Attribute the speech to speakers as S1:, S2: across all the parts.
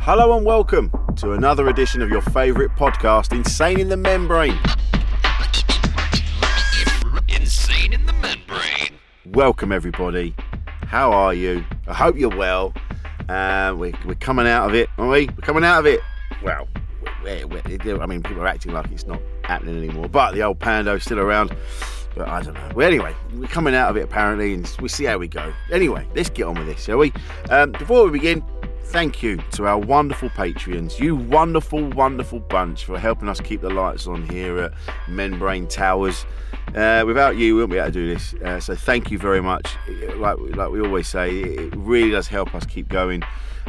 S1: Hello and welcome to another edition of your favourite podcast, Insane in the Membrane.
S2: Insane in the membrane.
S1: Welcome, everybody. How are you? I hope you're well. Uh, we, we're coming out of it, aren't we? We're coming out of it. Well, we I mean, people are acting like it's not happening anymore, but the old pando's still around. But I don't know. Well, anyway, we're coming out of it apparently, and we'll see how we go. Anyway, let's get on with this, shall we? Um, before we begin, thank you to our wonderful Patreons. You wonderful, wonderful bunch for helping us keep the lights on here at Membrane Towers. Uh, without you, we wouldn't be able to do this. Uh, so thank you very much. Like, like we always say, it really does help us keep going.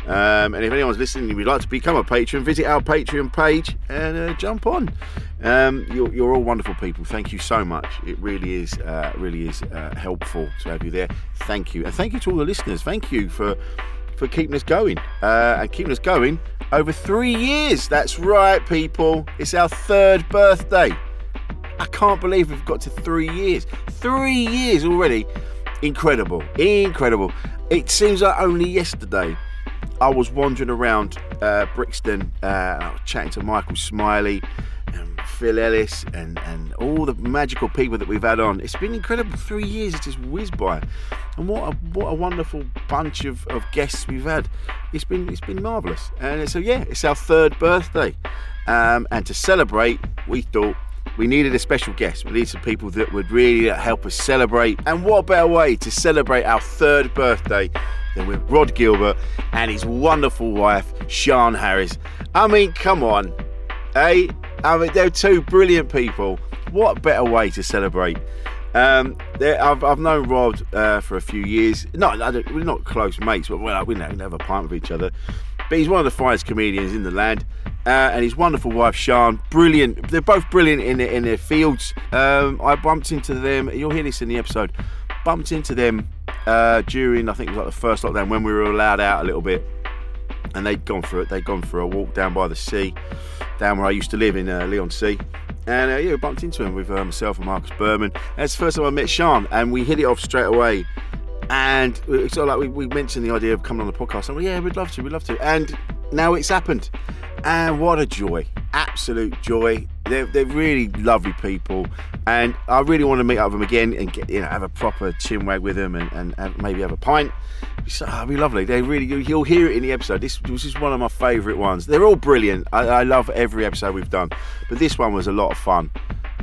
S1: Um, and if anyone's listening and you'd like to become a patron, visit our Patreon page and uh, jump on. Um, you're, you're all wonderful people. Thank you so much. It really is, uh, really is uh, helpful to have you there. Thank you, and thank you to all the listeners. Thank you for for keeping us going uh, and keeping us going over three years. That's right, people. It's our third birthday. I can't believe we've got to three years. Three years already. Incredible, incredible. It seems like only yesterday I was wandering around uh, Brixton uh, and I was chatting to Michael Smiley and Phil Ellis and, and all the magical people that we've had on. It's been incredible. Three years, it's just whizzed by. And what a, what a wonderful bunch of, of guests we've had. It's been it's been marvellous. And so, yeah, it's our third birthday. Um, and to celebrate, we thought we needed a special guest. We needed some people that would really help us celebrate. And what better way to celebrate our third birthday than with Rod Gilbert and his wonderful wife, Sean Harris. I mean, come on. Hey, I mean, they're two brilliant people. What better way to celebrate? Um, there- I've, I've known Rod uh, for a few years. No, I don't, we're not close mates, but we're like, we never have a pint with each other. But he's one of the finest comedians in the land, uh, and his wonderful wife Sean, brilliant. They're both brilliant in their, in their fields. Um, I bumped into them. You'll hear this in the episode. Bumped into them uh, during I think it was like the first lockdown when we were allowed out a little bit and they'd gone for it. They'd gone for a walk down by the sea, down where I used to live in uh, Leon Sea. And uh, yeah, we bumped into him with uh, myself and Marcus Berman. That's the first time I met Sean, and we hit it off straight away. And we- it's sort of like we, we mentioned the idea of coming on the podcast, and we yeah, we'd love to, we'd love to. And now it's happened, and what a joy, absolute joy. They're, they're really lovely people, and I really want to meet up with them again and get you know have a proper chin wag with them and, and, and maybe have a pint. So, oh, it'd be lovely. They really, you- you'll hear it in the episode. This, this is one of my favourite ones. They're all brilliant. I, I love every episode we've done, but this one was a lot of fun.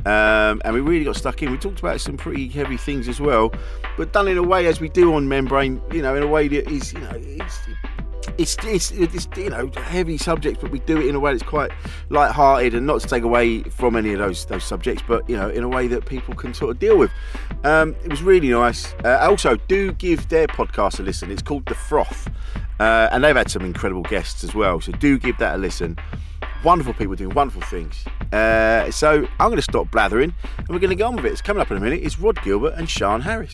S1: Um, and we really got stuck in. We talked about some pretty heavy things as well, but done in a way as we do on Membrane, you know, in a way that is, you know, it's, it's, it's, it's you know heavy subjects, but we do it in a way that's quite light-hearted and not to take away from any of those those subjects, but you know in a way that people can sort of deal with. Um, it was really nice. Uh, also, do give their podcast a listen. It's called The Froth, uh, and they've had some incredible guests as well. So do give that a listen. Wonderful people doing wonderful things. Uh, so I'm going to stop blathering, and we're going to get on with it. It's coming up in a minute. It's Rod Gilbert and Sean Harris.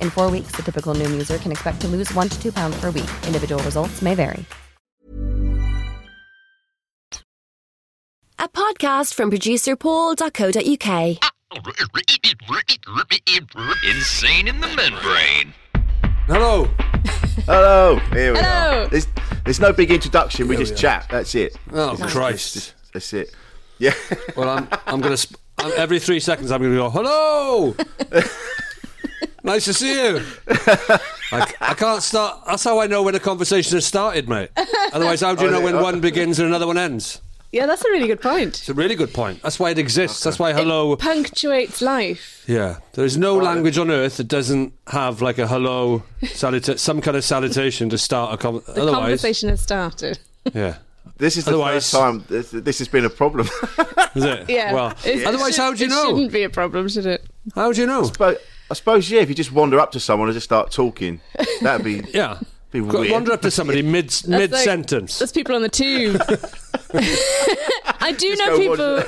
S3: In four weeks, the typical Noom user can expect to lose one to two pounds per week. Individual results may vary.
S4: A podcast from producer paul.co.uk.
S2: Insane in the membrane.
S5: Hello.
S1: Hello. Here we
S6: Hello.
S1: are. There's, there's no big introduction. We
S5: Here
S1: just
S5: we are.
S1: chat. That's it.
S5: Oh
S1: It's-
S5: Christ.
S1: it's- it's- That's it. Yeah.
S5: Well, I'm I'm gonna sp- I'm, every three seconds I'm gonna go hello. nice to see you. I, c- I can't start. That's how I know when a conversation has started, mate. Otherwise, how do you know when one begins and another one ends?
S6: Yeah, that's a really good point.
S5: It's a really good point. That's why it exists. That's why hello.
S6: Punctuates life.
S5: Yeah, there is no language on earth that doesn't have like a hello, salita- some kind of salutation to start a con-
S6: The
S5: Otherwise,
S6: conversation has started.
S5: yeah.
S1: This is the
S5: Otherwise-
S1: first time this, this has been a problem.
S5: Is it?
S6: Yeah.
S5: Well,
S6: It- it
S5: otherwise,
S6: should-
S5: how do you
S6: it
S5: know?
S6: shouldn't be a problem, should it?
S5: How do you know?
S1: but I suppose yeah, if you just wander up to someone and just start talking, that'd be
S5: Yeah.
S1: Be
S5: Go-
S1: weird.
S5: Wander up to somebody mid mid
S6: like-
S5: sentence.
S6: There's people on the tube. I do know
S1: go
S6: people.
S1: watch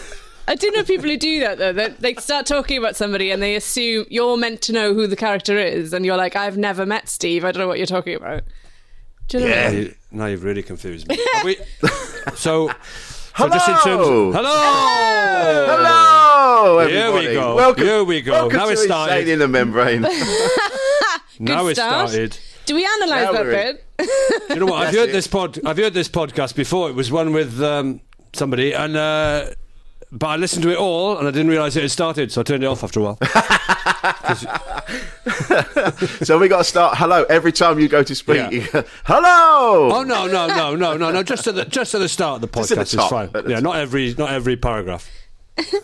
S6: I do know people who do that though. They, they start talking about somebody and they assume you're meant to know who the character is, and you're like, "I've never met Steve. I don't know what you're talking about." Do you know what I
S5: Now
S6: mean?
S5: you- now you've really confused me. Are we- so, so just in terms,
S1: Hello!
S5: hello,
S1: Hello,
S5: Here we
S1: everybody.
S5: go.
S1: Welcome.
S5: Here we go.
S1: Welcome
S5: Now
S1: to
S5: it's started.
S1: Insane in the membrane.
S5: now
S6: Good
S5: it
S6: start.
S5: started.
S6: Do we analyse
S1: Now
S6: that
S1: we're in.
S6: bit?
S5: You know what? I've
S1: That's
S5: heard
S1: it.
S5: this pod. I've heard this podcast before. It was one with um, somebody, and uh, but I listened to it all, and I didn't realise it had started, so I turned it off after a while.
S1: so we got to start. Hello every time you go to speak.
S5: Yeah.
S1: you go, hello.
S5: oh no, no, no, no, no, no! Just at the just at the start of the
S1: Just at the
S5: podcast is
S1: top,
S5: fine.
S1: at the
S5: Yeah,
S1: top.
S5: not every not every paragraph.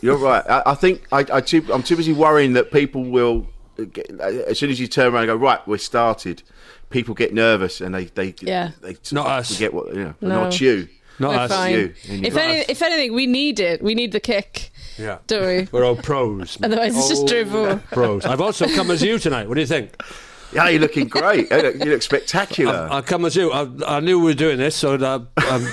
S1: You're right. I, I think I, I too, I'm too busy worrying that people will. Get, as soon as you turn around and go, right, we're started. People get nervous and they they
S6: Yeah.
S1: they
S5: Not us.
S1: Forget what you know.
S6: No.
S1: Not you.
S5: Not
S6: We're
S5: us.
S6: fine.
S1: you. And you-
S6: If, any, if anything, we need it. We need the kick,
S5: Yeah,
S6: don't we?
S5: we're all pros. mate.
S6: Otherwise, it's just drivel.
S5: Pros. I've also come as you tonight. What do you think?
S1: Yeah, you're looking great. you look, you look spectacular.
S5: I come as you. I, I knew we were doing this, so that, um,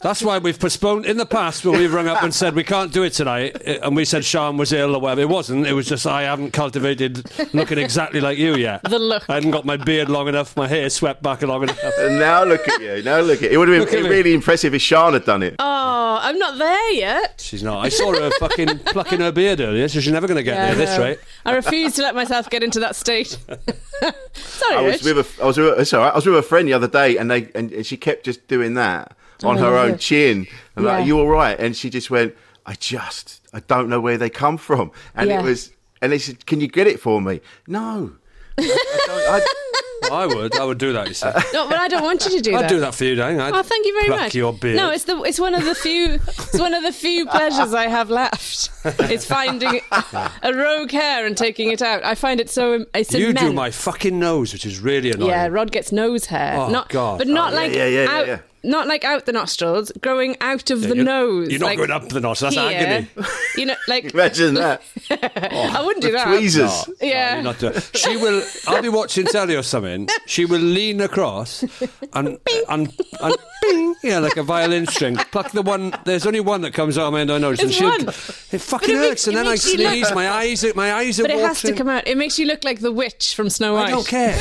S5: that's why we've postponed. In the past, when we rung up and said we can't do it tonight, i- and we said Sean was ill or whatever, it wasn't. It was just I haven't cultivated looking exactly like you yet.
S6: The look.
S5: I hadn't got my beard long enough, my hair swept back long enough.
S1: and now look at you. Now look at it. Would have
S5: Look at
S1: been
S5: me.
S1: really impressive if Sean had done it.
S6: Oh, I'm not there yet.
S5: She's not. I saw her fucking plucking her beard earlier, so she's never going to get
S6: Yeah,
S5: there. This
S6: no.
S5: rate.
S6: I refuse to let myself get into that state. Sorry,
S1: I was
S6: Rich.
S1: with a, I was with a, it's all right. I was with a friend the other day, and they and, and she kept just doing that
S6: Oh,
S1: on her own chin. And like,
S6: Yeah.
S1: are you all right? And she just went, I just I don't know where they come from. And
S6: Yeah.
S1: it was, and they said, can you get it for me? No. I, I don't, I,
S5: I would. I would do that. You see.
S6: No, but I don't want you to do
S5: I'd
S6: that.
S5: do that for you, darling. I'd
S6: Oh, thank you very
S5: pluck
S6: much.
S5: your beard.
S6: No, it's the it's one of the few it's one of the few pleasures I have left. It's finding a rogue hair and taking it out. I find it so it's
S5: you do
S6: immense.
S5: my fucking nose, which is really annoying.
S6: yeah. Rod gets nose hair,
S5: Oh,
S6: not
S5: God.
S6: but not
S1: yeah,
S6: like
S1: yeah, yeah, yeah,
S6: out,
S1: yeah.
S6: not like out the nostrils, growing out of the
S5: you're,
S6: nose.
S5: You're not
S6: like
S5: going up the nostrils. That's
S6: here.
S5: agony.
S6: You know, like
S1: Imagine that.
S6: I wouldn't do
S1: the
S6: that.
S1: tweezers. No,
S6: yeah.
S5: Not to, she will. I'll be watching telly or something. She will lean across and and, and bing, yeah, like a violin string. Pluck the one. There's only one that comes out of my end. I notice, and
S6: There's
S5: she'll.
S6: one.
S5: It fucking
S6: it makes-
S5: hurts, and
S6: it
S5: then I
S6: makes you look-
S5: sneeze. My eyes. My eyes are
S6: but it
S5: watering.
S6: has to come out. It makes you look like the witch from Snow White.
S5: I don't care.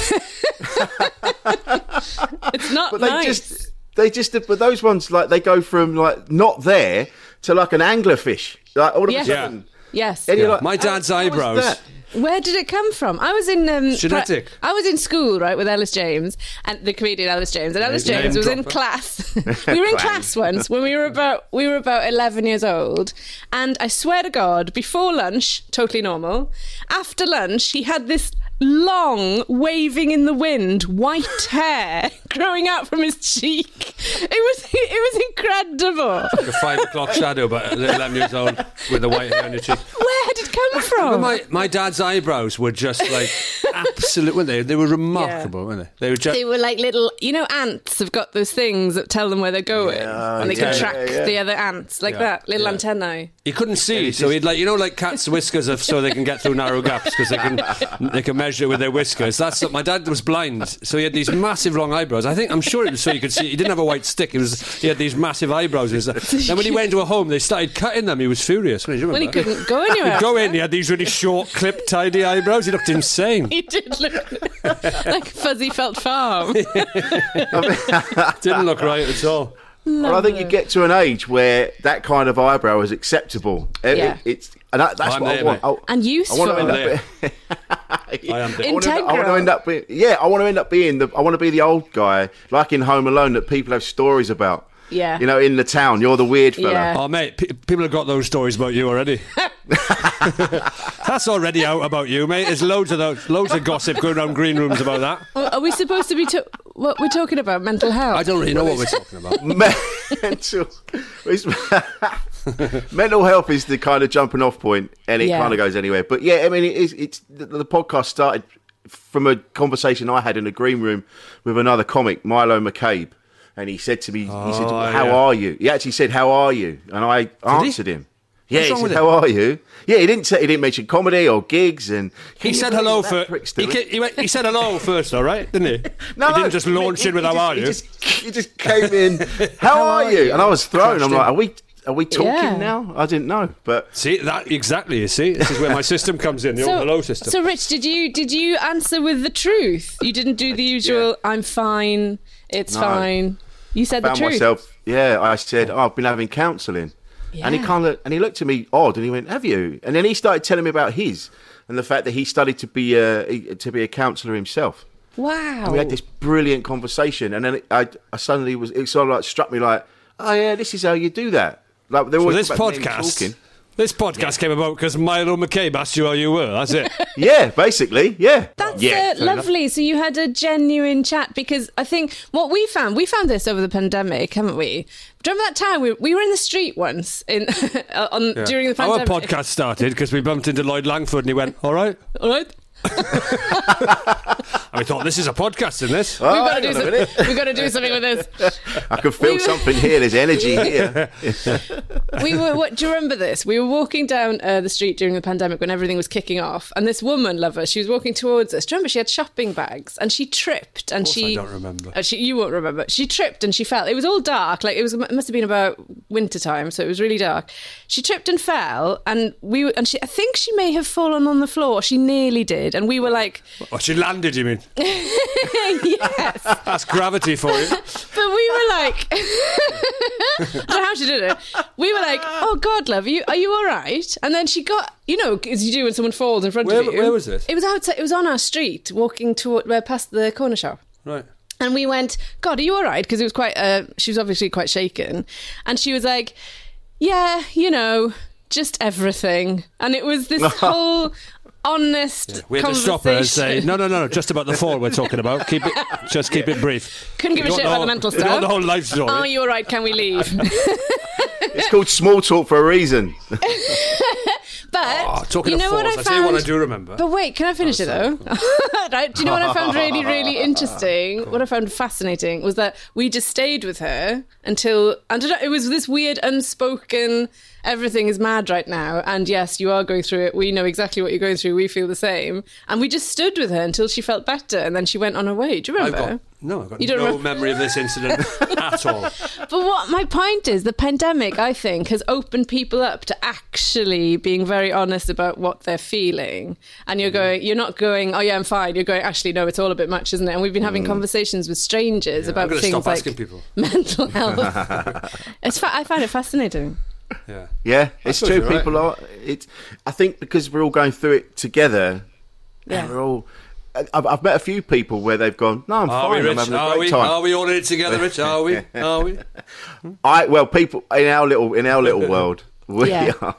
S6: It's not
S1: But they
S6: nice.
S1: just they just but those ones like they go from like not there to like an anglerfish. Like all of
S6: Yeah.
S1: a sudden.
S6: yes.
S1: And you're like, "Oh,
S5: My dad's
S1: how- how is
S5: eyebrows.
S1: that?
S6: Where did it come from? I was in um,
S5: Genetic.
S6: pra- I was in school, right, with Ellis James and the comedian Ellis James. And Ellis
S5: Name
S6: James was in
S5: dropper.
S6: class. we were
S1: Clang.
S6: in class once when we were about we were about eleven years old. And I swear to God, before lunch, totally normal. After lunch, he had this long, waving in the wind, white hair growing out from his cheek. It was it was incredible.
S5: Like a five o'clock shadow, but at eleven years old with the white hair on your cheek.
S6: Where did it come
S5: But
S6: from?
S5: my, my dad's eyebrows were just like absolute, weren't they? They were remarkable, weren't they? They were just.
S6: they were like little you know ants have got those things that tell them where they're going and they can
S5: yeah,
S6: track
S1: yeah, yeah.
S6: the other ants like
S5: Yeah,
S6: that little
S5: yeah.
S6: antennae
S5: He couldn't see,
S1: he
S5: so
S1: just-
S5: he'd like you know like cats' whiskers, of, so they can get through narrow gaps because they can they can measure with their whiskers. That's my dad was blind, so he had these massive long eyebrows. I think I'm sure it was so you could see. He didn't have a white stick. It was he had these massive eyebrows. And stuff. Then when he went to a home, they started cutting them. He was furious. When he,
S6: when he couldn't go anywhere
S5: He'd go in, he had these really short, clipped, tidy eyebrows. He looked insane.
S6: he did look like fuzzy felt farm
S5: Didn't look right at all.
S1: Well, I think
S6: Mm.
S1: you get to an age where that kind of eyebrow is acceptable. It-
S6: Yeah.
S1: it's and that, that's
S5: I'm
S1: what
S5: there,
S1: I want.
S5: mate.
S1: I-
S6: and
S1: I
S6: useful
S1: want to end
S5: there.
S1: up.
S5: I am
S1: I want, to, I want to
S6: Integral.
S1: end up being, yeah, I want to end up being the, I want to be the old guy, like in Home Alone, that people have stories about.
S6: Yeah.
S1: You know, in the town, you're the weird fella.
S6: Yeah.
S5: Oh, mate, pe- people have got those stories about you already. That's already out about you, mate. There's loads of those, loads of gossip going around green rooms about that.
S6: Oh, are we supposed to be to- what we're talking about mental health
S5: I don't really know what we're talking about.
S1: mental, it's- mental health is the kind of jumping off point, and it
S6: Yeah.
S1: kind of goes anywhere. But yeah, I mean, it is. It's the, the podcast started from a conversation I had in a green room with another comic, Milo McCabe, and he said to me, he said, "How
S5: Oh, yeah.
S1: are you?" He actually said, "How are you?" and I answered him. Yeah,
S5: What's
S1: he
S5: wrong
S1: said,
S5: with
S1: "How
S5: him?"
S1: are you?" Yeah, he didn't say he didn't mention comedy or gigs, and
S5: He
S1: Can you
S5: said
S1: believe
S5: hello
S1: that
S5: for.
S1: prick's
S5: He,
S1: doing?
S5: ca- he, went, he said hello first, though, right? Didn't he?
S1: No,
S5: he didn't just launch
S1: he-
S5: in with
S1: he just-
S5: "How are you."
S1: He just, he just came in. How, are, you? And I was thrown. I'm like, are we are we talking
S6: Yeah.
S1: now? I didn't know, but
S5: See that exactly. You see, this is where my system comes in. The old hello system.
S6: so rich did you did you answer with the truth you didn't do the usual i'm fine it's
S1: No.
S6: fine you said the
S1: found
S6: truth
S1: myself. Yeah, I said, oh, I've been having counselling, and he
S6: Yeah.
S1: kind of and he looked at me odd, and he went, "Have you?" And then he started telling me about his and the fact that he studied to be a to be a counsellor himself.
S6: wow
S1: And we had this brilliant conversation, and then I, I suddenly was it sort of like struck me like, oh yeah, this is how you do that. Like there
S5: So
S1: was
S5: this podcast. This podcast came about because Milo McCabe asked you how you were. That's it.
S1: Yeah, basically, yeah.
S6: That's
S1: yeah,
S6: uh, lovely. So you had a genuine chat because I think what we found, we found this over the pandemic, haven't we? Do you remember that time we, we were in the street once in uh, on during the
S5: Our
S6: pandemic?
S5: podcast started because we bumped into Lloyd Langford and he went, "All right."
S6: All right.
S5: And we thought, "This is a podcast, isn't this?"
S1: Oh,
S6: We've got to
S1: hang
S6: do
S1: on a
S6: some-
S1: minute.
S6: we've got to do something with this.
S1: I can feel
S6: We were-
S1: something here. There's energy here.
S6: We were. What, do you remember this? We were walking down uh, the street during the pandemic when everything was kicking off, and this woman, lover, she was walking towards us. Do you remember she had shopping bags and she tripped and
S5: course
S6: she.
S5: I don't remember.
S6: Uh, she, you won't remember. She tripped and she fell. It was all dark. Like it was. It must have been about winter time, so it was really dark. She tripped and fell, and we were- and she. I think she may have fallen on the floor. She nearly did, and we were like,
S5: Oh, she landed, you mean?
S6: yes.
S5: That's gravity for you.
S6: But we were like, I don't know how she did it. We were like, oh God, love, are you are you all right? And then she got, you know, as you do when someone falls in front
S5: Where-
S6: of you.
S5: where was this?
S6: It was outside. It was on our street, walking toward uh, past the corner shop.
S5: Right.
S6: And we went, God, are you all right? Because it was quite. Uh, she was obviously quite shaken, and she was like, Yeah, you know, just everything. And it was this whole honest
S5: We had to
S6: conversation.
S5: stop her and say, no, no, no, no, just about the fall we're talking about. Keep it, just keep it brief.
S6: Couldn't give
S5: We
S6: a
S5: don't
S6: shit
S5: know-
S6: about the mental
S5: we don't know
S6: stuff. Oh,
S5: the whole life story.
S6: Are you all right? Can we leave?
S1: It's called small talk for a reason.
S6: But
S5: Oh, talking
S6: you
S5: of
S6: know what I found?
S5: thoughts, I tell you what I do remember.
S6: But wait, can I finish it though? right? Do you know what I found really, really interesting? What I found fascinating was that we just stayed with her until and it was this weird unspoken. Everything is mad right now, and yes, you are going through it. We know exactly what you're going through. We feel the same, and we just stood with her until she felt better, and then she went on her way. Do you
S5: I've
S6: remember?
S5: got no, I've got
S6: You
S5: no
S6: don't remember-
S5: memory of this incident at all.
S6: But what my point is, the pandemic, I think, has opened people up to actually being very honest about what they're feeling. And
S5: Mm-hmm.
S6: you're going, you're not going, oh yeah, I'm fine. You're going, actually, no, it's all a bit much, isn't it? And we've been having conversations with strangers
S5: I'm
S6: about
S5: going to
S6: things
S5: Mm. stop
S6: like
S5: asking people.
S6: mental health. it's fa- I find it fascinating.
S5: Yeah.
S1: Yeah, it's
S5: suppose
S1: true.
S5: you're right.
S1: People are. It's. I think because we're all going through it together.
S6: Yeah.
S1: We're all. I- I've, I've met a few people where they've gone. No, I'm
S5: Are
S1: fine.
S5: we,
S1: I'm
S5: Rich?
S1: having a
S5: Are
S1: great
S5: we?
S1: time.
S5: Are we all in it together, Rich? Are we? Are we?
S1: I well, people in our little in our little world, we
S6: Yeah.
S1: are.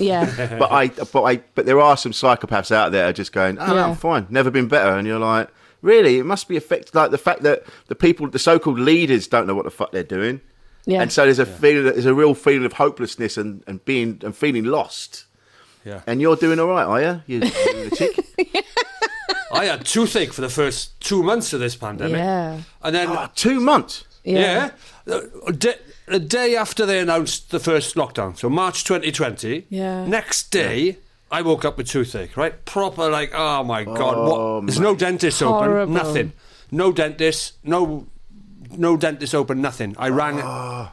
S6: Yeah.
S1: But I, but I, but there are some psychopaths out there just going, "Oh, no,
S6: Yeah.
S1: I'm fine. Never been better." And you're like, "Really? It must be affected like the fact that the people, the so-called leaders, don't know what the fuck they're doing."
S6: Yeah.
S1: And so there's a feeling, there's a real feeling of hopelessness and, and being and feeling lost.
S5: Yeah.
S1: And you're doing all right, are you? You, you lunatic?
S5: I had toothache for the first two months of this pandemic.
S6: Yeah.
S5: And then,
S1: Ah, two months.
S5: yeah, the day, the day after they announced the first lockdown, so March 2020,
S6: Yeah.
S5: next day, I woke up with toothache, right? Proper, like, oh my God, what? There's no dentist
S6: Horrible.
S5: open, nothing. No dentist, no no dentist open, nothing. I rang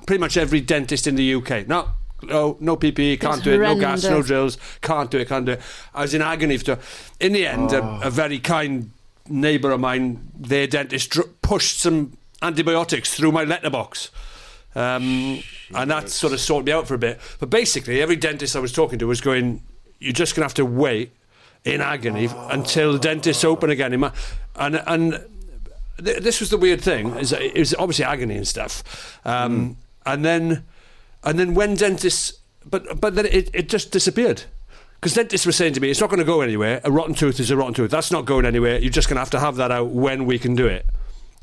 S5: pretty much every dentist in the UK. No, no, no PPE, can't
S6: It's
S5: do it. No gas, no
S6: horrendous.
S5: drills, can't do it, can't do it. I was in agony. For, in the end, a, a very kind neighbour of mine, their dentist dr- pushed some antibiotics through my letterbox. Um, and that sort of sorted me out for a bit. But basically, every dentist I was talking to was going, "You're just going to have to wait in agony until dentists open again." In my- And and th- this was the weird thing is that it was obviously agony and stuff um, and then and then when dentists but but then it, it just disappeared because dentists were saying to me it's not going to go anywhere a rotten tooth is a rotten tooth that's not going anywhere you're just going to have to have that out when we can do it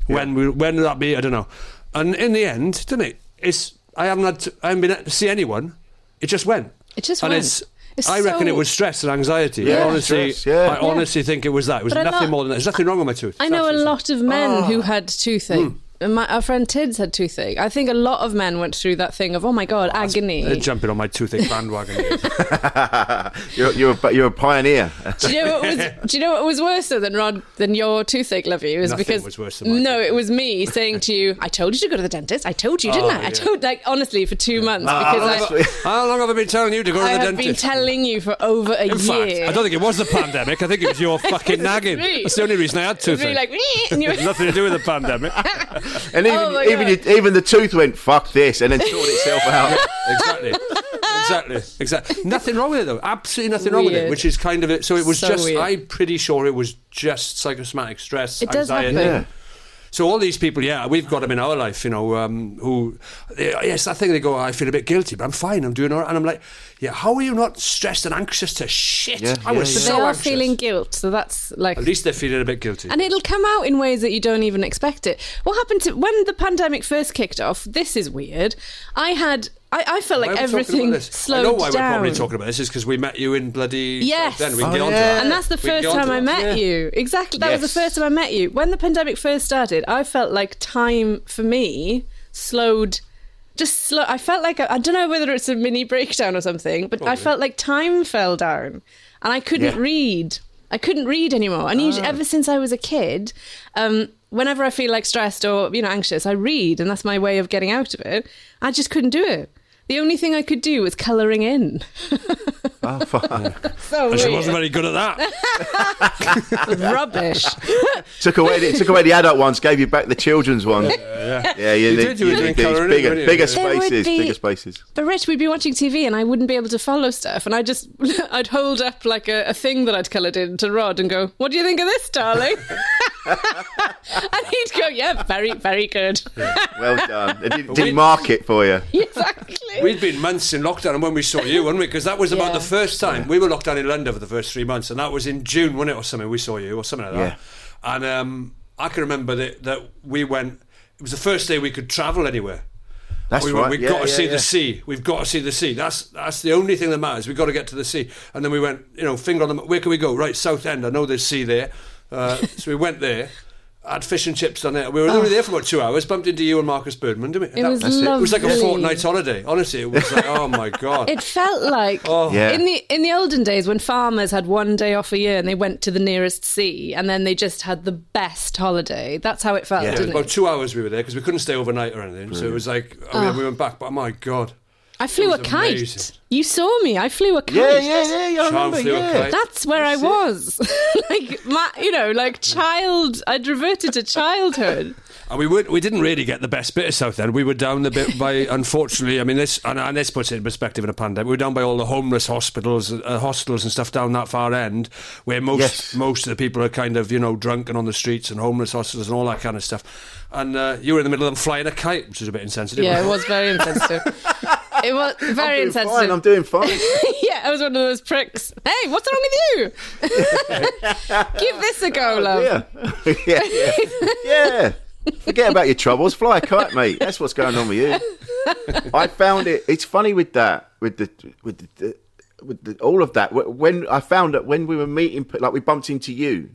S5: when we when will that be I don't know and in the end didn't it it's I haven't had to, I haven't been able to see anyone it just went
S6: It just
S5: and
S6: went.
S5: it's
S6: It's
S5: I reckon
S6: so-
S5: it was stress and anxiety.
S1: Yeah,
S5: I honestly,
S1: stress, yeah.
S5: I honestly think it was that. It was
S6: But a
S5: nothing
S6: lot-
S5: more than that. There's nothing wrong with my tooth.
S6: I know a lot of men
S5: Ah.
S6: who had toothache.
S5: Hmm.
S6: And My, our friend Tids had toothache. I think a lot of men went through that thing of, oh my God, agony.
S5: They're uh, jumping on my toothache bandwagon.
S1: You're you're a, you're a pioneer.
S6: do you know what was? Do you know what was worse though than Rod than your toothache, love you? Is
S5: Nothing
S6: because
S5: was worse than my
S6: no,
S5: toothache.
S6: it was me saying to you, "I told you to go to the dentist. I told you, didn't
S5: Oh,
S6: I? I
S5: yeah.
S6: told like honestly for two months because I,
S5: How long have I been telling you to go
S6: I
S5: to the
S6: have
S5: dentist?
S6: been telling you for over a
S5: In fact,
S6: year.
S5: I don't think it was the pandemic. I think it was your fucking nagging.
S6: me.
S5: That's the only reason I had
S6: It was really
S5: toothache.
S6: like, and you were-
S5: Nothing to do with the pandemic.
S1: And even
S6: Oh my
S1: even
S6: God.
S1: even the tooth went fuck this, and then sorted itself out.
S5: exactly. Exactly. Exactly. Nothing wrong with it though. Absolutely nothing wrong with it.
S6: Weird.
S5: Which is kind of it. So it was
S6: So
S5: just.
S6: weird.
S5: I'm pretty sure it was just psychosomatic stress.
S6: It does
S5: anxiety.
S6: happen. Yeah.
S5: So all these people, yeah, we've got them in our life, you know. Um, who, they, yes, I think they go, "Oh, I feel a bit guilty, but I'm fine, I'm doing all right. And I'm like, yeah, how are you not stressed and anxious to shit?
S1: Yeah,
S5: I
S1: yeah,
S5: was
S1: yeah.
S6: But
S5: so
S6: they are
S5: anxious.
S6: feeling guilt, so that's like
S5: At least they're feeling a bit guilty.
S6: And it'll come out in ways that you don't even expect it. What happened to when the pandemic first kicked off? This is weird. I had, I, I felt
S5: Why
S6: like
S5: are we talking
S6: everything
S5: about this?
S6: slowed
S5: I know why
S6: down.
S5: we're probably talking about this is because we met you in bloody.
S6: Yes.
S5: Then we can
S1: Oh,
S5: get on to
S1: yeah.
S5: that.
S6: And that's the
S5: We can
S6: first
S5: get on to
S6: time I
S5: that.
S6: met
S5: Yeah.
S6: you. Exactly. That was
S1: Yes.
S6: the first time I met you. When the pandemic first started, I felt like time for me slowed. Just slow. I felt like I, I don't know whether it's a mini breakdown or something, but I felt like time fell down, and I couldn't
S1: Yeah.
S6: read. I couldn't read anymore. And usually, ever since I was a kid, um, whenever I feel like stressed or you know anxious, I read, and that's my way of getting out of it. I just couldn't do it. The only thing I could do was colouring in.
S1: Oh, fuck.
S6: So
S5: And she
S6: weird.
S5: wasn't very good at that.
S6: rubbish.
S1: took away the, took away the adult ones, gave you back the children's one. Yeah, yeah. you,
S5: You
S1: need-
S5: did, you were
S1: need
S5: doing
S1: these
S5: colouring,
S1: bigger,
S5: weren't you?
S1: bigger
S6: There would
S1: spaces,
S6: be-
S1: bigger spaces.
S6: But Rich, we'd be watching TV and I wouldn't be able to follow stuff. And I just, I'd hold up like a, a thing that I'd coloured in to Rod and go, What do you think of this, darling? and he'd go, Yeah, very, very good.
S1: Well done. They did,
S5: we-
S1: did mark it for you.
S6: exactly.
S5: We'd been months in lockdown, and when we saw you, weren't we? Because that was about
S6: Yeah.
S5: the first time we were locked down in London for the first three months, and that was in June, wasn't it, or something? We saw you or something like that. And um, I can remember that, that we went. It was the first day we could travel anywhere.
S1: That's
S5: we,
S1: right.
S5: We've
S1: Yeah,
S5: got to
S1: yeah,
S5: see
S1: yeah.
S5: the sea. We've got to see the sea. That's that's the only thing that matters. We've got to get to the sea. And then we went, you know, finger on the. m- Where can we go? Right, South End. I know there's sea there. Uh, so we went there. Had fish and chips on there. We were only there for about two hours. Bumped into you and Marcus Birdman, didn't we?
S6: It was
S5: it. was like a
S6: lovely.
S5: fortnight's holiday. Honestly, it was like, oh my god.
S6: It felt like
S5: Oh. Yeah.
S6: in the in the olden days when farmers had one day off a year and they went to the nearest sea and then they just had the best holiday. That's how it felt,
S5: Yeah, it was
S6: didn't
S5: about
S6: it?
S5: two hours we were there because we couldn't stay overnight or anything. So it was like, I mean,
S6: Ah.
S5: we went back, but my God.
S6: I flew a
S5: it was
S6: kite.
S5: amazing.
S6: You saw me. I flew a kite.
S5: Yeah, yeah, yeah, yeah, I Child remember, flew a yeah. kite.
S6: That's where I was. like my, you know, like child. I'd reverted to childhood.
S5: And we would, we didn't really get the best bit of Southend. We were down the bit by, unfortunately, I mean this, and, and this puts it in perspective in a pandemic. We were down by all the homeless hospitals, uh, hostels and stuff down that far end, where most most of the people are kind of you know drunk and on the streets and homeless hostels and all that kind of stuff. And uh, you were in the middle of them flying a kite, which was a bit insensitive.
S6: yeah, it
S5: wasn't
S6: was very insensitive. It was very
S1: I'm doing
S6: insensitive.
S1: fine. I'm doing fine.
S6: yeah, I was one of those pricks. Hey, what's wrong with you? Give this a go, love.
S1: yeah. yeah, yeah, yeah. Forget about your troubles. Fly a kite, mate. That's what's going on with you. I found it. It's funny with that, with the, with the, with the, all of that. Wh- When I found that when we were meeting, like we bumped into you,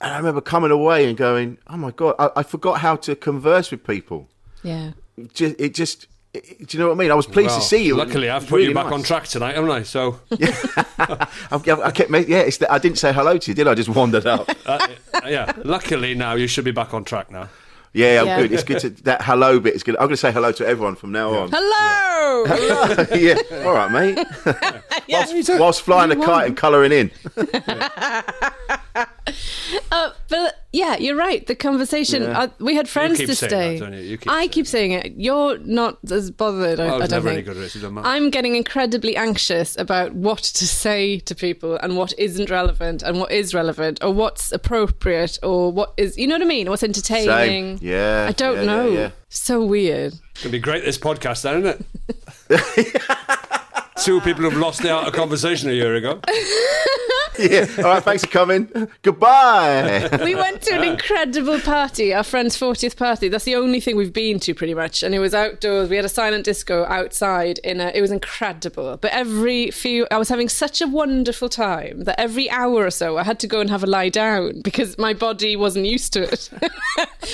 S1: and I remember coming away and going, "Oh my god, I, I forgot how to converse with people."
S6: Yeah.
S1: Just, it just, it, do you know what I mean? I was pleased
S5: Well,
S1: to see you.
S5: Luckily, I've put you back on track tonight, haven't I? So
S1: I've, I've- I kept, ma- yeah. It's that I didn't say hello to you, did I? I just wandered up.
S5: uh, yeah, luckily now you should be back on track now.
S1: Yeah, I'm
S5: Yeah.
S1: good. It's good to that hello bit. It's good. I'm going to say hello to everyone from now on.
S6: Hello.
S1: yeah, all right, mate. whilst, whilst flying a
S6: You
S1: kite
S6: won.
S1: and colouring in.
S6: Uh, but yeah, you're right. The conversation.
S5: Yeah.
S6: Uh, we had
S5: You
S6: friends
S5: keep
S6: this
S5: saying
S6: day.
S5: that, don't you? You keep
S6: I keep saying it. You're not as bothered. I,
S5: I
S6: I,
S5: was
S6: don't
S5: never any
S6: think.
S5: good at it, so it doesn't matter.
S6: I'm getting incredibly anxious about what to say to people and what isn't relevant and what is relevant or what's appropriate or what is. You know what I mean? What's entertaining?
S5: Yeah,
S6: I don't
S5: yeah, yeah,
S6: know.
S5: yeah.
S6: So weird.
S5: It's gonna be great this podcast, then, isn't it? Two people have lost their art of conversation a year ago.
S1: yeah. All right. Thanks for coming. Goodbye.
S6: we went to an incredible party, our friend's 40th party. That's the only thing we've been to pretty much. And it was outdoors. We had a silent disco outside in a, it was incredible. But every few I was having such a wonderful time that every hour or so I had to go and have a lie down because my body wasn't used to it.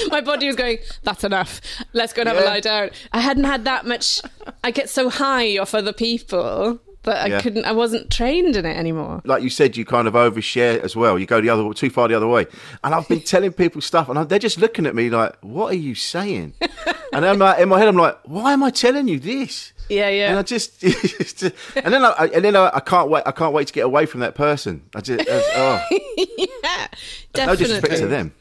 S6: my body was going, that's enough. Let's go and have
S7: Yeah.
S6: a lie down. I hadn't had that much I get so high off other people that I
S1: Yeah.
S6: couldn't I wasn't trained in it anymore.
S1: Like you said, you kind of overshare as well. You go the other too far the other way. And I've been telling people stuff, and I- they're just looking at me like, "What are you saying?" And I'm like, in my head, I'm like, "Why am I telling you this?"
S6: Yeah, yeah.
S1: And I just, and then I, I- and then I, I can't wait. I can't wait to get away from that person. I just, oh,
S6: yeah. Definitely.
S1: no disrespect to them.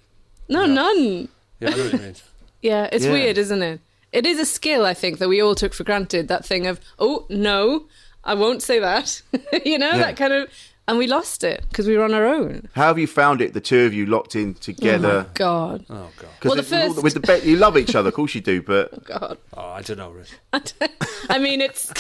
S6: No, none.
S5: Yeah, I know what you mean.
S6: Yeah, it's
S1: Yeah.
S6: weird, isn't it? It is a skill, I think, that we all took for granted. That thing of, oh, no, I won't say that. you know,
S1: Yeah.
S6: that kind of. And we lost it because we were on our own.
S1: How have you found it? The two of you locked in
S6: Oh,
S1: together.
S6: my God.
S5: Oh, God.
S6: Well, the
S1: it- with all
S6: first-
S1: with the be- you love each other, of course you do, but
S6: God.
S5: Oh, I don't know, Riz.
S6: I mean, it's.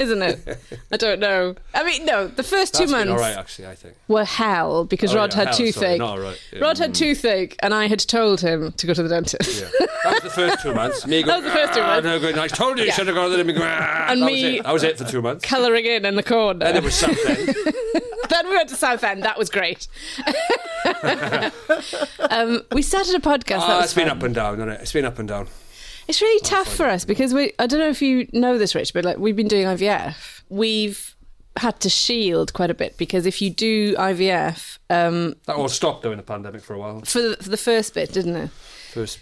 S6: Isn't it? I don't know. I mean, no, the first two
S5: That's been
S6: months
S5: all right, actually, I think.
S6: were hell because
S5: Oh,
S6: Rod
S5: yeah,
S6: had
S5: hell, sorry,
S6: toothache.
S5: not all right, yeah.
S6: Rod had
S5: Mm.
S6: toothache, and I had told him to go to the dentist.
S5: That was the first two months. Me
S6: That
S5: going,
S6: was the first two months.
S5: "Ah, no, good. I told you you
S6: Yeah.
S5: should have gone there. And, me going, "Ah."
S6: And
S5: that
S6: me-
S5: was it. That was it for two months.
S6: Colouring in in the corner.
S5: Then it was something.
S6: then we went to Southend. That was great. um, we started a podcast. that
S5: Ah,
S6: was
S5: it's been
S6: fun.
S5: up and down, hasn't it? It's been up and down.
S6: It's really tough for us because we. I don't know if you know this, Rich, but like we've been doing IVF. We've had to shield quite a bit because if you do IVF, um,
S5: That all stopped during the pandemic for a while.
S6: for the, for the first bit, didn't it?
S5: First.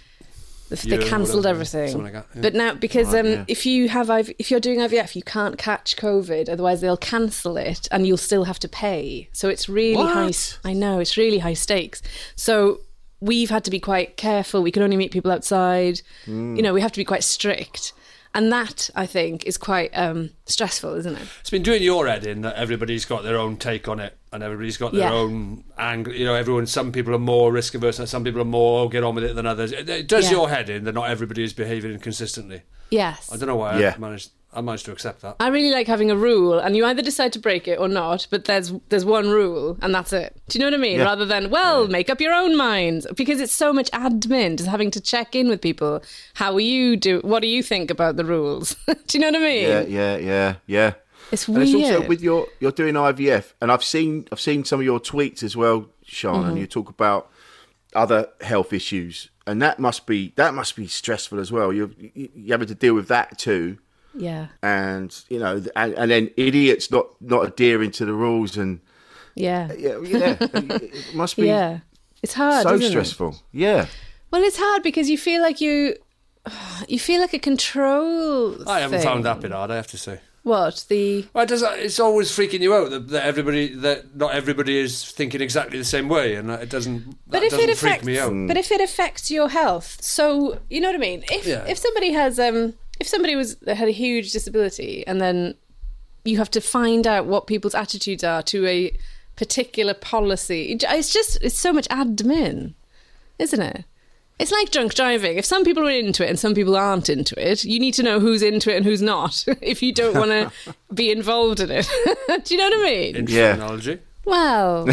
S6: If
S5: year
S6: they
S5: or
S6: cancelled
S5: whatever,
S6: everything.
S5: something like that, yeah.
S6: But now, because
S5: Right,
S6: um,
S5: yeah.
S6: if you have IV, if you're doing IVF, you can't catch COVID. Otherwise, they'll cancel it, and you'll still have to pay. So it's really high.
S7: What?
S6: I know it's really high stakes. So we've had to be quite careful. We can only meet people outside.
S5: Mm.
S6: You know, we have to be quite strict, and that I think is quite um, stressful, isn't it?
S5: It's been doing your head in that everybody's got their own take on it and everybody's got their
S6: Yeah.
S5: own angle. You know, everyone, some people are more risk averse and some people are more "Oh, get on with it than others. It, it does
S6: Yeah.
S5: your head in that not everybody is behaving consistently.
S6: Yes.
S5: I don't know why
S1: Yeah.
S5: I managed I managed to accept that.
S6: I really like having a rule, and you either decide to break it or not. But there's there's one rule, and that's it. Do you know what I mean?
S5: Yeah.
S6: Rather than well, make up your own mind, because it's so much admin, just having to check in with people. How are you do? What do you think about the rules? do you know what I mean?
S1: Yeah, yeah, yeah, yeah.
S6: It's
S1: and it's also
S6: weird.
S1: with your you're doing IVF, and I've seen I've seen some of your tweets as well, Sean, and
S6: Mhm.
S1: you talk about other health issues, and that must be that must be stressful as well. You're you you're having to deal with that too,
S6: Yeah.
S1: and you know, th- and, and then idiots not not adhering to the rules, and
S6: Yeah.
S1: Yeah. yeah. it must be
S6: yeah. It's hard.
S1: so
S6: isn't it?
S1: stressful. Yeah,
S6: Well, it's hard because you feel like you you feel like a control.
S5: I haven't
S6: thing.
S5: found that bit hard. I have to say.
S6: What the?
S5: Well, it does, it's always freaking you out that, that everybody that not everybody is thinking exactly the same way, and that it doesn't. That
S6: But if
S5: doesn't
S6: it affects,
S5: freak me out.
S6: but if it affects your health, so you know what I mean. If
S5: Yeah.
S6: if somebody has um if somebody was had a huge disability and then you have to find out what people's attitudes are to a particular policy, it- it's just it's so much admin, isn't it? It's like drunk driving. If some people are into it and some people aren't into it, you need to know who's into it and who's not. if you don't want to be involved in it, do you know what I mean?
S5: Interesting
S1: Yeah.
S5: analogy.
S6: Wow.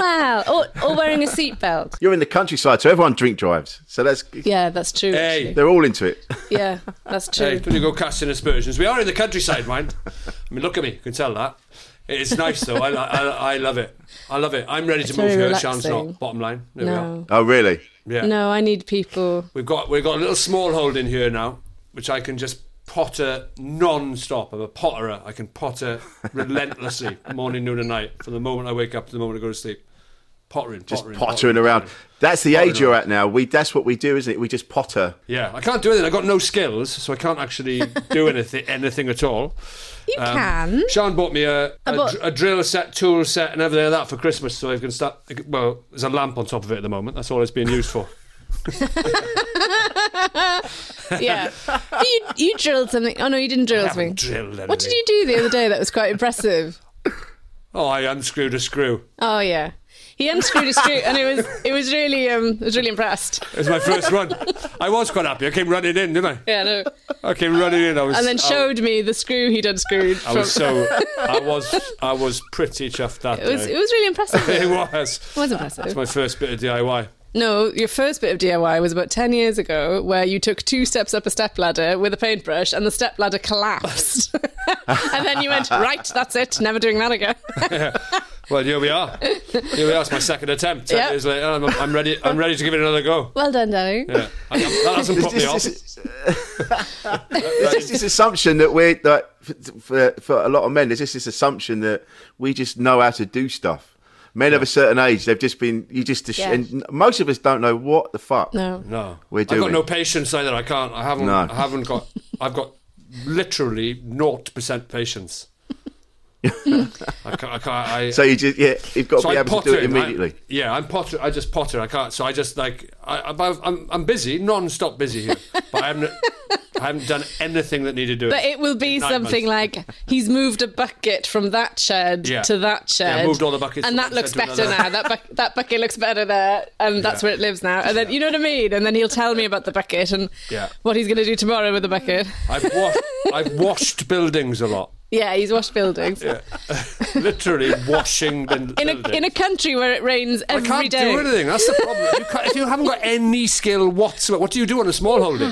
S6: wow. Or, or wearing a seatbelt.
S1: you're in the countryside, so everyone drink drives. So that's
S6: Yeah, that's true. actually.
S1: they're all into it.
S6: Yeah, that's true.
S5: Hey, don't you go casting aspersions. We are in the countryside, man. I mean, look at me. You can tell that. It's nice, though. I, I, I love it. I love it. I'm ready to
S6: It's
S5: move
S6: very
S5: here.
S6: relaxing.
S5: Sean's not. Bottom line. There
S6: No.
S1: Oh, really?
S5: we are. Yeah.
S6: No, I need people.
S5: We've got we've got a little smallhold in here now, which I can just potter non-stop. I'm a potterer. I can potter relentlessly, morning, noon, and night, from the moment I wake up to the moment I go to sleep. Pottering,
S1: Just
S5: pottering,
S1: pottering around. That's the age you're at now. We that's what we do, isn't it? We just potter.
S5: Yeah, I can't do anything. I've got no skills, so I can't actually do anything, anything at all. You
S6: can.
S5: Sean bought me a, a,
S6: bought-
S5: dr- a drill set, tool set, and everything like that for Christmas, so I can start. Well, there's a lamp on top of it at the moment. That's all it's being used for.
S6: Yeah. But you, you drilled something. Oh, no, you didn't drill something.
S5: drilled
S6: What did you do the other day that was quite impressive?
S5: Oh, I unscrewed a screw.
S6: Oh, yeah. He unscrewed his screw and it was it was really um I was really impressed.
S5: It was my first run. I was quite happy. I came running in, didn't
S6: Yeah, no.
S5: I? I came running in. I was
S6: And then
S5: I-
S6: showed me the screw he'd unscrewed.
S5: I, was so. I was. I was pretty chuffed that
S6: It was
S5: day.
S6: it was really impressive.
S5: it
S6: though.
S5: was.
S6: It was impressive.
S5: It's my first bit of DIY.
S6: No, your first bit of DIY was about 10 years ago where you took two steps up a stepladder with a paintbrush and the stepladder collapsed. and then you went, right, that's it, never doing that again.
S5: Well, here we are. Here we are. It's my second attempt. Ten
S6: Yeah.
S5: years later, I'm, I'm ready. I'm ready to give it another go.
S6: well done, Danny.
S5: Yeah, I, that hasn't put me off.
S1: It's just- There's just this assumption that we're that for, for a lot of men. There's just this assumption that we just know how to do stuff. Men of a certain age, they've just been you just
S6: Yeah.
S1: and most of us don't know what the fuck
S6: No.
S5: No,
S1: we're
S5: I've
S1: doing.
S5: got no patience either. I can't. I haven't.
S1: No.
S5: I haven't got. I've got literally naught percent patience. I can't. I can't I,
S1: so you just yeah, you've got to
S5: so
S1: be
S5: I'm
S1: able to do it
S5: pottering, I- eh?
S1: immediately.
S5: yeah, I'm potter. I just potter. I can't. So I just like I, I'm- I'm I'm busy, non-stop busy here, but I haven't I haven't done anything that needed doing.
S6: But it will be
S5: Nine
S6: something like he's moved a bucket from that shed
S5: Yeah.
S6: to that
S5: Yeah,
S6: shed.
S5: moved all the buckets from
S6: And that
S5: one
S6: looks
S5: shed to
S6: better
S5: another.
S6: now. That, bu- that bucket looks better there. And that's
S5: Yeah.
S6: where it lives now. And then, you know what I mean? And then he'll tell me about the bucket and
S5: Yeah.
S6: what he's going to do tomorrow with the bucket.
S5: I've washed I've washed buildings a lot.
S6: Yeah, he's washed buildings.
S5: Literally washing the
S6: in a in a country where it rains
S5: I
S6: every day.
S5: can't do anything. That's the problem. You can't, if you haven't got any skill whatsoever, what do you do on a small holding?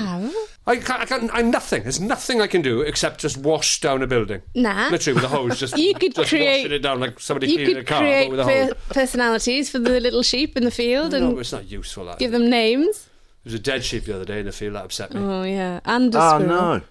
S5: I can't, I can't. I'm nothing. There's nothing I can do except just wash down a building.
S6: Nah.
S5: Literally with a hose. Just
S6: You could
S5: just
S6: create-
S5: washing it down like somebody
S6: You
S5: cleaning a
S6: could
S5: car
S6: create
S5: but with a
S6: per-
S5: hose.
S6: personalities for the little sheep in the field
S5: No,
S6: and
S5: but it's not useful. That
S6: give them names.
S5: There was a dead sheep the other day in the field that upset me,
S6: Oh yeah, and a
S1: Oh
S6: squirrel.
S1: no.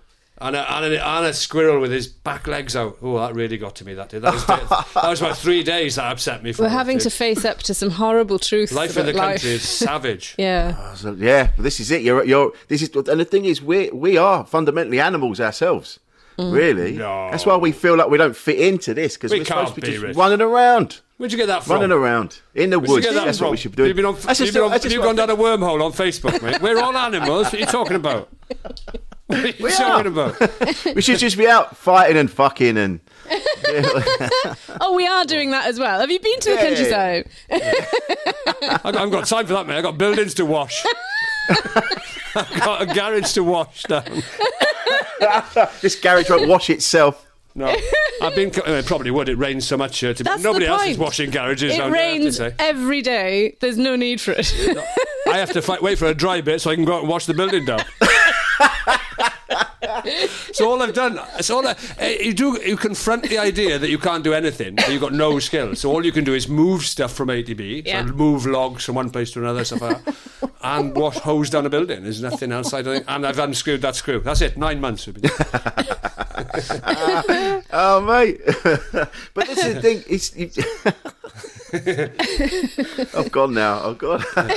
S5: and, a, and, a, and a squirrel with his back legs out. Oh, that really got to me that day. That was, that was about three days that upset me. For
S6: We're having to
S5: that day.
S6: face up to some horrible truths.
S5: life in
S6: about
S5: the
S6: life.
S5: country is savage.
S6: Yeah,
S1: So, yeah, but this is it. You're you're this is and the thing is we we are fundamentally animals ourselves. Really,
S5: Mm. No.
S1: that's why we feel like we don't fit into this because
S5: We
S1: we are supposed
S5: can't
S1: to be
S5: be,
S1: just
S5: Rich.
S1: running around,
S5: Where'd you get that from?
S1: running around in the
S5: Where'd you
S1: woods.
S5: get that
S1: That's
S5: from?
S1: what we should be doing.
S5: You've, been on,
S1: That's
S5: you've,
S1: just-
S5: been on,
S1: that's just
S5: you've
S1: what
S5: gone
S1: I
S5: down a wormhole on Facebook, mate. We're all animals. What are you talking about? What are you
S1: We are.
S5: talking about?
S1: think. we should just be out fighting and fucking and
S6: Oh, we are doing that as well. Have you been to the
S1: Yeah, yeah,
S6: countryside?
S5: I haven't got time for that, mate. I've got buildings to wash. I've got a garage to wash down.
S1: this garage won't wash itself.
S5: No, I've been. co- It probably would. It rains so much here. To
S6: That's
S5: nobody
S6: the
S5: else is
S6: point.
S5: washing garages.
S6: It
S5: down there, I have to
S6: rains
S5: say.
S6: every day. There's no need for it.
S5: I have to fi- wait for a dry bit so I can go out and wash the building down. so all I've done, so all I, eh, you do, you confront the idea that you can't do anything, that you've got no skills. So all you can do is move stuff from A to B,
S6: Yeah.
S5: so move logs from one place to another, stuff like that, and wash hose down a building. There's nothing else I don't. Think. And I've unscrewed that screw. That's it. Nine months. We've been
S1: Oh, mate. but this is the thing. It's, you- I've gone now. I've gone.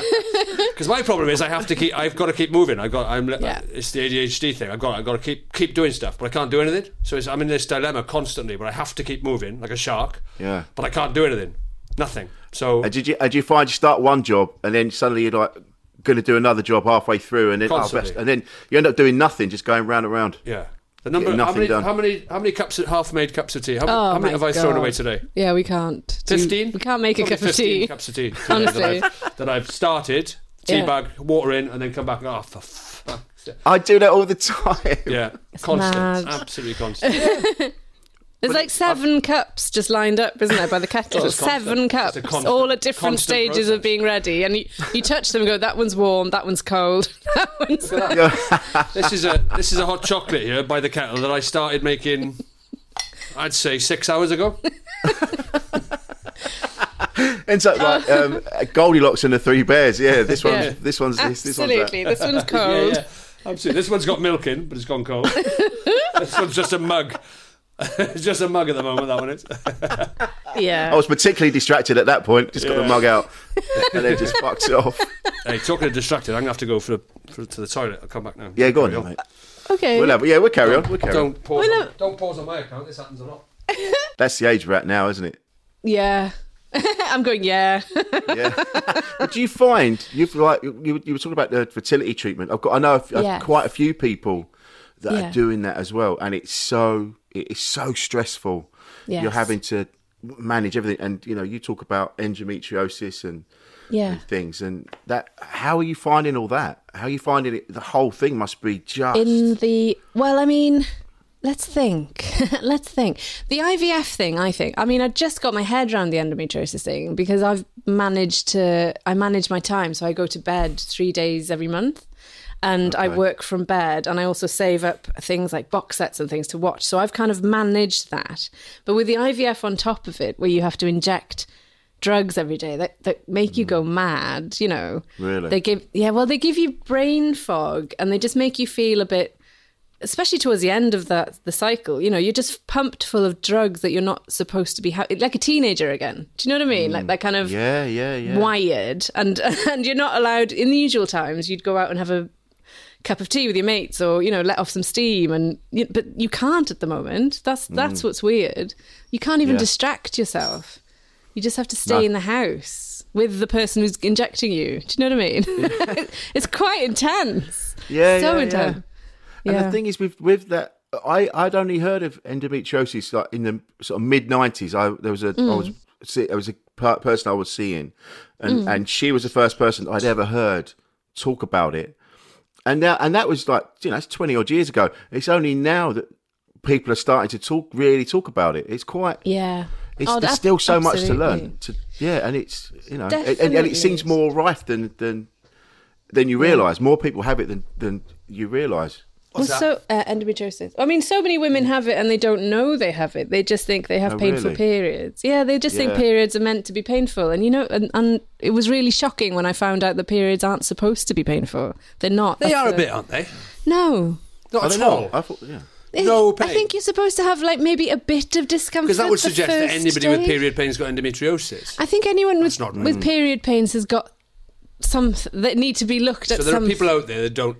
S5: Because my problem is I have to keep. I've got to keep moving. I've got. I'm.
S6: Yeah.
S5: It's the ADHD thing. I've got. I've got to keep keep doing stuff, but I can't do anything. So it's, I'm in this dilemma constantly. But I have to keep moving like a shark.
S1: Yeah.
S5: But I can't do anything. Nothing. So
S1: And did you and you find you start one job and then suddenly you're like going to do another job halfway through and then oh,
S5: Constantly.
S1: best- and then you end up doing nothing, just going round and round.
S5: yeah. The number.
S1: Getting
S5: How
S1: nothing
S5: many,
S1: done.
S5: how many? How many cups? of Half-made cups of tea. How,
S6: Oh
S5: how many
S6: my
S5: have I thrown
S6: God.
S5: away today?
S6: Yeah, we can't. do-
S5: Fifteen.
S6: We can't make a
S5: Probably
S6: cup of
S5: 15
S6: tea.
S5: Cups of tea. today
S6: Honestly.
S5: That I've, that I've started. Tea
S6: Yeah.
S5: bag, water in, and then come back. and, Oh, for fuck's sake.
S1: I do that all the time.
S5: Yeah. Constant.
S6: mad.
S5: Absolutely constant.
S6: There's like 7 cups just lined up, isn't there, by the kettle?
S5: It's a constant-
S6: seven
S5: it's
S6: cups,
S5: a constant-
S6: all at different
S5: constant
S6: stages
S5: process.
S6: of being ready. And you, you touch them and go, that one's warm, that one's cold, that one's.
S5: This is a this is a hot chocolate here by the kettle that I started making. I'd say six hours ago.
S1: Ends up like um, Goldilocks and the Three Bears. Yeah, this one's
S6: Oh. Yeah.
S1: this one's this, this one's that.
S6: Absolutely. This one's cold.
S5: Absolutely. This one's got milk in, but it's gone cold. this one's just a mug. it's just a mug at the moment. That one is.
S6: Yeah.
S1: I was particularly distracted at that point. Just got the
S5: Yeah.
S1: mug out and then just fucks it off.
S5: hey, talking of distracted, I'm gonna have to go for, the, for to the toilet. I'll come back now.
S1: Yeah, go
S5: Carry
S1: on, mate.
S6: okay.
S1: We'll have, yeah, we'll carry on. We'll carry on.
S5: Don't pause.
S6: Well,
S5: on,
S6: no.
S5: don't pause on my account. This happens a lot.
S1: That's the age we're at now, isn't it?
S6: yeah. I'm going, yeah.
S1: Yeah. but do you find you've like you, you were talking about the fertility treatment? I've got I know a f- I've
S6: Yes.
S1: quite a few people that
S6: Yeah.
S1: are doing that as well, and it's so it's so stressful. You're
S6: Yes.
S1: having to manage everything, and you know you talk about endometriosis and,
S6: yeah.
S1: and things, and that. How are you finding all that? How are you finding it? The whole thing must be just
S6: in the well i mean let's think let's think the ivf thing i think i mean i just got my head around the endometriosis thing because i've managed to i manage my time so i go to bed three days every month and I work from bed, and I also save up things like box sets and things to watch. So I've kind of managed that. But with the IVF on top of it, where you have to inject drugs every day that, that make you go mad, you know.
S1: Mm. Really?
S6: They give yeah, well they give you brain fog and they just make you feel a bit especially towards the end of that the cycle, you know, you're just pumped full of drugs that you're not supposed to be ha- like a teenager again. Do you know what I mean? Like that kind of
S1: yeah, yeah, yeah.
S6: wired and and you're not allowed in the usual times you'd go out and have a cup of tea with your mates or you know let off some steam and you, but you can't at the moment that's that's what's weird you can't even
S1: Yeah.
S6: distract yourself you just have to stay
S1: No.
S6: in the house with the person who's injecting you do you know what i mean it's quite intense
S1: Yeah,
S6: so
S1: yeah, yeah.
S6: intense yeah,
S1: And the thing is, with with that, I I'd only heard of endometriosis like in the sort of mid nineties. I there was a I was
S6: Mm.
S1: see, there was a per- person I was seeing, and and she was the first person I'd ever heard talk about it. And now and that was like you know it's twenty odd years ago. It's only now that people are starting to talk really talk about it. It's quite.
S6: yeah
S1: It's,
S6: Oh,
S1: there's
S6: ab-
S1: still so much to
S6: absolutely.
S1: learn. To, yeah, and it's you know, and, and and
S6: Definitely.
S1: it seems more rife than than than you realise. More people have it than than you realise.
S6: Well, so uh, endometriosis. I mean, so many women have it and they don't know they have it. They just think they have
S1: Oh,
S6: painful
S1: really?
S6: periods. Yeah, they just think
S1: Yeah.
S6: periods are meant to be painful. And you know, and, and it was really shocking when I found out that periods aren't supposed to be painful. They're not.
S5: They
S6: That's
S5: are a
S6: the-
S5: bit, aren't they?
S6: No.
S5: Not
S1: I
S5: at
S1: don't
S5: all.
S1: know. I thought, yeah.
S5: No
S6: I
S5: Oh, pain.
S6: think you're supposed to have like maybe a bit of discomfort.
S5: Because that would
S6: the
S5: suggest that
S6: first
S5: anybody with
S6: day.
S5: period pain's got endometriosis.
S6: I think anyone with
S5: That's not right.
S6: with period pains has got some that need to be looked at.
S5: So there are
S6: some
S5: people out there that don't.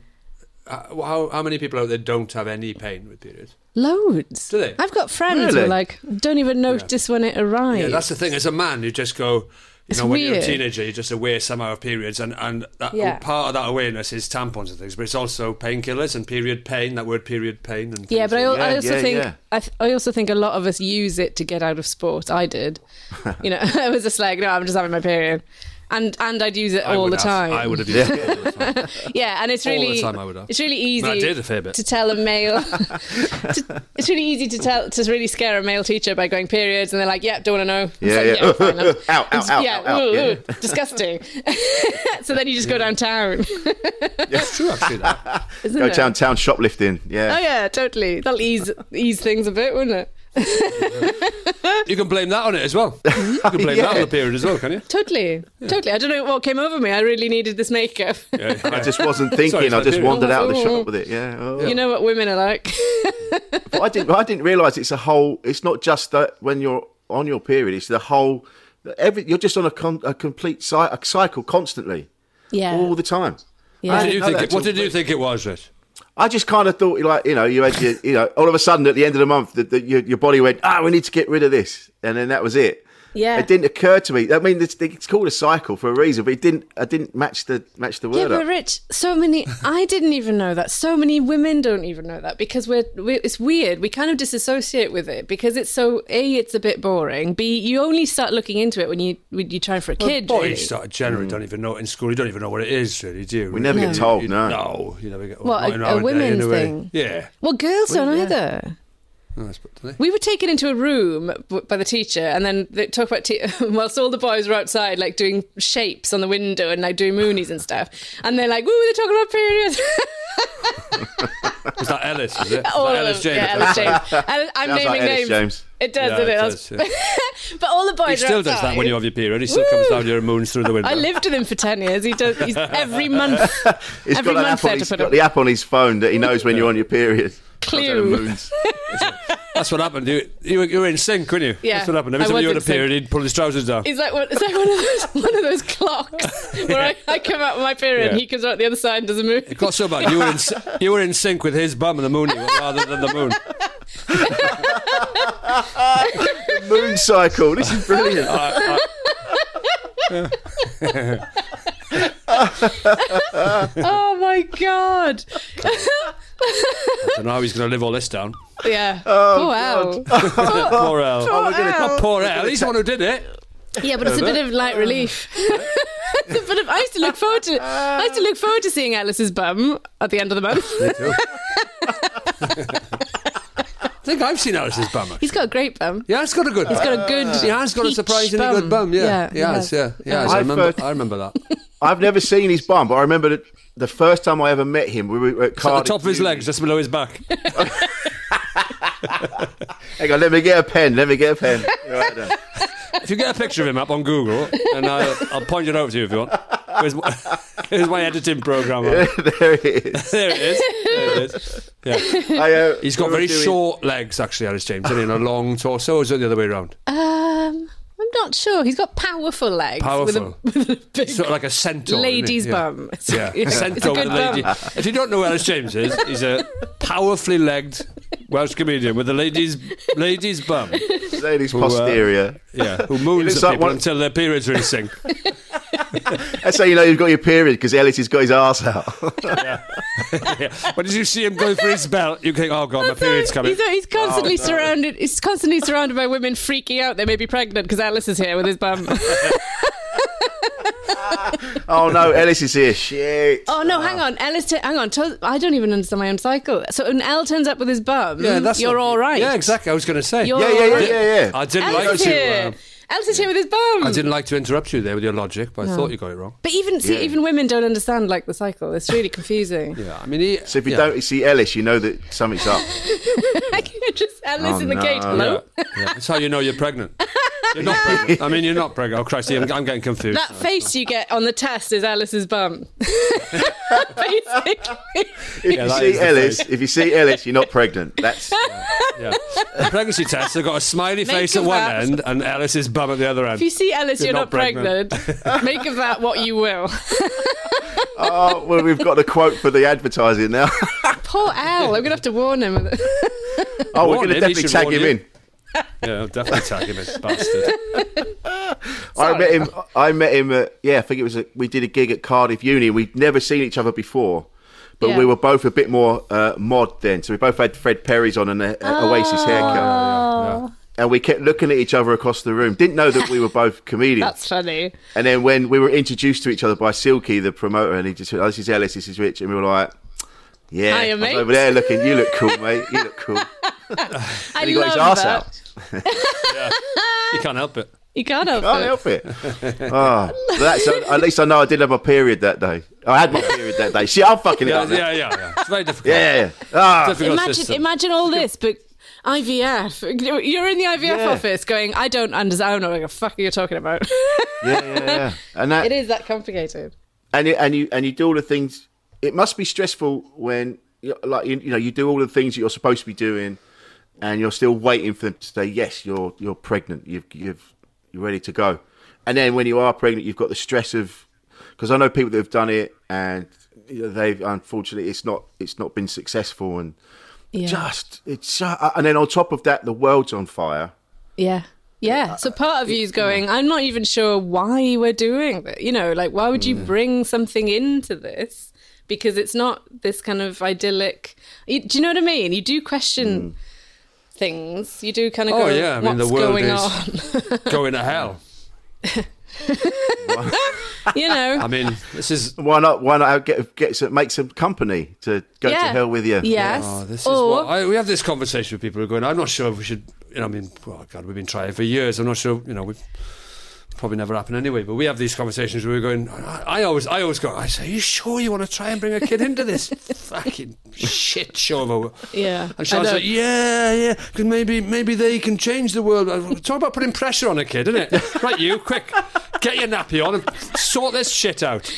S5: Uh, how, how many people out there don't have any pain with periods?
S6: loads.
S5: Do they?
S6: I've got friends who are
S1: Really?
S6: like don't even notice when it arrives.
S5: Yeah, that's the thing. As a man, you just go, you
S6: It's
S5: know, when you're
S6: weird.
S5: a teenager, you're just aware somehow of periods, and and that,
S6: Yeah.
S5: part of that awareness is tampons and things, but it's also painkillers and period pain. That word, period pain, and
S6: Yeah,
S5: things
S6: but I,
S5: like-
S6: al- I
S1: Yeah,
S6: also
S1: yeah,
S6: think
S1: yeah.
S6: I, th- I also think a lot of us use it to get out of sport. I did, you know, I was just like, no, I'm just having my period, and and I'd use it
S5: I
S6: all
S5: would
S6: the
S5: have.
S6: time.
S5: I would have used
S6: yeah.
S5: it all the time.
S6: yeah, and it's
S5: All the
S6: really
S5: time I would have.
S6: it's really
S5: And
S6: easy.
S5: I did a fair bit.
S6: to tell a male. to- it's really easy to tell to really scare a male teacher by going periods, and they're like, "Yep, don't want to know." It's
S1: Yeah,
S6: like,
S1: yeah.
S6: fine, I'm-
S1: Ow, ow, ow,
S6: yeah,
S1: ow, ow,
S6: ooh,
S1: yeah.
S6: ooh, disgusting. so then you just go downtown.
S5: It's true, actually. That.
S6: Isn't
S1: Go
S6: it?
S1: down town shoplifting. Yeah.
S6: Oh yeah, totally. That'll ease ease things a bit, wouldn't it?
S5: You can blame that on it as well. You can blame that on the period as well, can you?
S6: Totally, totally. I don't know what came over me. I really needed this makeup.
S5: Yeah, yeah.
S1: I just wasn't thinking.
S5: Sorry, it's
S1: I
S5: not
S1: just
S5: period.
S1: wandered out of the
S6: Ooh, ooh.
S1: shop with it. Yeah. Oh.
S6: You know what women are like.
S1: But I didn't. I didn't realise it's a whole. It's not just that when you're on your period. It's the whole. Every you're just on a, con, a complete cy, a cycle constantly,
S6: yeah.
S1: all the time.
S6: Yeah.
S5: What did
S1: didn't
S5: you
S1: know
S5: think?
S1: that
S5: It, what
S1: till-
S5: did you think it was, Rich?
S1: I just kind of thought, like, you know, you had your, you know, all of a sudden at the end of the month, that that your, your body went, ah, we need to get rid of this, and then that was it.
S6: Yeah.
S1: It didn't occur to me. I mean, it's, it's called a cycle for a reason, but it didn't. I didn't match the match the
S6: Yeah,
S1: word
S6: but
S1: up.
S6: Rich, so many. I didn't even know that. So many women don't even know that because we're, we It's weird. We kind of disassociate with it because it's so. A, it's a bit boring. B, you only start looking into it when you when you try for a kid.
S5: Boys
S6: really.
S5: start
S6: Mm.
S5: generally don't even know it in school. You don't even know what it is, really, do you?
S1: We never
S5: You-
S1: get told,
S5: you-
S1: no.
S5: No, you never get
S6: Well,
S5: not
S6: a-
S5: in
S6: a
S5: our day,
S6: women's
S5: anyway.
S6: thing.
S5: Yeah.
S6: Well, girls
S5: Well,
S6: don't
S5: yeah.
S6: either.
S5: No, that's what- do they?
S6: We were taken into a room b- by the teacher, and then they talk about te- whilst all the boys were outside, like doing shapes on the window and like doing moonies and stuff. And they're like, "Woo, they're talking about periods."
S5: Is that Ellis? Is it? Is that
S6: All of
S5: Ellis
S6: them.
S5: James?
S6: Yeah, Ellis James. Ellis- I'm
S1: Sounds
S6: naming
S1: like Ellis
S6: names.
S1: James.
S6: It does,
S5: Yeah,
S6: doesn't it?
S5: it
S6: That's-
S5: does,
S6: but all the boys
S5: He
S6: are
S5: still does that when
S6: outside.
S5: you have your period. He still comes down here and moons through the window.
S6: I lived with him for ten years. He does he's, every month.
S1: He's
S6: every
S1: got, an
S6: month
S1: app on,
S6: there to
S1: he's
S6: put
S1: got
S6: up.
S1: the app on his phone that he knows when you're on your period.
S6: Clue.
S1: Moons.
S5: That's what happened. You, you, were- you were in sync, weren't you?
S6: Yeah,
S5: That's what happened.
S6: I
S5: Every time
S6: was
S5: you had
S6: in
S5: a period, he'd pull his trousers down.
S6: Is that one, is that one of those one of those clocks where I, I come out with my period and
S5: Yeah.
S6: he comes out the other side and doesn't move?
S5: It got so bad. You were in, sy- you were in sync with his bum and the moon you were, rather than the moon.
S1: The moon cycle. This is brilliant.
S6: Oh my god!
S5: I don't know how he's going to live all this down.
S6: Yeah.
S1: Oh,
S6: wow.
S5: poor El.
S1: Oh, we're gonna-
S6: Wow.
S5: Poor El. He's the one who did it.
S6: Yeah, but it's a bit of light relief. it's a bit of. I used to look forward to.
S5: Ah.
S6: I used to look forward to seeing Alice's bum at the end of the month.
S5: I think I've seen Alice's bum. actually.
S6: He's got a great bum.
S5: Yeah, it's got a good. He's
S6: got a good
S5: He has got a
S6: peach
S5: surprisingly
S6: bum.
S5: good bum.
S6: Yeah,
S5: Yeah,
S6: he
S5: he has. Yeah,
S6: has.
S5: he has. I
S1: I've
S5: remember.
S1: heard-
S5: I remember that.
S1: I've never seen his bum, but I remember the, the first time I ever met him. We were at
S5: It's at the
S1: Cardiff.
S5: top of his
S1: Uni.
S5: legs, just below his back.
S1: Hang on, let me get a pen. Let me get a pen. Right, then.
S5: If you get a picture of him up on Google, and I'll, I'll point it out to you if you want. Here's my, here's my editing program. there
S1: there it is.
S5: it is. There it is. Yeah.
S1: I, uh,
S5: He's got
S1: we were
S5: very
S1: doing-
S5: short legs, actually, Alice James, isn't he? and a long torso. Or is it the other way around?
S6: Um, I'm not sure. He's got powerful legs.
S5: Powerful.
S6: With a, with a big
S5: Sort of like a centaur. isn't he?
S6: lady's
S5: Yeah.
S6: bum. It's-
S5: Yeah,
S6: it's a
S5: centaur with
S6: good
S5: a lady.
S6: bum.
S5: If you don't know who Alice James is, he's a powerfully legged Welsh comedian with a lady's lady's bum.
S1: Lady's
S5: uh,
S1: posterior.
S5: Yeah, who
S1: looks
S5: moons at
S1: like
S5: people
S1: one-
S5: until their periods are in sync.
S1: That's how you know you've got your period because Ellis has got his arse out.
S5: yeah. When did you see him go for his belt, you think, "Oh God, my period's coming."
S6: He's, uh, he's
S5: Oh,
S6: constantly surrounded. He's constantly surrounded by women freaking out. They may be pregnant because Alice is here with his bum.
S1: oh no, Ellis is here. Shit.
S6: oh no, hang on, Alice. T- hang on. To- I don't even understand my own cycle. So an L turns up with his bum. you're
S5: what-
S6: all right.
S5: Yeah, exactly. I was going to say.
S6: You're
S1: Yeah, yeah, yeah,
S6: all right.
S1: yeah, yeah.
S5: I didn't
S6: Alice
S5: like
S6: is
S5: to.
S6: here.
S5: Uh,
S6: Alice is here with his bum.
S5: I didn't like to interrupt you there with your logic, but I thought you got it wrong.
S6: But even see,
S1: Yeah.
S6: even women don't understand like the cycle. It's really confusing.
S5: Yeah, I mean, he,
S1: So if you
S5: yeah.
S1: don't see Ellis, you know that something's up.
S6: I can't just Alice
S1: Oh,
S5: Um,
S6: in the
S1: no.
S6: gate. Hello.
S5: Yeah, yeah. That's how you know you're pregnant. You're not pregnant. I mean, you're not pregnant. Oh Christ, I'm, I'm getting confused.
S6: That face you get on the test is Alice's bum. Basically.
S1: If
S5: Yeah,
S1: you
S5: that
S1: see
S5: is the
S1: Ellis,
S5: face.
S1: if you see Ellis, you're not pregnant. That's
S5: Yeah. The pregnancy test, they've got a smiley
S6: Make
S5: face
S6: of
S5: at one
S6: that.
S5: end and Alice's bum at the other end.
S6: If you see Alice, you're,
S5: You're
S6: not,
S5: not
S6: pregnant.
S5: pregnant.
S6: Make of that what you will.
S1: oh well, we've got a quote for the advertising now.
S6: Poor Al. I'm going to have to warn him.
S1: oh, we're going to
S5: Warn him, he
S1: definitely
S5: should
S1: tag
S5: warn
S1: him
S5: you.
S1: in.
S5: Yeah, I'll definitely tag him as bastard.
S1: I met him. I met him. At, yeah, I think it was. A, we did a gig at Cardiff Uni. and We'd never seen each other before, but
S6: Yeah.
S1: we were both a
S6: Oh.
S1: bit more uh, mod then. So we both had Fred Perry's on and a, a Oasis uh, haircut.
S5: Yeah,
S1: and we kept looking at each other across the room. Didn't know that we were both comedians.
S6: That's funny.
S1: And then when we were introduced to each other by Silky, the promoter, and he just went, oh, "This is Ellis, this is Rich," and we were like, "Yeah,
S6: Hiya,
S1: I was
S6: mate.
S1: over there looking. You look cool, mate. You look cool."
S6: I
S1: and he got his
S6: love
S1: ass
S6: that.
S1: out.
S5: You can't help it.
S6: You can't help
S1: Can't
S6: it.
S1: help it. Oh, but that's, at least I know I did have my period that day. I had my period that day. Shit, I'm fucking it
S5: Yeah,
S1: up. now.
S5: yeah, yeah, yeah. It's very difficult.
S1: Yeah, yeah. Ah.
S5: Difficult
S6: Imagine,
S5: system.
S6: imagine all this, but IVF. You're in the IVF
S1: Yeah.
S6: office, going, "I don't understand. I don't know what the fuck you're talking about."
S1: yeah, yeah, yeah. And that,
S6: it is that complicated.
S1: and you, and you and you do all the things. It must be stressful when, you- like you, you know, you do all the things that you're supposed to be doing, and you're still waiting for them to say yes, you're you're pregnant, you've you've you're ready to go, and then when you are pregnant, you've got the stress of because I know people that have done it and you know, they've unfortunately it's not it's not been successful and
S6: Yeah.
S1: just it's so, and then on top of that the world's on fire.
S6: Yeah. Yeah. So part of you is going, I'm not even sure why we're doing this. You know, like, why would you
S5: Mm.
S6: bring something into this? Because it's not this kind of idyllic. You, do you know what I mean? You do question things. You do kind of
S5: Oh,
S6: go,
S5: yeah, I mean, the
S6: what's
S5: world
S6: going
S5: is-
S6: on?
S5: Going to hell.
S6: you know?
S5: I mean, this is.
S1: Why not? Why not get get some, make some company to go to
S6: Yeah.
S1: hell with you?
S6: Yes.
S5: Oh, this is
S6: or,
S5: what I, we have this conversation with people who are going. I'm not sure if we should. You know, I mean, well, God, we've been trying for years. I'm not sure. You know, we've probably never happened anyway. But we have these conversations where we're going. I, I always, I always go. I say, are you sure you want to try and bring a kid into this fucking shit show? of a-"
S6: Yeah,
S5: And
S6: I
S5: Charlotte's
S6: know.
S5: like, yeah, yeah, because maybe, maybe they can change the world. Uh, Talk about putting pressure on a kid, isn't it? right, you, quick, get your nappy on and sort this shit out.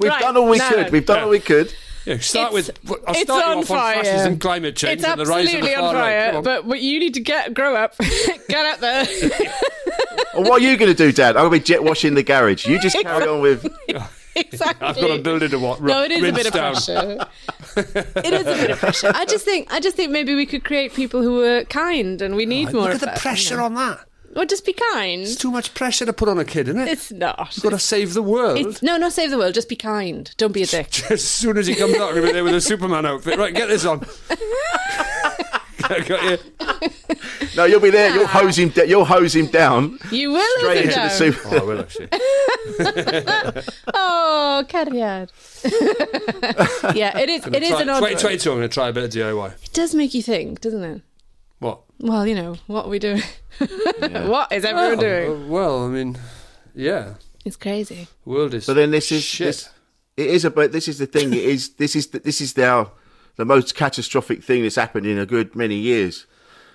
S1: We've
S6: Right,
S1: done all we
S6: no.
S1: could. We've done all we could.
S5: Yeah, start
S6: It's-
S5: with. I'll
S6: it's
S5: start you
S6: on
S5: off
S6: fire.
S5: on fascism, climate change,
S6: it's
S5: and the rise of
S6: absolutely
S5: the far
S6: on fire,
S5: right. Come on.
S6: but, but you need to get grow up, get out there.
S1: And what are you going to do, Dad? I'm going to be jet washing the garage. You just carry on with.
S6: exactly.
S5: I've got a building to what?
S6: No, it is a
S5: rinse
S6: bit of
S5: down.
S6: pressure. it is a bit of pressure. I just think I just think maybe we could create people who were kind, and we need more.
S5: Look
S6: of
S5: at the
S6: that,
S5: pressure
S6: you know.
S5: on that.
S6: Well, just be kind.
S5: It's too much pressure to put on a kid, isn't it?
S6: It's not.
S5: You've got to save the world.
S6: It's, no, no, save the world. Just be kind. Don't be a dick.
S5: as soon as he comes out, he'll be there with a Superman outfit. Right, get this on. Got you.
S1: No, you'll be there. You'll hose him. Da- you'll hose him down
S6: You will.
S1: straight into the
S6: down.
S1: super.
S5: Oh, I will actually.
S6: Oh, carry on. yeah, it is. It is
S5: Try-
S6: an odd. one.
S5: 2022, I'm going to try a bit of DIY.
S6: It does make you think, doesn't it?
S5: What?
S6: Well, you know, what are we doing? what is everyone doing?
S5: Uh, well, I mean, yeah.
S6: It's crazy.
S5: World is.
S1: But then this is
S5: shit.
S1: this. It is a. But this is the thing. It is. This is. The, this is now the most catastrophic thing that's happened in a good many years.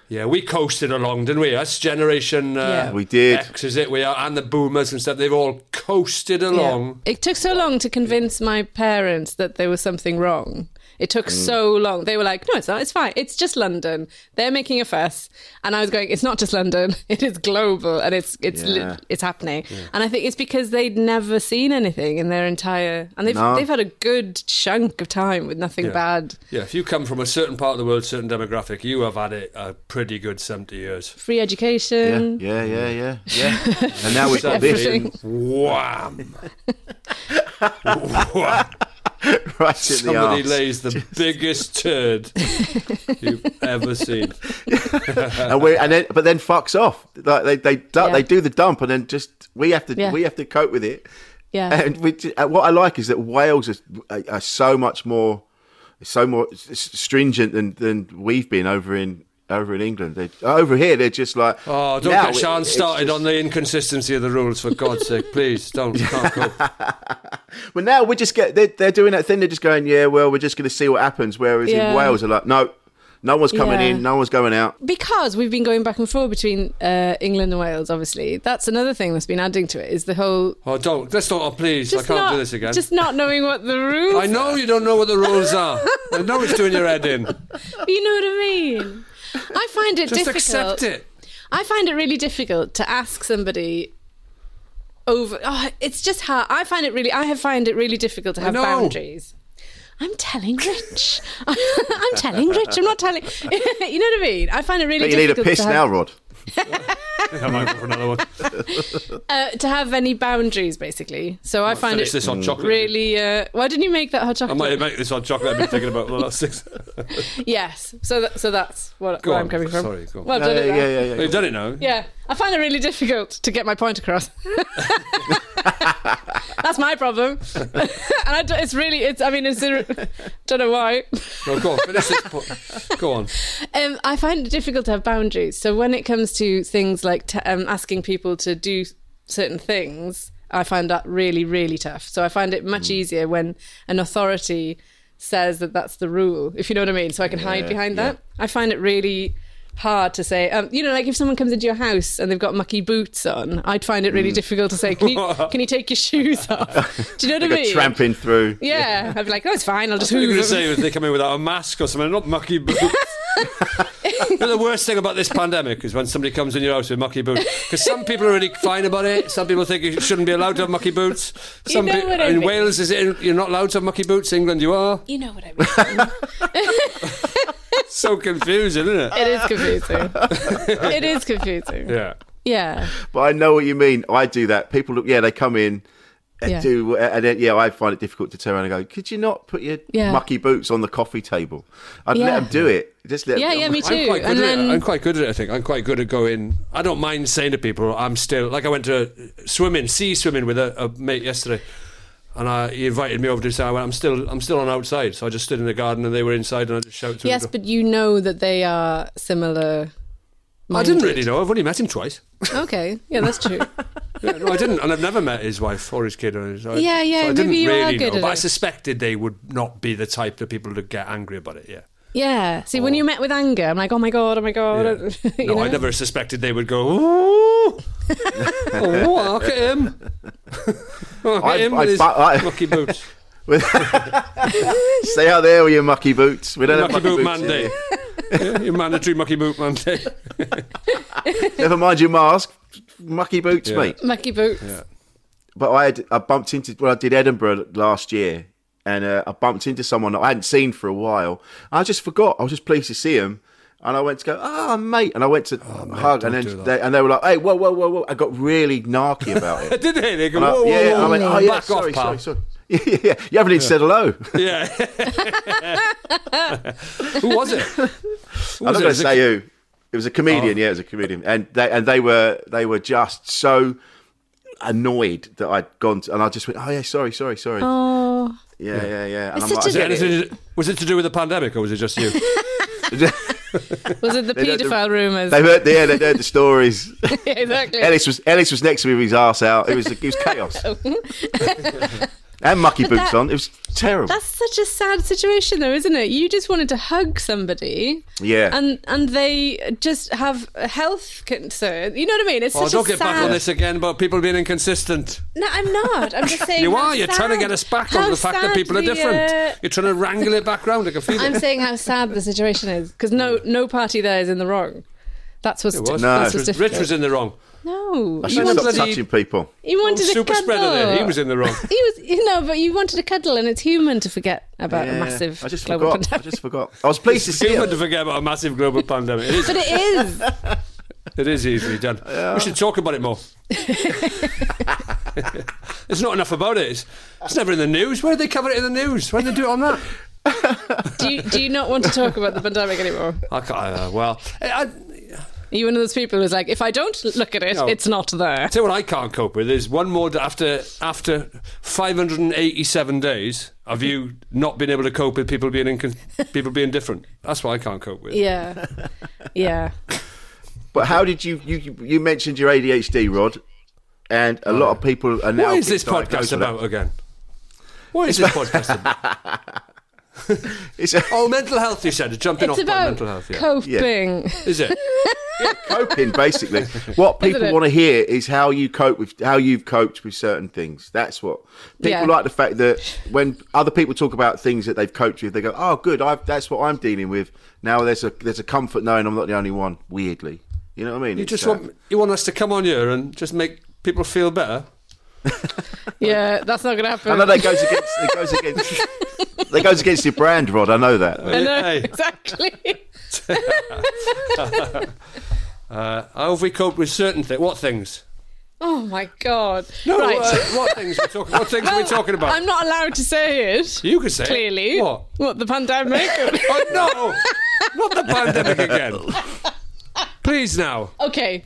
S5: Yeah, we coasted along, didn't we? Us generation. Uh,
S6: Yeah.
S1: We did.
S5: X is it? We are, and the boomers and stuff. They've all coasted along.
S6: It took so long to convince my parents that there was something wrong. It took
S5: Mm.
S6: so long. They were like, no, it's not. It's fine. It's just London. They're making a fuss. And I was going, it's not just London. It is global and it's it's li-
S1: Yeah.
S6: it's happening. And I think it's because they'd never seen anything in their entire and they've
S1: No.
S6: they've had a good chunk of time with nothing bad.
S5: Um, Yeah, if you come from a certain part of the world, certain demographic, you have had it a pretty good 70 years.
S6: Free
S1: Yeah,
S6: education.
S1: yeah, yeah, yeah, yeah. and now we've got this
S6: Everything.
S5: Wham! Wham.
S1: right in the
S5: Somebody
S1: arse.
S5: lays the biggest turd you've ever seen.
S1: and we and then but then fucks off. Like they they du-
S6: Yeah.
S1: they do the dump and then just we have to
S6: Yeah.
S1: we have to cope with it.
S6: Yeah.
S1: And we, ju- and what I like is that Wales is, uh, are, are so much more so more s- s- stringent than than we've been over in over in England. They're, over here they're just like
S5: Oh, don't
S1: now
S5: get
S1: it-
S5: Sean
S1: it's
S5: started
S1: just-
S5: on the inconsistency of the rules, for God's sake. Please, don't. Can't cope.
S1: But now we just get they're, they're doing that thing. They're just going, yeah, well, we're just going to see what happens. Whereas
S6: Yeah.
S1: in Wales, they're like, no, no one's coming
S6: Yeah.
S1: in, no one's going out.
S6: because we've been going back and forth between uh, England and Wales, obviously, that's another thing that's been adding to it is the whole.
S5: Oh, don't. Let's not. Oh, please. I can't
S6: not,
S5: do this again.
S6: Just not knowing what the rules.
S5: I know you don't know what the rules are. I know it's doing your head in.
S6: You know what I mean? I find it
S5: Just
S6: difficult.
S5: accept it.
S6: I find it really difficult to ask somebody over. Oh, it's just hard. I find it really. I have find it really difficult to have
S5: know.
S6: boundaries. I'm telling Rich. I'm telling Rich. I'm not telling. you know what I mean? I find it really
S1: But you need a
S6: difficult.
S1: piss
S6: to have-
S1: now, Rod.
S5: I might go for another one.
S6: uh, to have any boundaries, basically. So I find
S5: finish
S6: it
S5: this on chocolate.
S6: really. Uh, why didn't you make that hot
S5: I
S6: chocolate?
S5: might make this on chocolate. I've been thinking about the last six.
S6: Yes. So that, so that's what,
S5: Go
S6: where
S5: on.
S6: I'm coming from.
S5: Sorry, go on.
S6: Well, I've done it now.
S5: You've done it now.
S6: Yeah, I find it really difficult to get my point across. That's my problem, and I d it's really it's. I mean, it's a- don't know why.
S5: No, go on. Finish this. po- Go on.
S6: Um, I find it difficult to have boundaries. So when it comes to things like t- um, asking people to do certain things, I find that really, really tough. So I find it much easier when an authority says that that's the rule, if you know what I mean. So I can hide
S7: Yeah,
S6: behind
S7: yeah.
S6: that. I find it really hard to say. Um, you know, like if someone comes into your house and they've got mucky boots on, I'd find it really
S1: Mm.
S6: difficult to say, "Can you can you take your shoes off?" Do you know what I mean?
S1: tramping through.
S6: Yeah, I'd be like, "Oh, it's fine. I'll just
S5: What are you
S6: hoover."
S5: going to say if they come in without a mask or something? Not mucky boots. You know, the worst thing about this pandemic is when somebody comes in your house with mucky boots. Because some people are really fine about it. Some people think you shouldn't be allowed to have mucky boots.
S6: You
S5: Some
S6: know
S5: pe-
S6: what I
S5: in
S6: mean.
S5: Wales, is it? You're not allowed to have mucky boots. England, you are.
S6: You know what I mean.
S5: so confusing, isn't it?
S6: It is confusing. it is confusing.
S5: Yeah.
S6: Yeah.
S1: But I know what you mean. I do that. People look, yeah, they come in. And
S6: Yeah.
S1: do uh, and then, yeah, I find it difficult to turn around and go. Could you not put your
S6: Yeah.
S1: mucky boots on the coffee table? I'd let
S6: Yeah.
S1: them do it. Just let.
S6: Yeah,
S1: 'em-
S6: yeah, me
S5: I'm
S6: too.
S5: quite good
S6: And
S5: at
S6: then-
S5: it. I'm quite good at it. I think I'm quite good at going. I don't mind saying to people, I'm still like I went to swimming, sea swimming with a, a mate yesterday, and I, he invited me over to say I went. I'm still, I'm still on outside. So I just stood in the garden and they were inside, and I just shouted. to
S6: Yes,
S5: them.
S6: but you know that they are similar.
S5: I
S6: minded.
S5: didn't really know. I've only met him twice.
S6: Okay. Yeah, that's true.
S5: Yeah, no, I didn't, and I've never met his wife or his kid. Or his, I-
S6: Yeah, yeah,
S5: So I
S6: maybe
S5: didn't
S6: you are
S5: really
S6: good
S5: know,
S6: at
S5: but I
S6: it.
S5: suspected they would not be the type of people to get angry about it. Yeah.
S6: Yeah. See, when you met with anger, I'm like, oh my god, oh my god. you
S5: No,
S6: know?
S5: I never suspected they would go. Ooh, oh, look at him! look at
S1: I'd-
S5: him
S1: I'd
S5: with his
S1: bu- I-
S5: mucky boots.
S1: Stay out there with your mucky boots. We don't
S5: Mucky
S1: have mucky
S5: boot
S1: boots. in
S5: Monday.
S1: here.
S5: yeah, your mandatory mucky boot Monday.
S1: Never mind your mask. Mucky boots,
S5: Yeah.
S1: mate.
S6: Mucky boots.
S1: but I had I bumped into well I did Edinburgh last year, and uh, I bumped into someone that I hadn't seen for a while. I just forgot. I was just pleased to see him, and I went to go, ah, mate, and I went to hug, and
S5: Ah, do
S1: then
S5: that.
S1: they, and they were like, hey, whoa, whoa, whoa, whoa. I got really narky about it.
S5: Did they? They go,
S1: And I-
S5: whoa, whoa,
S1: yeah,
S5: whoa,
S1: I went,
S5: whoa.
S1: oh, yeah,
S5: back
S1: sorry,
S5: off, pal.
S1: sorry, sorry. yeah, yeah, yeah. You haven't even said hello.
S5: Yeah. Who was it? Who
S1: I'm not
S5: was it?
S1: going to
S5: Was it-
S1: say who. It was a comedian. Yeah, it was a comedian, and they and they were they were just so annoyed that I'd gone to, and I just went, oh yeah, sorry, sorry, sorry.
S6: Oh.
S1: Yeah, yeah, yeah. And
S6: It's
S1: I'm like,
S6: such a
S1: I
S5: Was it,
S1: get it.
S5: anything, was it to do with the pandemic or was it just you?
S6: Was it the
S1: They don't- they-
S6: paedophile rumours?
S1: They heard, yeah, they heard the stories.
S6: Yeah, exactly. Oh.
S1: Ellis was Ellis was next to me with his ass out. It was it was chaos and mucky
S6: But
S1: boots
S6: that-
S1: on. It was terrible.
S6: That's such a sad situation, though, isn't it? You just wanted to hug somebody,
S1: Yeah.
S6: and and they just have a health concern. You know what I mean? It's
S5: Oh,
S6: such
S5: don't
S6: a
S5: get
S6: sad.
S5: back on this again about people being inconsistent.
S6: No, I'm not. I'm just saying.
S5: you
S6: how
S5: are. You're trying to
S6: sad-
S5: get us back
S6: how
S5: on the fact that
S6: sad
S5: people are
S6: the,
S5: different.
S6: uh,
S5: You're trying to wrangle it back round. I can feel
S6: I'm
S5: it.
S6: saying how sad the situation is because no, no party there is in the wrong. That's what's
S5: It was.
S1: No.
S6: That's what's
S5: Rich, Rich
S6: difficult.
S5: was in the wrong.
S6: no,
S1: I
S6: he
S1: should stop
S6: wanted,
S5: bloody-
S1: touching people.
S6: he wanted a
S5: Super
S6: cuddle.
S5: spreader there. He was in the wrong.
S6: He was, you know, but you wanted a cuddle, and it's human to forget about a
S1: Yeah.
S6: massive
S1: I just
S6: global
S1: forgot. I
S6: pandemic.
S1: just forgot. I was pleased to
S5: It's
S1: see
S5: human to
S1: him.
S5: forget about a massive global pandemic. It is,
S6: But it is.
S5: it is easily done. We should talk about it more. There's not enough about it. It's, it's never in the news. Why did they cover it in the news? Why did they do it on that?
S6: do you, do you not want to talk about the pandemic anymore?
S5: I can't. Uh, well, I, I
S6: Are you one of those people who's like, if I don't look at it,
S5: No.
S6: it's not there?
S5: tell you what I can't cope with is one more d- after after 587 days of you not being able to cope with people being incon people being different. That's what I can't cope with.
S6: Yeah, yeah.
S1: But how did you you you mentioned your ADHD, Rod, and a lot of people are now.
S5: What is
S1: being
S5: this podcast
S1: diagnosed with
S5: about
S1: that.
S5: again? What is this podcast about?
S1: It's a
S5: Oh, mental health. You said jumping
S6: It's
S5: off by
S6: about
S5: mental health. Yeah.
S6: coping.
S5: is it?
S1: coping basically. What people
S6: it?
S1: want to hear is how you cope with how you've coped with certain things. That's what people
S6: Yeah.
S1: like the fact that when other people talk about things that they've coped with, they go, "Oh, good, I've, that's what I'm dealing with." Now there's a there's a comfort knowing I'm not the only one. Weirdly, you know what I mean?
S5: You
S1: It's,
S5: just
S1: uh,
S5: want you want us to come on here and just make people feel better.
S6: Yeah, that's not going to
S1: I
S6: happen.
S1: know that goes against it goes against that goes against your brand, Rod. I know that.
S6: I know,
S5: Hey.
S6: exactly.
S5: Uh, how have we coped with certain things? What things?
S6: Oh my god!
S5: No,
S6: right.
S5: uh, what things? We're talking, what things are we
S6: Well,
S5: talking about?
S6: I'm not allowed to say it.
S5: You can say it.
S6: clearly.
S5: What?
S6: What the pandemic?
S5: oh no! Not the pandemic again. Please now.
S6: Okay.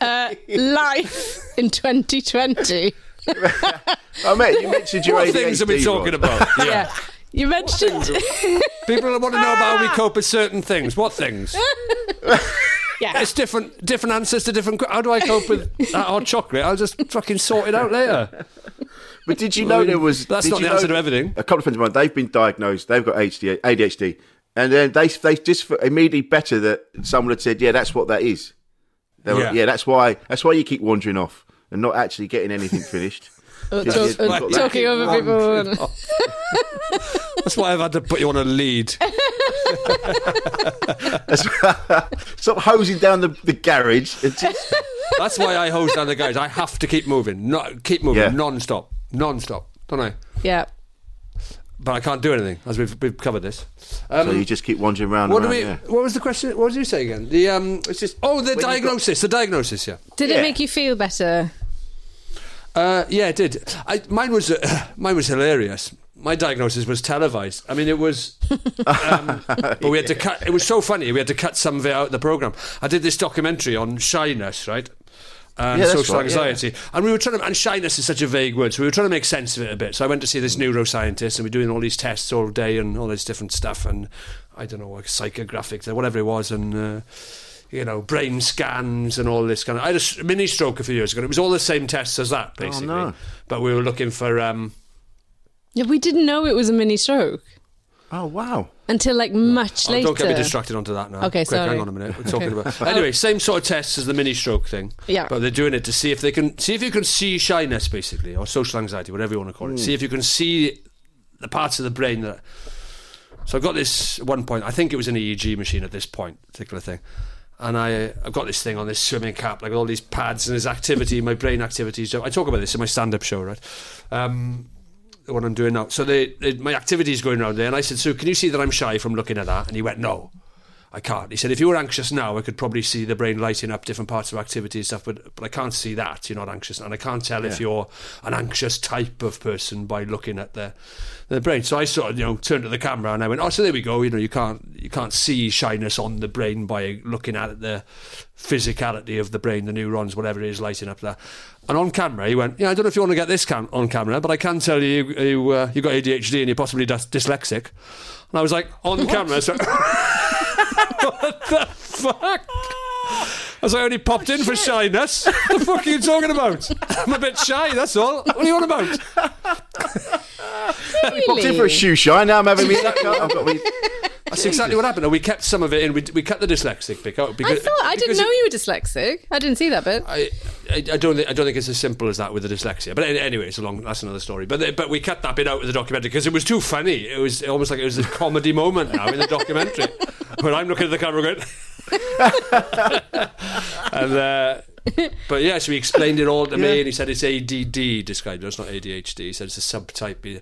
S6: Uh, life in 2020.
S1: I mean, you mentioned your
S5: What
S1: ADHD.
S5: things are we talking about?
S6: Yeah. You mentioned. Ah.
S5: People want to know about how we cope with certain things. What things?
S6: yeah.
S5: It's different. Different answers to different. que- How do I cope with that hot chocolate? I'll just fucking sort it out later.
S1: But did you know there was?
S5: That's
S1: did
S5: not
S1: you
S5: the answer
S1: know-
S5: to everything.
S1: A couple of friends of mine, they've been diagnosed. They've got HD, ADHD, and then they they just f- immediately better that someone had said, "Yeah, that's what that is." They were,
S5: Yeah.
S1: yeah. that's why. That's why you keep wandering off and not actually getting anything finished.
S6: Uh,
S1: Just-
S6: talk-
S1: you've
S6: uh,
S1: got that.
S6: talking over people.
S5: That's why I've had to put you on a lead.
S1: Stop hosing down the, the garage. It's just-
S5: That's why I hose down the guys. I have to keep moving. Not keep moving
S1: Yeah.
S5: non-stop, non-stop. Don't I?
S6: Yeah.
S5: But I can't do anything as we've, we've covered this.
S1: so you just keep wandering around.
S5: What do
S1: around,
S5: we?
S1: Oh, yeah.
S5: What was the question? What did you say again? The um.
S1: It's just
S5: Oh,
S1: when
S5: the
S1: you've got-
S5: diagnosis. The diagnosis. Yeah.
S6: Did
S1: Yeah.
S6: it make you feel better?
S5: Uh, yeah, it did. I, mine was uh, mine was hilarious. My diagnosis was televised. I mean, it was, um, but we had to cut. It was so funny. We had to cut some of it out of the program. I did this documentary on shyness, right, Um, and
S1: Yeah, that's
S5: social
S1: right, yeah.
S5: anxiety, and we were trying to. And shyness is such a vague word, so we were trying to make sense of it a bit. So I went to see this
S1: Mm.
S5: neuroscientist, and we're doing all these tests all day and all this different stuff, and I don't know, like psychographics or whatever it was, and. Uh, you know, brain scans and all this kind of. I had a s- mini stroke a few years ago. and It was all the same tests as that, basically.
S1: Oh, no.
S5: But we were looking for. Um,
S6: Yeah, we didn't know it was a mini stroke
S1: Oh wow!
S6: until like much
S5: oh,
S6: later.
S5: don't get me distracted onto that now.
S6: Okay,
S5: Quick,
S6: sorry.
S5: Hang on a minute. We're talking about. Anyway, same sort of tests as the mini stroke thing.
S6: Yeah.
S5: But they're doing it to see if they can see if you can see shyness, basically, or social anxiety, whatever you want to call it. See if you can see the parts of the brain that. So I've got this at one point. I think it was an EEG machine at this point, particular thing. And I, I've got this thing on this swimming cap, like all these pads and this activity, my brain activities. I talk about this in my stand-up show, right? Um, the one I'm doing now. So they, they, my activity's going around there, and I said, "So can you see that I'm shy from looking at that?" And he went, "No, I can't." He said, "If you were anxious now, I could probably see the brain lighting up different parts of activity and stuff, but but I can't see that. You're not anxious, and I can't tell if you're an anxious type of person by looking at the the brain." So I sort of you know turned to the camera and I went, "Oh, so there we go. You know, you can't you can't see shyness on the brain by looking at the." physicality of the brain, the neurons, whatever it is, lighting up there. And on camera, he went, "Yeah, I don't know if you want to get this cam- on camera, but I can tell you you, you, uh, you got ADHD and you're possibly dys- dyslexic." And I was like, "On camera, so what the fuck?" As I only popped in for shyness. What the fuck are you talking about? I'm a bit shy, that's all. What are you on about?
S1: Popped in for a shoe shine. Now I'm having me. I've got me.
S5: That's exactly what happened. And we kept some of it in. We, we cut the dyslexic bit out
S6: I
S5: because
S6: thought I didn't
S5: because
S6: know
S5: it-
S6: you were dyslexic. I didn't see that bit.
S5: I, I, I don't think I don't think it's as simple as that with the dyslexia. But any- anyway, it's a long. That's another story. But they- but we cut that bit out of the documentary because it was too funny. It was almost like it was a comedy moment now in the documentary. when I'm looking at the camera going, and uh, but yeah, so he explained it all to me, and he said it's ADD described. It's not ADHD. He said it's a subtype.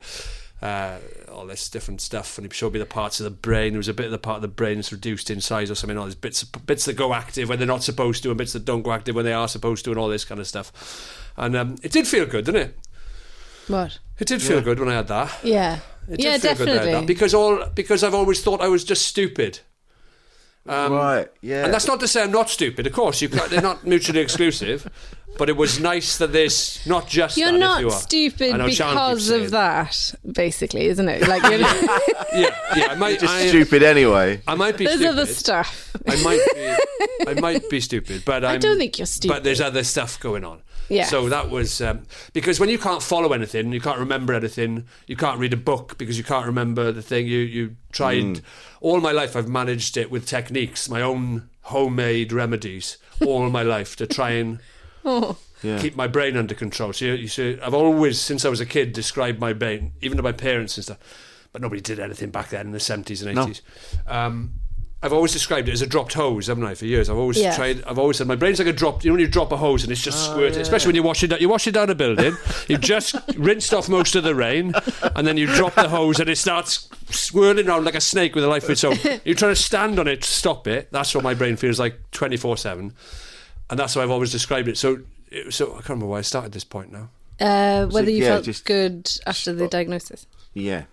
S5: Uh, all this different stuff, and he showed me the parts of the brain. There was a bit of the part of the brain that's reduced in size or something. All these bits, bits that go active when they're not supposed to, and bits that don't go active when they are supposed to, and all this kind of stuff. And um, it did feel good, didn't it?
S6: What?
S5: It did feel good when I had that.
S6: Yeah.
S5: It did
S6: yeah,
S5: feel good when I had
S6: definitely.
S5: that. because all because I've always thought I was just stupid.
S1: right. Yeah.
S5: Um, And that's not to say I'm not stupid. Of course, you can't, they're not mutually exclusive. But it was nice that there's not just
S6: You're
S5: that, if
S6: not
S5: you are. I
S6: stupid
S5: know Sharon
S6: because
S5: keeps saying
S6: of that, basically, isn't it? Like, you're
S5: Yeah, yeah. I might,
S1: just
S5: I,
S1: stupid anyway.
S5: I might be
S6: there's
S5: stupid.
S6: other stuff.
S5: I might be, I might be stupid, but I'm,
S6: I don't think you're stupid.
S5: But there's other stuff going on.
S6: Yeah.
S5: So that was um, because when you can't follow anything, you can't remember anything, you can't read a book because you can't remember the thing. You you tried all my life. I've managed it with techniques, my own homemade remedies, all my life to try and. Keep my brain under control. So you, you see, I've always, since I was a kid, described my brain, even to my parents and stuff. But nobody did anything back then in the seventies and eighties. Um, I've always described it as a dropped hose, haven't I? For years, I've always
S7: Yeah.
S5: tried. I've always said my brain's like a drop. You know, when you drop a hose and it's just
S7: Oh,
S5: squirting.
S7: yeah.
S5: Especially when you're washing down, you're washing down a building. You've just rinsed off most of the rain, and then you drop the hose and it starts swirling around like a snake with a life of its own. You're trying to stand on it to stop it. That's what my brain feels like twenty four seven, and that's how I've always described it. So, it- so I can't remember why I started this point now.
S6: Uh,
S1: So,
S6: whether you
S1: yeah,
S6: felt
S1: just-
S6: good after the diagnosis.
S1: Yeah.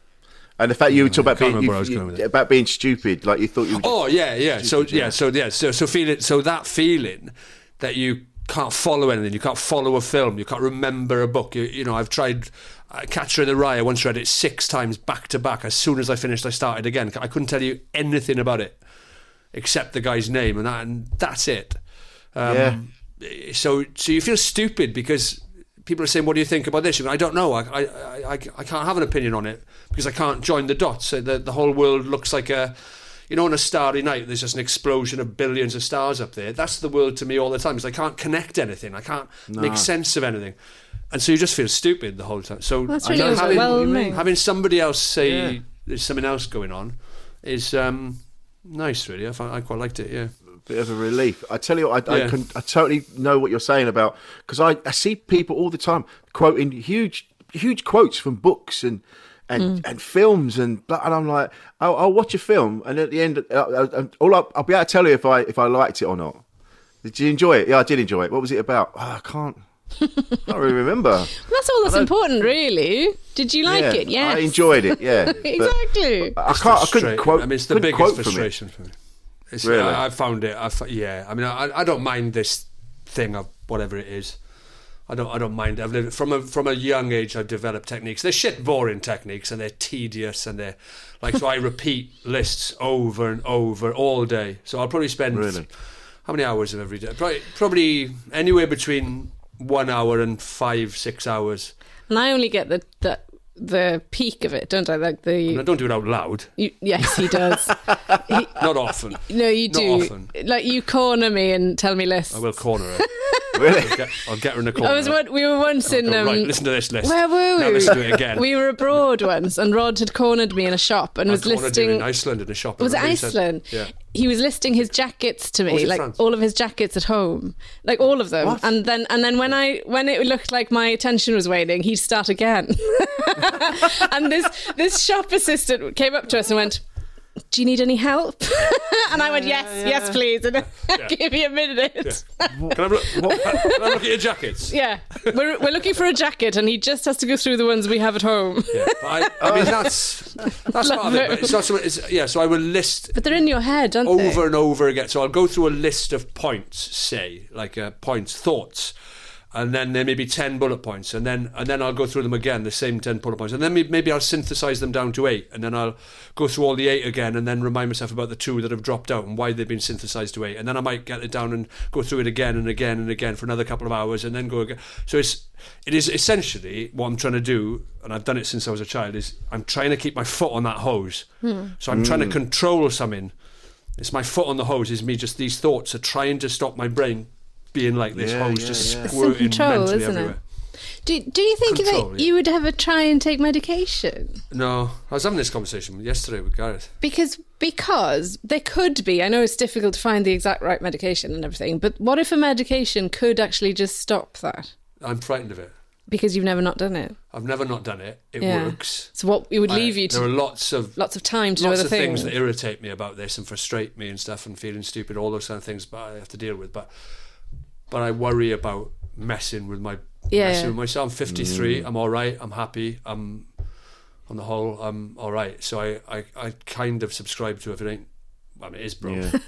S1: And the fact you were talking about
S5: can't
S1: being,
S5: remember
S1: you-
S5: where I was
S1: you-
S5: going with
S1: about being stupid, like you thought you. Were
S5: Oh yeah, yeah. So
S1: Stupid,
S5: yeah, so yeah, so so feel it. So that feeling that you can't follow anything, you can't follow a film, you can't remember a book. You, you know, I've tried uh, Catcher in the Rye. I once read it six times back to back. As soon as I finished, I started again. I couldn't tell you anything about it except the guy's name, and that, and that's it. Um, yeah. So so you feel stupid because. People are saying, "What do you think about this?" You go, I don't know. I, I, I, I can't have an opinion on it because I can't join the dots. So the, the whole world looks like a, you know, on a starry night, there's just an explosion of billions of stars up there. That's the world to me all the time. Is I can't connect anything. I can't
S1: No.
S5: make sense of anything, and so you just feel stupid the whole time. So
S6: That's
S5: I
S6: really
S5: know having,
S6: overwhelming.
S5: having somebody else say
S1: Yeah.
S5: there's something else going on is um, nice. Really, I, found, I quite liked it. Yeah.
S1: bit of a relief. I tell you, what, I, I
S5: Yeah.
S1: can I totally know what you're saying about because I, I see people all the time quoting huge huge quotes from books and and and films and blah- and I'm like "Oh, I'll, I'll watch a film and at the end uh, uh, uh, all I'll, I'll be able to tell you if I if I liked it or not. Did you enjoy it? Yeah, I did enjoy it. What was it about? Oh, I can't. I can't really remember.
S6: That's all that's
S1: I don't-
S6: important, really. Did you like it? Yeah.
S1: I enjoyed it. Yeah, But
S6: exactly.
S1: I can't. I couldn't
S5: Frustrate-
S1: quote.
S5: I mean, it's the
S1: couldn't
S5: biggest
S1: quote from it.
S5: frustration for me. It's,
S1: Really?
S5: I, I found it. I, fo- yeah. I mean, I, I don't mind this thing of whatever it is. I don't. I don't mind. I've lived from a from a young age. I've developed techniques. They're shit boring techniques, and they're tedious, and they're like. so I repeat lists over and over all day. So I'll probably spend
S1: Really?
S5: how many hours of every day? Probably, probably anywhere between one hour and five six hours.
S6: And I only get the, the the peak of it, don't I? Like
S5: And I
S6: the
S5: don't do it out loud.
S6: you, yes, he does.
S5: Not often.
S6: No, you
S5: Not
S6: do.
S5: often.
S6: Like you corner me and tell me lists.
S5: I will corner her.
S1: Really?
S5: I'll get, I'll get her in the corner.
S6: I was one, we were once in
S5: Go,
S6: um,
S5: right, listen to this list.
S6: Where were we?
S5: Now listen to it again.
S6: We were abroad once, and Rod had cornered me in a shop and
S5: I
S6: was
S5: cornered you
S6: listing.
S5: in Iceland in a shop. I
S6: was it
S5: remember you said-
S6: Iceland?
S5: yeah.
S6: He was listing his jackets to me,
S5: was it
S6: like
S5: France?
S6: all of his jackets at home, like all of them.
S1: What?
S6: And then, and then when I when it looked like my attention was waning, he'd start again. and this this shop assistant came up to us and went. Do you need any help? and I went, yes, yes, please. And give me a minute.
S5: Can I, have a look, what, can I look at your jackets?
S6: Yeah, we're, we're looking for a jacket, and he just has to go through the ones we have at home.
S5: Yeah, but I, I mean that's that's part of it. But it's not so. It's, yeah, so I will list
S6: But they're in your head, aren't they?
S5: over and over again. So I'll go through a list of points, say like uh, points, thoughts, and then there may be ten bullet points, and then and then I'll go through them again, the same ten bullet points, and then may- maybe I'll synthesize them down to eight, and then I'll go through all the eight again, and then remind myself about the two that have dropped out and why they've been synthesized to eight, and then I might get it down and go through it again and again and again for another couple of hours, and then go again. So it's it is essentially what I'm trying to do, and I've done it since I was a child. Is I'm trying to keep my foot on that hose, so I'm
S1: Hmm.
S5: trying to control something. It's my foot on the hose. Is me just these thoughts are trying to stop my brain being like this
S1: Yeah,
S5: hose,
S1: yeah,
S5: just
S1: yeah.
S6: It's some
S5: squirting
S6: control,
S5: mentally
S6: isn't it?
S5: everywhere.
S6: Do, do you think
S5: Control,
S6: that
S5: yeah.
S6: you would ever try and take medication?
S5: No, I was having this conversation yesterday with Gareth.
S6: Because because there could be. I know it's difficult to find the exact right medication and everything, but what if a medication could actually just stop that?
S5: I'm frightened of it.
S6: Because you've never not done it.
S5: I've never not done it. It works.
S6: So what it would
S5: I-
S6: leave you
S5: There are
S6: to
S5: lots of
S6: lots of time to do
S5: lots
S6: other
S5: of things.
S6: things.
S5: that irritate me about this and frustrate me and stuff and feeling stupid, all those kind of things. But I have to deal with. But but I worry about messing with my
S6: Yeah.
S5: messing with myself. I'm 53.
S1: Mm.
S5: I'm all right. I'm happy. I'm on the whole. I'm all right. So I I, I kind of subscribe to if it ain't. I mean, it is broke.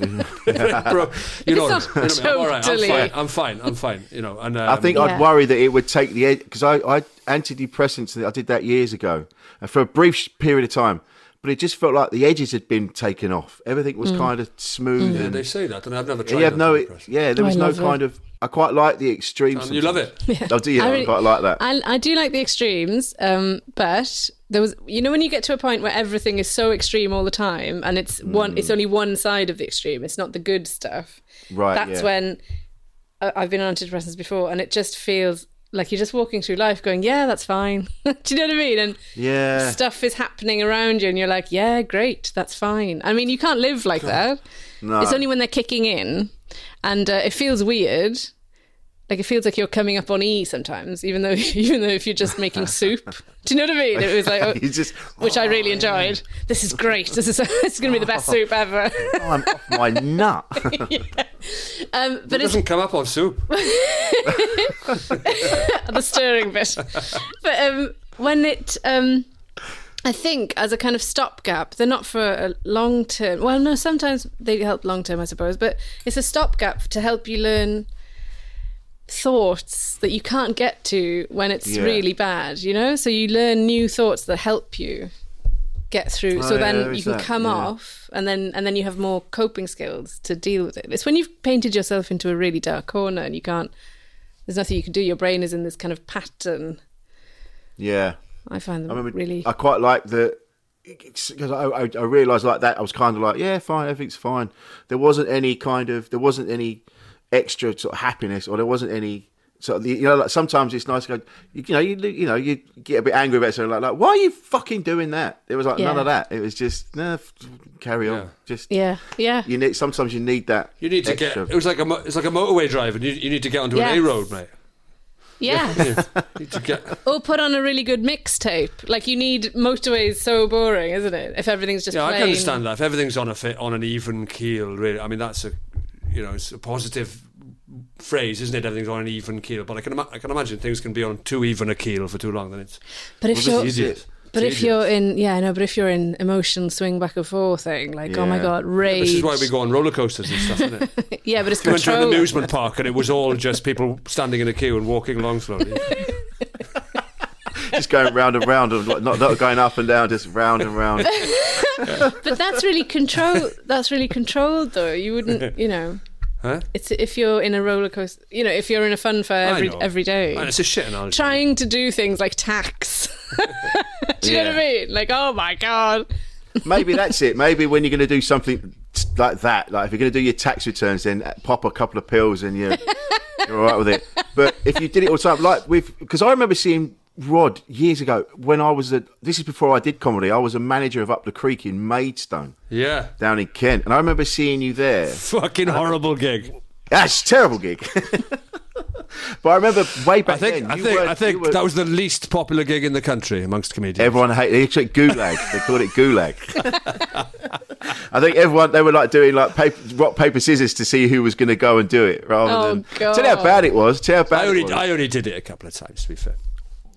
S1: Yeah.
S5: Bro, you know,
S6: It's
S5: you know what I mean? I'm all right. I'm
S6: totally-
S5: fine. I'm fine. I'm fine. You know, and um,
S1: I think
S6: Yeah.
S1: I'd worry that it would take the edge because I, I antidepressants I did that years ago and for a brief sh- period of time, but it just felt like the edges had been taken off. Everything was
S6: Mm.
S1: kind of smooth
S5: yeah,
S1: and
S5: they say that, and I've never
S1: you
S5: tried.
S1: have no
S5: antidepressants.
S1: yeah. There
S6: Oh, I
S1: was no
S6: love it.
S1: kind of I quite like the extreme.
S5: And Um, you love it.
S1: sometimes. Oh, do you? I,
S6: really-
S1: quite like that.
S6: I, I do like the extremes, um, but there was, you know, when you get to a point where everything is so extreme all the time, and it's
S5: Mm.
S6: one, it's only one side of the extreme. It's not the good stuff.
S1: Right,
S6: That's
S1: yeah.
S6: when I, I've been on antidepressants before, and it just feels like you're just walking through life going, yeah, that's fine. Do you know what I mean? And
S1: Yeah.
S6: stuff is happening around you, and you're like, yeah, great, that's fine. I mean, you can't live like that.
S1: No.
S6: It's only when they're kicking in, and uh, it feels weird. Like it feels like you're coming up on E sometimes, even though even though if you're just making soup. Do you know what I mean? It was like, oh,
S1: You just- oh,
S6: which I really enjoyed. This is great. This is this is going to be the best soup ever.
S1: I'm off my nut.
S6: Um,
S5: It
S6: but it's
S5: doesn't come up on soup.
S6: the stirring bit. But um, when it, um, I think, as a kind of stopgap, they're not for a long term. Well, no, sometimes they help long term, I suppose, but it's a stopgap to help you learn thoughts that you can't get to when it's
S1: Yeah.
S6: really bad, you know? So you learn new thoughts that help you get through
S1: Oh,
S6: so
S1: yeah, there
S6: then you
S1: is
S6: can
S1: that,
S6: come
S1: yeah.
S6: off and then and then you have more coping skills to deal with it it's when you've painted yourself into a really dark corner and you can't there's nothing you can do your brain is in this kind of pattern
S1: yeah.
S6: i find them
S1: I remember
S6: really
S1: I quite like the because I, I, I realised like that I was kind of like yeah fine everything's fine there wasn't any kind of there wasn't any extra sort of happiness or there wasn't any so the, you know like sometimes it's nice to go you, you know you you know you get a bit angry about something like like why are you fucking doing that there was like none
S6: Yeah.
S1: of that it was just nah, f- carry on just
S6: yeah yeah
S1: you need sometimes you need that
S5: You need to get.
S1: extra.
S5: It was like a. mo- It's like a motorway drive, and you, you need to get onto
S6: Yeah.
S5: an A road, mate.
S6: yeah
S5: You need to get.
S6: or put on a really good mixtape like you need motorways so boring isn't it if everything's just
S5: Yeah, I
S6: plain.
S5: can understand that. If everything's on a fit, on an even keel, really, I mean that's a, you know, it's a positive phrase, isn't it? Everything's on an even keel, but I can ima- I can imagine things can be on too even a keel for too long. Then it's
S6: but if
S5: well,
S6: you're
S5: this is idiot.
S6: But
S5: It's
S6: if
S5: idiot.
S6: you're in, yeah, I know. But if you're in emotion swing back and forth thing, like, oh my
S1: Yeah.
S6: god, rage.
S5: This is why we go on roller coasters and stuff, isn't it?
S6: Yeah, but it's
S5: If you went to an
S6: controlled.
S5: amusement park and it was all just people standing in a queue and walking along slowly.
S1: just going round and round and like, not, not going up and down just round and round
S6: But that's really controlled. That's really controlled, though. You wouldn't, you know.
S5: Huh?
S6: It's if you're in a roller coaster, you know, if you're in a fun fair
S5: I
S6: every
S5: know.
S6: every day,
S5: Man, it's a shit analogy.
S6: trying to do things like tax. do you know what I mean? Like, oh my god,
S1: maybe that's it. Maybe when you're going to do something like that, like if you're going to do your tax returns, then pop a couple of pills and you're, you're all right with it. But if you did it all the time, like with, because I remember seeing Rod years ago when I was a, this is before I did comedy, I was a manager of Up the Creek in Maidstone
S5: Yeah,
S1: down in Kent. And I remember seeing you there.
S5: fucking horrible gig.
S1: That's a terrible gig. but I remember way back
S5: I think
S1: then.
S5: I
S1: you
S5: think
S1: were-
S5: I
S1: you
S5: think
S1: were-
S5: that was the least popular gig in the country amongst comedians.
S1: Everyone hated it. It's like gulag. They called it gulag. I think everyone they were like doing like paper, rock paper scissors to see who was going to go and do it rather
S6: Oh,
S1: than
S6: God.
S1: tell you how bad it was. Tell you how bad
S5: I
S1: it
S5: only
S1: was.
S5: I only did it a couple of times. To be fair,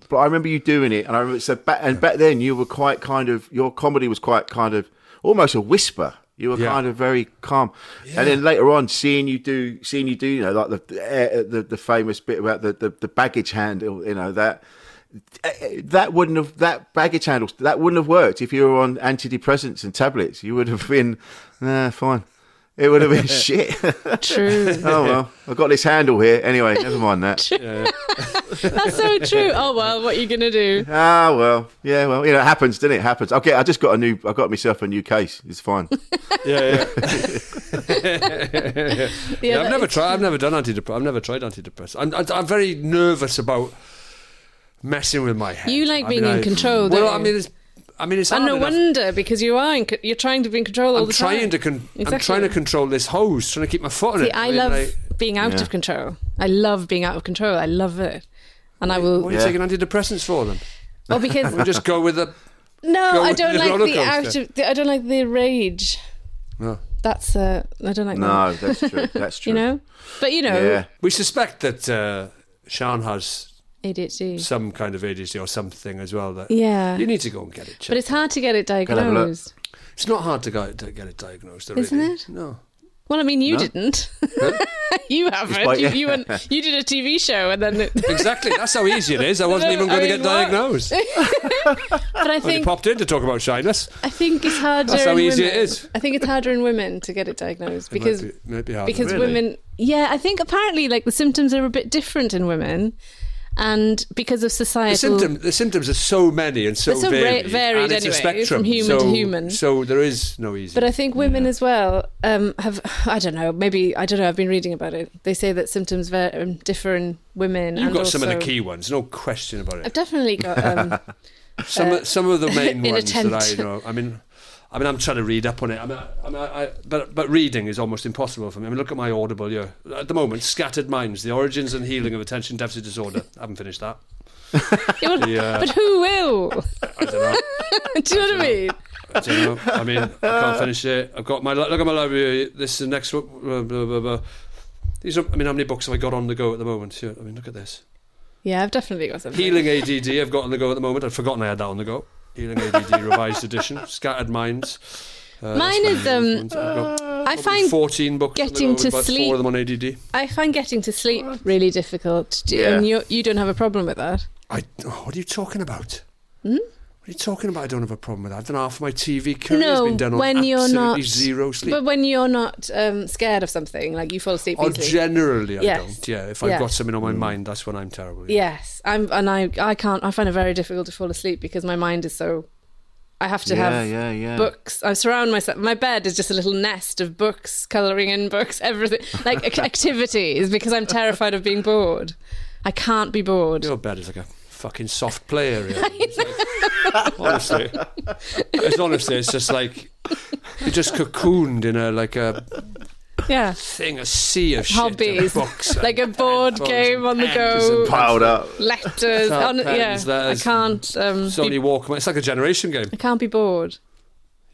S1: but I remember you doing it, and I remember so back and back then you were quite kind of your comedy was quite kind of almost a whisper. You were
S5: Yeah.
S1: kind of very calm, and then later on, seeing you do, seeing you do, you know, like the eh, the, the famous bit about the, the, the baggage handle, you know that eh, that wouldn't have that baggage handle that wouldn't have worked if you were on antidepressants and tablets. You would have been, nah, fine. It would have been shit.
S6: true.
S1: oh well, I've got this handle here anyway. Never mind that.
S6: that's so true. Oh well, what are you gonna do?
S1: Ah well, yeah, well, you know, it happens, doesn't it? It happens. Okay, I just got a new. I got myself a new case. It's fine.
S5: yeah, yeah.
S6: Yeah,
S5: I've
S6: that
S5: never
S6: is-
S5: tried. I've never done antidepressants. I've never tried antidepressants. I'm, I'm, I'm very nervous about messing with my head.
S6: You like
S5: I
S6: being
S5: mean,
S6: in
S5: I-
S6: control, don't
S5: Well, I
S6: you?
S5: mean, it's, I mean, it's
S6: And
S5: hard
S6: no
S5: enough.
S6: wonder because you are in, co- you're trying to be in control all
S5: I'm
S6: the time.
S5: trying to con- I'm
S6: Exactly.
S5: trying to control this hose, trying to keep my foot on
S6: See,
S5: it.
S6: I
S5: mean,
S6: love
S5: like,
S6: being out
S1: Yeah.
S6: of control. I love being out of control. I love it, and I will.
S5: what are you
S1: Yeah.
S5: taking antidepressants for then?
S6: Oh, because
S5: Or just go with the.
S6: No,
S5: go
S6: Oh, I
S5: with
S6: don't
S5: the
S6: like
S5: roller
S6: the out
S5: coaster.
S6: of. The, I don't like the rage.
S5: No.
S6: That's uh, I don't like
S1: No,
S6: that.
S1: that's true. That's true.
S6: You know, but you know,
S1: Yeah.
S5: We suspect that uh, Sean has
S6: ADHD.
S5: some kind of ADHD or something as well. That
S6: Yeah.
S5: you need to go and get it checked.
S6: but it's hard to get it
S1: have a look.
S6: diagnosed.
S5: It's not hard to get, to get it diagnosed, though,
S6: Isn't
S5: really.
S6: it?
S5: No.
S6: Well, I mean, you didn't. you haven't.
S1: by-
S6: you, you, went, you did a TV show, and then. It,
S5: Exactly. That's how easy it is. I wasn't
S6: No,
S5: even
S6: I
S5: going to
S6: mean,
S5: get
S6: what?
S5: diagnosed.
S6: but I
S5: Only
S6: think
S5: popped in to talk about shyness.
S6: I think it's harder.
S5: That's how
S6: in
S5: easy it
S6: women.
S5: is.
S6: I think it's harder in women to get it diagnosed because
S5: might be, might be hard.
S6: because
S1: Really?
S6: women yeah i think apparently like the symptoms are a bit different in women and because of societal
S5: The, symptom, the symptoms are so many and so,
S6: They're so ra-
S5: varied,
S6: varied
S5: and it's a
S6: anyway,
S5: spectrum.
S6: from human to
S5: So-
S6: human.
S5: So there is no easy.
S6: But I think women as well um, have, I don't know, maybe, I don't know, I've been reading about it. They say that symptoms ver- um, differ in women.
S5: You've
S6: and
S5: got some of the
S6: also-
S5: key ones, no question about it.
S6: I've definitely got. Um,
S5: some
S6: uh,
S5: some of the main ones
S6: inattent-
S5: that I know. I mean, I mean, I'm trying to read up on it. I mean, I, I mean, I, I, but but reading is almost impossible for me. I mean, look at my Audible. Yeah, at the moment, Scattered Minds: The Origins and Healing of Attention Deficit Disorder. I haven't finished that.
S6: Yeah, well,
S5: Yeah.
S6: But who will?
S5: I don't know.
S6: Do you know what I mean?
S5: I don't know. I mean, I can't finish it. I've got my li- look at my library. This is the next one. Blah, blah, blah, blah. These are. I mean, how many books have I got on the go at the moment? Yeah, I mean, look at this.
S6: Yeah, I've definitely got something.
S5: Healing ADD, I've got on the go at the moment. I'd forgotten I had that on the go. Healing ADD Revised Edition, Scattered Minds. Uh,
S6: Mine
S5: that's
S6: is,
S5: one of the
S6: um,
S5: ones I've got.
S6: I
S5: Probably
S6: find
S5: 14 books on the
S6: getting
S5: go,
S6: to
S5: about
S6: sleep-
S5: Four of them on ADD.
S6: I find getting to sleep really difficult. Do-
S5: Yeah.
S6: And you, you don't have a problem with that.
S5: I, oh, what are you talking about?
S6: Hmm?
S5: What are you talking about? I don't have a problem with that. I've done half my TV career has
S6: no,
S5: been done on
S6: when you're
S5: absolutely
S6: not
S5: zero sleep.
S6: But when you're not um, scared of something, like you fall asleep
S5: or
S6: easily.
S5: generally, I
S6: Yes.
S5: don't. Yeah, if I've
S6: Yeah. Hmm.
S5: got something on my mind, that's when I'm terrible.
S6: Yes, I'm, and I, I can't. I find it very difficult to fall asleep because my mind is so. I have to
S1: Yeah,
S6: have
S1: yeah, yeah.
S6: books. I surround myself. My bed is just a little nest of books, coloring in books, everything like ac- activities because I'm terrified of being bored. I can't be bored.
S5: Your bed is like a fucking soft play area. honestly, it's honestly, it's just like you're just cocooned in a like a
S6: Yeah,
S5: thing, a sea of shit, of
S6: hobbies,
S5: books,
S6: like a board
S5: headphones
S6: game
S5: and
S6: on the
S5: pens
S6: go,
S5: and Piled
S1: up.
S6: letters.
S5: Sharp
S6: on, yeah,
S5: pens,
S6: I
S5: letters.
S6: can't. Um,
S5: Sony
S6: be,
S5: Walkman. It's like a generation game.
S6: I can't be bored.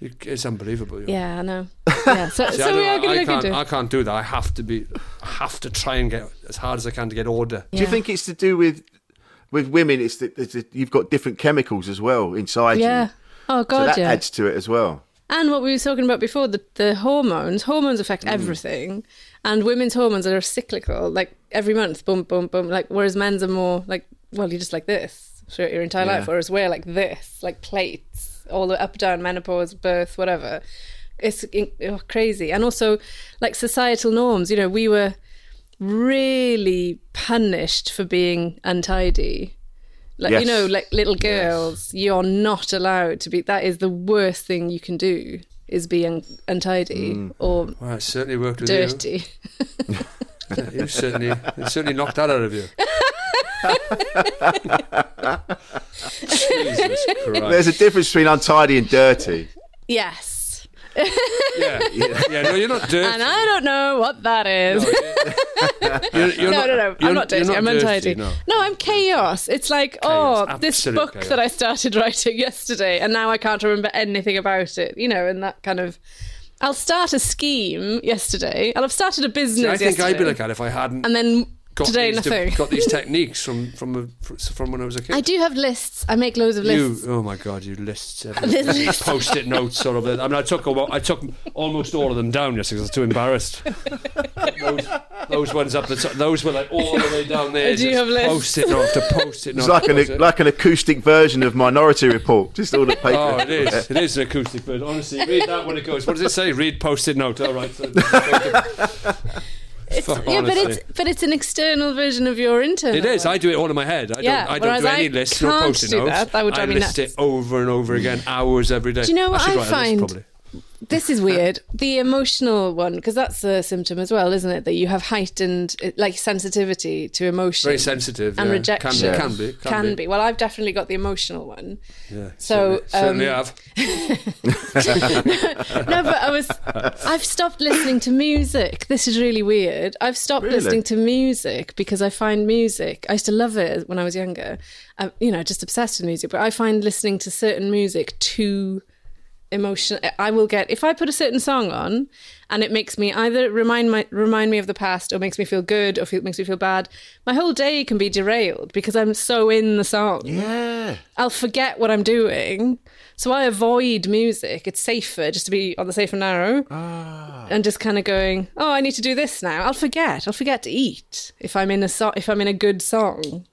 S5: You- It's unbelievable. you know.
S6: Yeah, I know. Yeah, so,
S5: See, I
S6: so we are going
S5: don't- I
S6: to look
S5: can't-
S6: into. it.
S5: I can't do that. I have to be. I have to try and get as hard as I can to get order.
S1: Do you think it's to do with with women? It's that it's that you've got different chemicals as well inside
S6: Yeah.
S1: you.
S6: Oh
S1: so
S6: god,
S1: that
S6: yeah.
S1: adds to it as well.
S6: And what we were talking about before, the, the hormones, hormones affect everything. And women's hormones are cyclical, like every month, boom, boom, boom. Like, whereas men's are more like, well, you're just like this throughout your entire
S7: Yeah.
S6: life. Whereas we're like this, like plates, all the up, down, menopause, birth, whatever. It's in- oh, crazy. And also, like societal norms, you know, we were really punished for being untidy. Like
S8: Yes.
S6: you know, like little girls, you're not allowed to be. That is the worst thing you can do is be un- untidy
S5: Mm.
S6: or
S5: Well, it certainly worked with
S6: dirty.
S5: you. You certainly, it certainly knocked that out of you. Jesus Christ.
S1: There's a difference between untidy and dirty.
S6: yes,
S5: Yeah, yeah, yeah. No, you're not dirty.
S6: and I don't know what that is.
S5: You're, you're
S6: no,
S5: not,
S6: no, no,
S5: you're-
S6: I'm not
S5: you're
S6: dirty. I'm untidy.
S5: no.
S6: No, I'm chaos. It's like, oh, this
S5: absolute
S6: book
S5: chaos.
S6: that I started writing yesterday and now I can't remember anything about it, you know, and that kind of. I'll start a scheme yesterday. I'll have started a business
S5: See, I think
S6: yesterday.
S5: I'd be like that if I hadn't.
S6: And then
S5: got
S6: today,
S5: these, de-
S6: nothing.
S5: got these techniques from from a, from when I was a kid.
S6: I do have lists. I make loads of
S5: you,
S6: lists.
S5: oh my god, you lists,
S6: There's lists.
S5: post-it notes, sort of. I mean, I took a, I took almost all of them down yesterday 'cause I was too embarrassed. those, those ones up the top, those were like all the way down there.
S6: Do you
S5: just
S6: have lists?
S5: Post-it note after post-it note.
S1: It's like
S5: after
S1: an
S5: post-it.
S1: like an acoustic version of Minority Report. Just all the paper.
S5: Oh, it is. It is an acoustic bird. Honestly, read that when it goes. What does it say? Read post-it note. All right. So,
S6: It's-
S5: Fuck,
S6: yeah, but
S5: honestly.
S6: it's but it's an external version of your internal.
S5: It is. I do it all in my head. I
S6: Yeah,
S5: don't. I don't
S6: whereas
S5: do any
S6: I
S5: lists, no
S6: can't
S5: post-it
S6: do
S5: notes.
S6: that. That would drive
S5: I
S6: me
S5: list
S6: nuts. Mm.
S5: it over and over again, hours every day.
S6: Do you know what
S5: I, should
S6: I
S5: write a list,
S6: find?
S5: probably.
S6: This is weird. The emotional one, because that's a symptom as well, isn't it? That you have heightened uh, like sensitivity to emotion.
S5: Very sensitive,
S6: and
S5: yeah.
S6: rejection.
S5: Can be, can be, can be.
S6: Well, I've definitely got the emotional one.
S5: Yeah,
S6: So,
S5: certainly,
S6: um,
S5: certainly have.
S6: no, but I was. I've stopped listening to music. This is really weird. I've stopped
S5: Really?
S6: listening to music because I find music. I used to love it when I was younger. i uh, you know, just obsessed with music. But I find listening to certain music too emotional. I will get if I put a certain song on, and it makes me either remind my remind me of the past, or makes me feel good, or feel, makes me feel bad. My whole day can be derailed because I'm so in the song.
S1: Yeah.
S6: I'll forget what I'm doing. So I avoid music. It's safer just to be on the safe and narrow.
S5: Ah.
S6: And just kind of going, oh, I need to do this now. I'll forget. I'll forget to eat if I'm in a so- if I'm in a good song.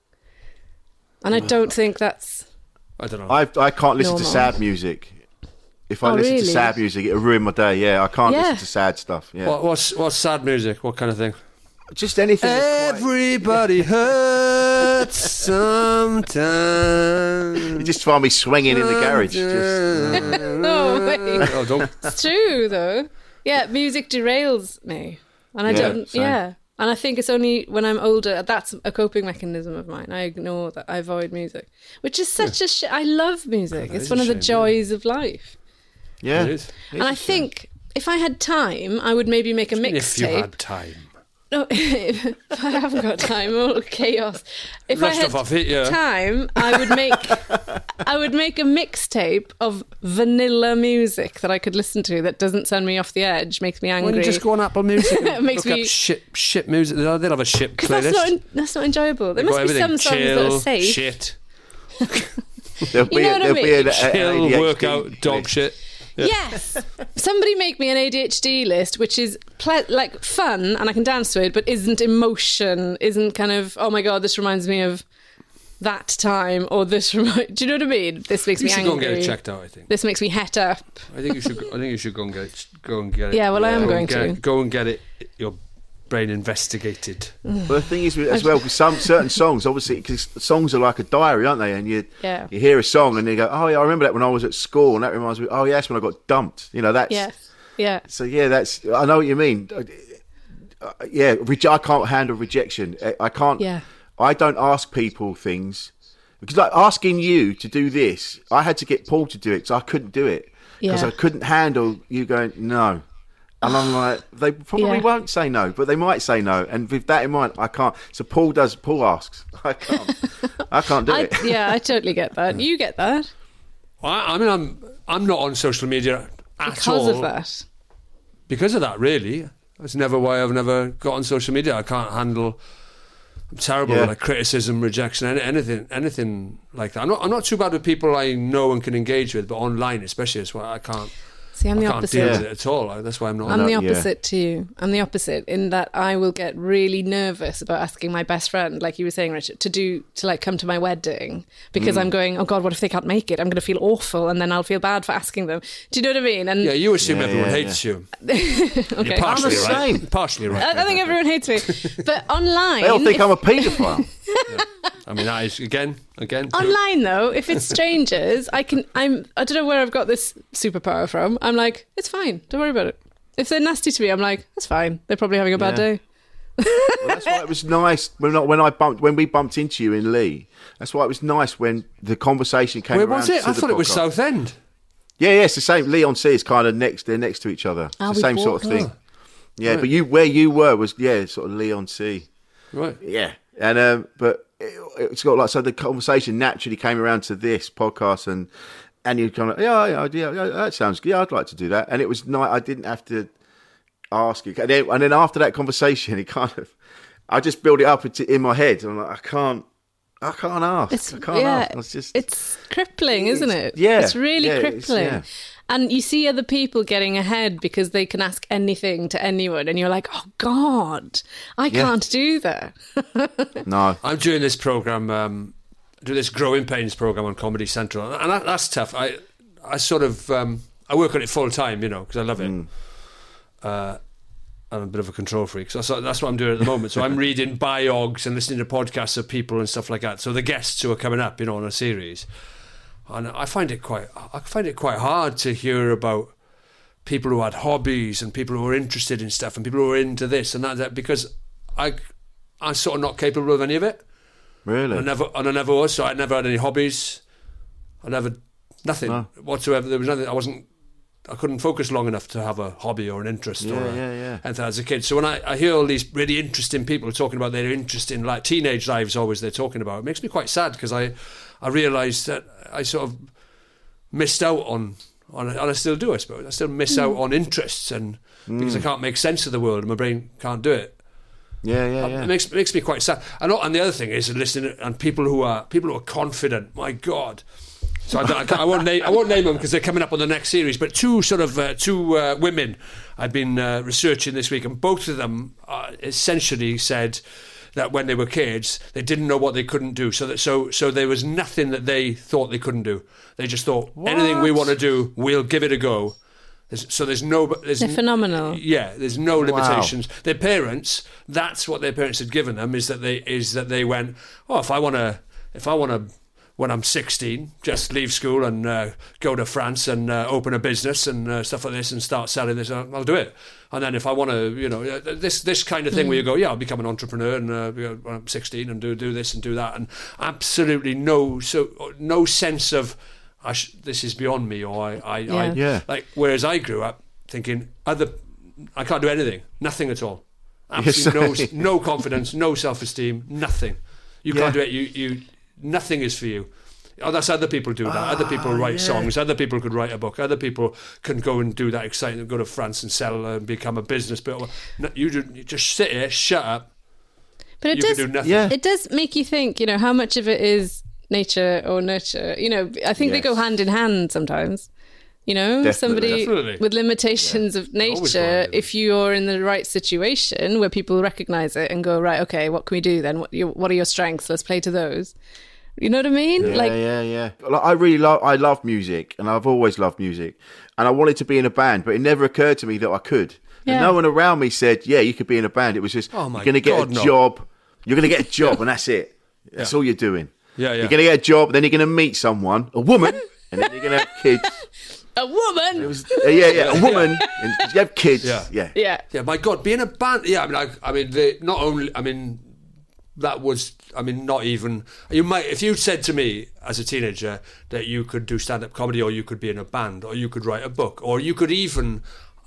S6: And I don't think that's
S5: I don't know.
S1: I I can't listen to
S6: Normal.
S1: sad music. If I
S6: Oh,
S1: listen to
S6: really?
S1: sad music, it'll ruin my day. Yeah, I can't
S6: Yeah.
S1: listen to sad stuff. Yeah.
S5: What, what's what's sad music? What kind of thing?
S1: Just anything.
S5: Everybody hurts. Sometimes.
S1: You just find me swinging in the garage. Just,
S6: no, wait.
S5: Oh, don't.
S6: It's true though. Yeah, music derails me, and I
S1: Yeah,
S6: don't.
S1: same.
S6: Yeah, and I think it's only when I'm older that's a coping mechanism of mine. I ignore that. I avoid music, which is such a. Sh- I love music.
S5: that
S6: it's
S5: is
S6: one
S5: a
S6: of the
S5: shame, yeah.
S6: joys of life.
S1: yeah.
S5: It is.
S6: and I think if I had time, I would maybe make a
S5: If you
S6: mixtape.
S5: had time.
S6: No, if I haven't got time. All chaos. If I
S5: Rest
S6: had
S5: off our feet, yeah.
S6: time, I would make I would make a mixtape of vanilla music that I could listen to that doesn't send me off the edge, makes me
S5: Why
S6: angry.
S5: don't you just go on Apple Music
S6: It
S5: and
S6: makes
S5: look
S6: me-
S5: up shit, shit music? They'll they'll have a shit playlist.
S6: Because that's not that's not enjoyable. There
S5: They've got
S6: must be some
S5: everything.
S6: songs
S5: Chill,
S6: that are safe.
S5: Shit.
S1: There'll be,
S6: You know
S1: a-
S6: what I
S1: there'll be
S6: mean?
S1: an, a- an
S5: Chill,
S1: ADHD
S5: workout, dog
S1: list.
S5: shit.
S6: Yes. Somebody make me an ADHD list, which is ple- like fun and I can dance to it, but isn't emotion, isn't kind of, oh my God, this reminds me of that time or this remi Do you know what I mean? This makes
S5: You
S6: me
S5: should
S6: angry.
S5: go and get it checked out, I think.
S6: This makes me het up.
S5: I think you should. I think you should go and get it. Go and get it.
S6: Yeah, well, I am
S5: Go
S6: going
S5: and get
S6: to.
S5: it- go and get it. Your brain investigated.
S1: Well, the thing is, with- as well, with some certain songs, obviously, because songs are like a diary, aren't they? And you
S6: Yeah.
S1: you hear a song and you go, oh yeah, I remember that when I was at school, and that reminds me. Oh yeah, that's when I got dumped. You know, that's
S6: Yeah. Yeah.
S1: so yeah, that's I know what you mean. Uh, yeah, reje- I can't handle rejection. Uh, I- I can't.
S6: Yeah.
S1: I don't ask people things because like asking you to do this, I had to get Paul to do it because I couldn't do it because
S6: Yeah.
S1: I couldn't handle you going no. And I'm like, they probably
S6: Yeah.
S1: won't say no, but they might say no. And with that in mind, I can't. So Paul does. Paul asks. I can't. I can't do
S6: I,
S1: it.
S6: yeah, I totally get that. You get that
S5: I, I mean, I'm. I'm not on social media at
S6: because
S5: all
S6: of that.
S5: because of that. Really, that's never why I've never got on social media. I can't handle. I'm terrible
S1: Yeah.
S5: with like criticism, rejection, any, anything, anything like that. I'm not. I'm not too bad with people I know and can engage with, but online, especially, is why I can't.
S6: See, I'm the
S5: I can't deal
S6: opposite.
S5: with it at all. I- That's why I'm not.
S6: I'm
S1: No,
S6: the
S1: yeah.
S6: opposite to you. I'm the opposite in that I will get really nervous about asking my best friend, like you were saying, Richard, to do to like come to my wedding because I'm going, oh God, what if they can't make it? I'm going to feel awful, and then I'll feel bad for asking them. Do you know what I mean? And
S5: yeah, you assume
S1: Yeah,
S5: everyone
S1: yeah,
S5: hates you.
S6: okay.
S5: You're partially
S1: I'm the
S5: right.
S1: same.
S5: Partially right.
S6: I, I think everyone hates me, but online,
S1: They all think
S6: if-
S1: I'm a paedophile.
S5: I mean, that is again, again.
S6: online though, if it's strangers, I can. I'm. I don't know where I've got this superpower from. I'm like, it's fine. Don't worry about it. If they're nasty to me, I'm like, that's fine. They're probably having a bad
S1: Yeah.
S6: day.
S1: Well, that's why it was nice when I, when I bumped when we bumped into you in Lee. That's why it was nice when the conversation came.
S5: Where
S1: around
S5: was it?
S1: to
S5: I
S1: the
S5: thought it was
S1: podcast.
S5: Southend.
S1: Yeah, yeah, it's the same. Lee on Sea is kind of next. They're next to each other. It's
S6: Ah,
S1: the
S6: we
S1: same sort
S6: walked.
S1: of thing.
S5: Oh.
S1: Yeah, but you where you were was yeah, sort of Lee on Sea.
S5: Right.
S1: Yeah, and um, but it, it's got like so the conversation naturally came around to this podcast and and you kind of yeah yeah yeah, yeah that sounds good. Yeah, I'd like to do that. And it was nice. I didn't have to ask you. And then, and then after that conversation, it kind of I just build it up into, in my head. I'm like I can't. I can't ask. I can't ask. It's just
S6: it's crippling, isn't it?
S1: yeah,
S6: it's really
S1: yeah, it's-
S6: crippling.
S1: yeah.
S6: And you see other people getting ahead because they can ask anything to anyone, and you're like, oh God, I
S1: Yeah.
S6: can't do that.
S1: no.
S5: I'm doing this program, um, do this growing pains program on Comedy Central, and that, that's tough. I, I sort of, um, I work on it full time, you know, because I love it. Uh, I'm a bit of a control freak, so that's, that's what I'm doing at the moment. So I'm reading biogs and listening to podcasts of people and stuff like that. So the guests who are coming up, you know, on a series, and I find it quite, I find it quite hard to hear about people who had hobbies and people who were interested in stuff and people who were into this and that, that because I, I'm sort of not capable of any of it.
S1: Really?
S5: I never, and I never was. So I never had any hobbies. I never, nothing whatsoever. There was nothing. I wasn't. I couldn't focus long enough to have a hobby or an interest or
S1: Yeah,
S5: a,
S1: yeah, yeah.
S5: anything as a kid. So when I, I hear all these really interesting people talking about their interest in like teenage lives, always they're talking about, it makes me quite sad because I, I realise that I sort of missed out on, on, and I still do, I suppose. I still
S1: Hmm.
S5: miss out on interests and because I can't make sense of the world and my brain can't do it.
S1: Yeah, yeah, yeah.
S5: It Uh, makes makes me quite sad. And, all- and the other thing is listening and people who are people who are confident. My God. So I, don't- I, can't- I won't name I won't name them because they're coming up on the next series. But two sort of uh, two uh, women I've been uh, researching this week, and both of them uh, essentially said that when they were kids they didn't know what they couldn't do. So that so so there was nothing that they thought they couldn't do. They just thought anything we want to do, we'll give it a go. There's, so there's no. There's
S6: They're
S5: n-
S6: phenomenal.
S5: Yeah, there's no
S6: Wow.
S5: limitations. Their parents. That's what their parents had given them is that they is that they went. Oh, if I want to, if I want to. When I'm 16, just leave school and uh, go to France and uh, open a business and uh, stuff like this and start selling this. I'll, I'll do it. And then if I want to, you know, uh, this this kind of thing where you
S7: Mm.
S5: go, yeah, I'll become an entrepreneur and uh, you know, when I'm 16 and do do this and do that, and absolutely no so uh, no sense of I sh- this is beyond me or I, I, I
S7: Yeah. Yeah.
S5: like whereas I grew up thinking other I can't do anything, nothing at all,
S1: Yes,
S5: absolutely
S1: sorry.
S5: no no confidence, no self esteem, nothing. You can't do it. You you nothing is for you. Oh, that's other people do that. other people write
S7: yeah.
S5: songs. Other people could write a book. Other people can go and do that exciting. Go to France and sell and become a business. But no, you, ju- you just sit here, shut up,
S6: But it
S5: You
S6: does
S5: could do nothing. Yeah.
S6: it does make you think, you know, how much of it is nature or nurture. You know, I think they go
S5: Yes.
S6: hand in hand sometimes. You know,
S5: Definitely.
S6: somebody
S5: Definitely.
S6: with limitations of nature, if you're in the right situation where people recognize it and go, right, okay, what can we do then? What, your, what are your strengths? Let's play to those. You know what I mean?
S1: Yeah,
S6: like,
S1: yeah, yeah. Like, I really love. I love music, and I've always loved music, and I wanted to be in a band, but it never occurred to me that I could.
S6: Yeah.
S1: And no one around me said, "Yeah, you could be in a band." It was just,
S5: Oh my
S1: "You're going to get
S5: God,
S1: a
S5: no.
S1: job. You're going to get a job, and that's it. That's all you're doing.
S5: Yeah, yeah.
S1: You're going to get a job, then you're going to meet someone, a woman, and then you're going to have kids.
S6: a woman.
S1: Uh, yeah, yeah, a woman, and you have kids. Yeah,
S6: Yeah.
S5: Yeah, my God, being a band. Yeah, I mean, I, I mean, the, not only, I mean, that was, I mean, not even. You might, if you said to me as a teenager that you could do stand up comedy or you could be in a band or you could write a book or you could even,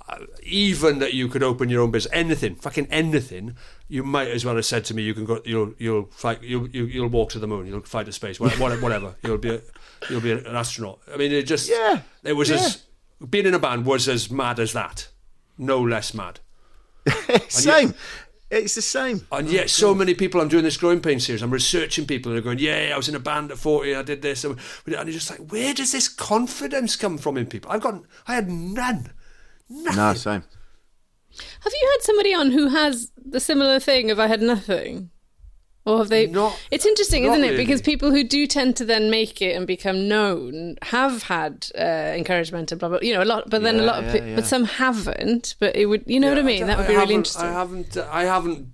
S5: uh, even that you could open your own business, anything, fucking anything, you might as well have said to me, you can go, you'll, you'll fight, you'll, you, you'll walk to the moon, you'll fight to space, whatever, whatever. you'll be, a, you'll be an astronaut. I mean, it just, yeah, it was
S1: yeah.
S5: as, being in a band was as mad as that, no less mad.
S1: same. it's the same.
S5: And yet, so many people. I'm doing this growing pain series. I'm researching people, and they're going, "Yeah, I was in a band at 40. I did this." And and you're just like, "Where does this confidence come from in people?" I've got, I had none.
S1: No, same.
S6: Have you had somebody on who has the similar thing of I had nothing? Or have they not? It's interesting,
S5: not
S6: isn't it?
S5: really.
S6: Because people who do tend to then make it and become known have had uh, encouragement and blah blah. You know, a lot, but then a
S5: Yeah,
S6: lot of,
S5: yeah,
S6: pe-
S5: yeah.
S6: but some haven't. But it would, you know what I mean? that would be
S5: I
S6: really
S5: haven't-
S6: interesting.
S5: I haven't. I haven't.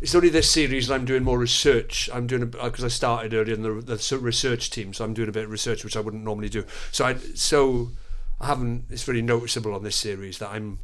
S5: It's only this series, and I'm doing more research. I'm doing because I started earlier in the, the s- research team, so I'm doing a bit of research which I wouldn't normally do. So I so I haven't. It's very noticeable on this series that I'm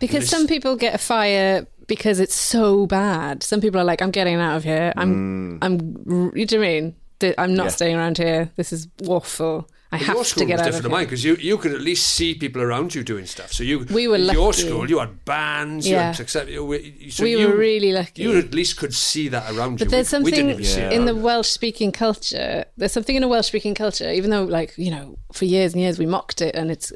S6: Because
S5: this-
S6: some people get a fire uh, because it's so bad. Some people are like, I'm getting out of here. I'm, I'm. You know what I mean? Th- I'm not
S5: Yeah.
S6: staying around here. This is awful. I
S5: But
S6: have
S5: your school
S6: to get
S5: was
S6: out of
S5: different
S6: here.
S5: than mine because you, you could at least see people around you doing stuff. So you
S6: We were
S5: in your
S6: lucky.
S5: school you had bands, you
S6: Yeah.
S5: had success. You, you- so
S6: we
S5: you,
S6: were really lucky.
S5: You at least could see that around you.
S6: But there's
S5: We- we
S6: something
S5: didn't even see it
S6: in the
S5: around
S6: Welsh speaking culture. There's something in a Welsh speaking culture, even though, like you know, for years and years we mocked it, and it's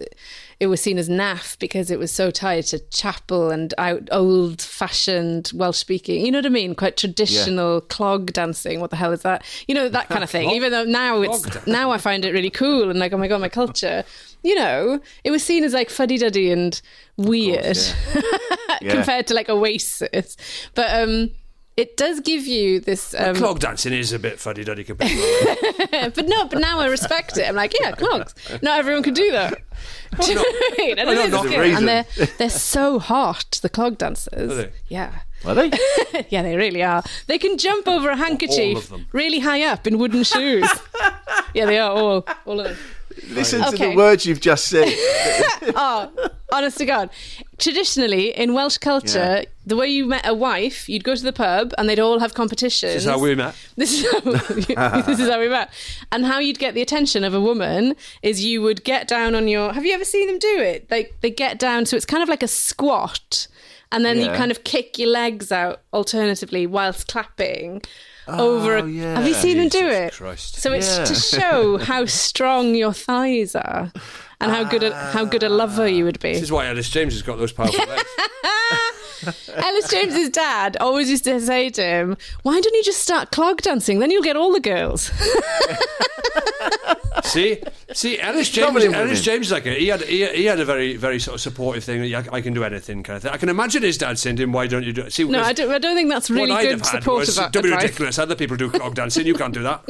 S6: it was seen as naff because it was so tied to chapel and out old fashioned Welsh speaking. You know what I mean? Quite traditional clog dancing. What the hell is that? You know that kind of thing.
S8: Clog-
S6: even though now
S8: clog
S6: it's
S8: dancing.
S6: now I find it really cool and like oh my god my culture. You know, it was seen as like fuddy duddy and weird
S5: Yeah.
S6: compared to like Oasis, but um. It does give you this
S5: But
S6: um,
S5: clog dancing is a bit fuddy duddy compared. to-
S6: but no, but now I respect it. I'm like, yeah, clogs. Not everyone can do that. Do you know what I mean? And it
S5: Well, no,
S6: is
S5: there's a
S6: good.
S5: reason.
S6: And they're they're so hot, the clog dancers.
S5: Are they?
S6: Yeah.
S1: Are they?
S6: yeah, they really are. They can jump over a
S1: of
S6: handkerchief
S1: them.
S6: really high up in wooden shoes. yeah, they are all all of them.
S1: Listen to
S6: Okay.
S1: the words you've just said.
S6: oh, honest to God. Traditionally, in Welsh culture, the way you met a wife, you'd go to the pub and they'd all have competitions.
S5: This is how we met.
S6: This is how, this is how we met. And how you'd get the attention of a woman is you would get down on your. Have you ever seen them do it? They they get down, so it's kind of like a squat, and then you
S8: Yeah.
S6: kind of kick your legs out alternatively whilst clapping. over
S8: Oh,
S6: a,
S8: yeah.
S6: have you seen them do
S8: Jesus
S6: it
S8: Christ.
S6: so it's to
S8: Yeah.
S6: show how strong your thighs are and how good a, how good a lover you would be
S5: This is why Alice James has got those powerful legs.
S6: Ellis James's dad always used to say to him, "Why don't you just start clog dancing? Then you'll get all the girls."
S5: See, see, Alice
S6: Trouble in
S5: James. Alice
S6: women.
S5: James, is like a, he had, he, he had a very, very sort of supportive thing. That I, I can do anything kind of thing. I can imagine his dad saying to him, "Why don't you do?" it?" See,
S6: no,
S5: this-
S6: I don't. I don't think that's really
S5: what I'd
S6: good
S5: have had
S6: supportive
S5: was,
S6: ad-
S5: Don't be
S6: advice.
S5: ridiculous. Other people do clog dancing. You can't do that.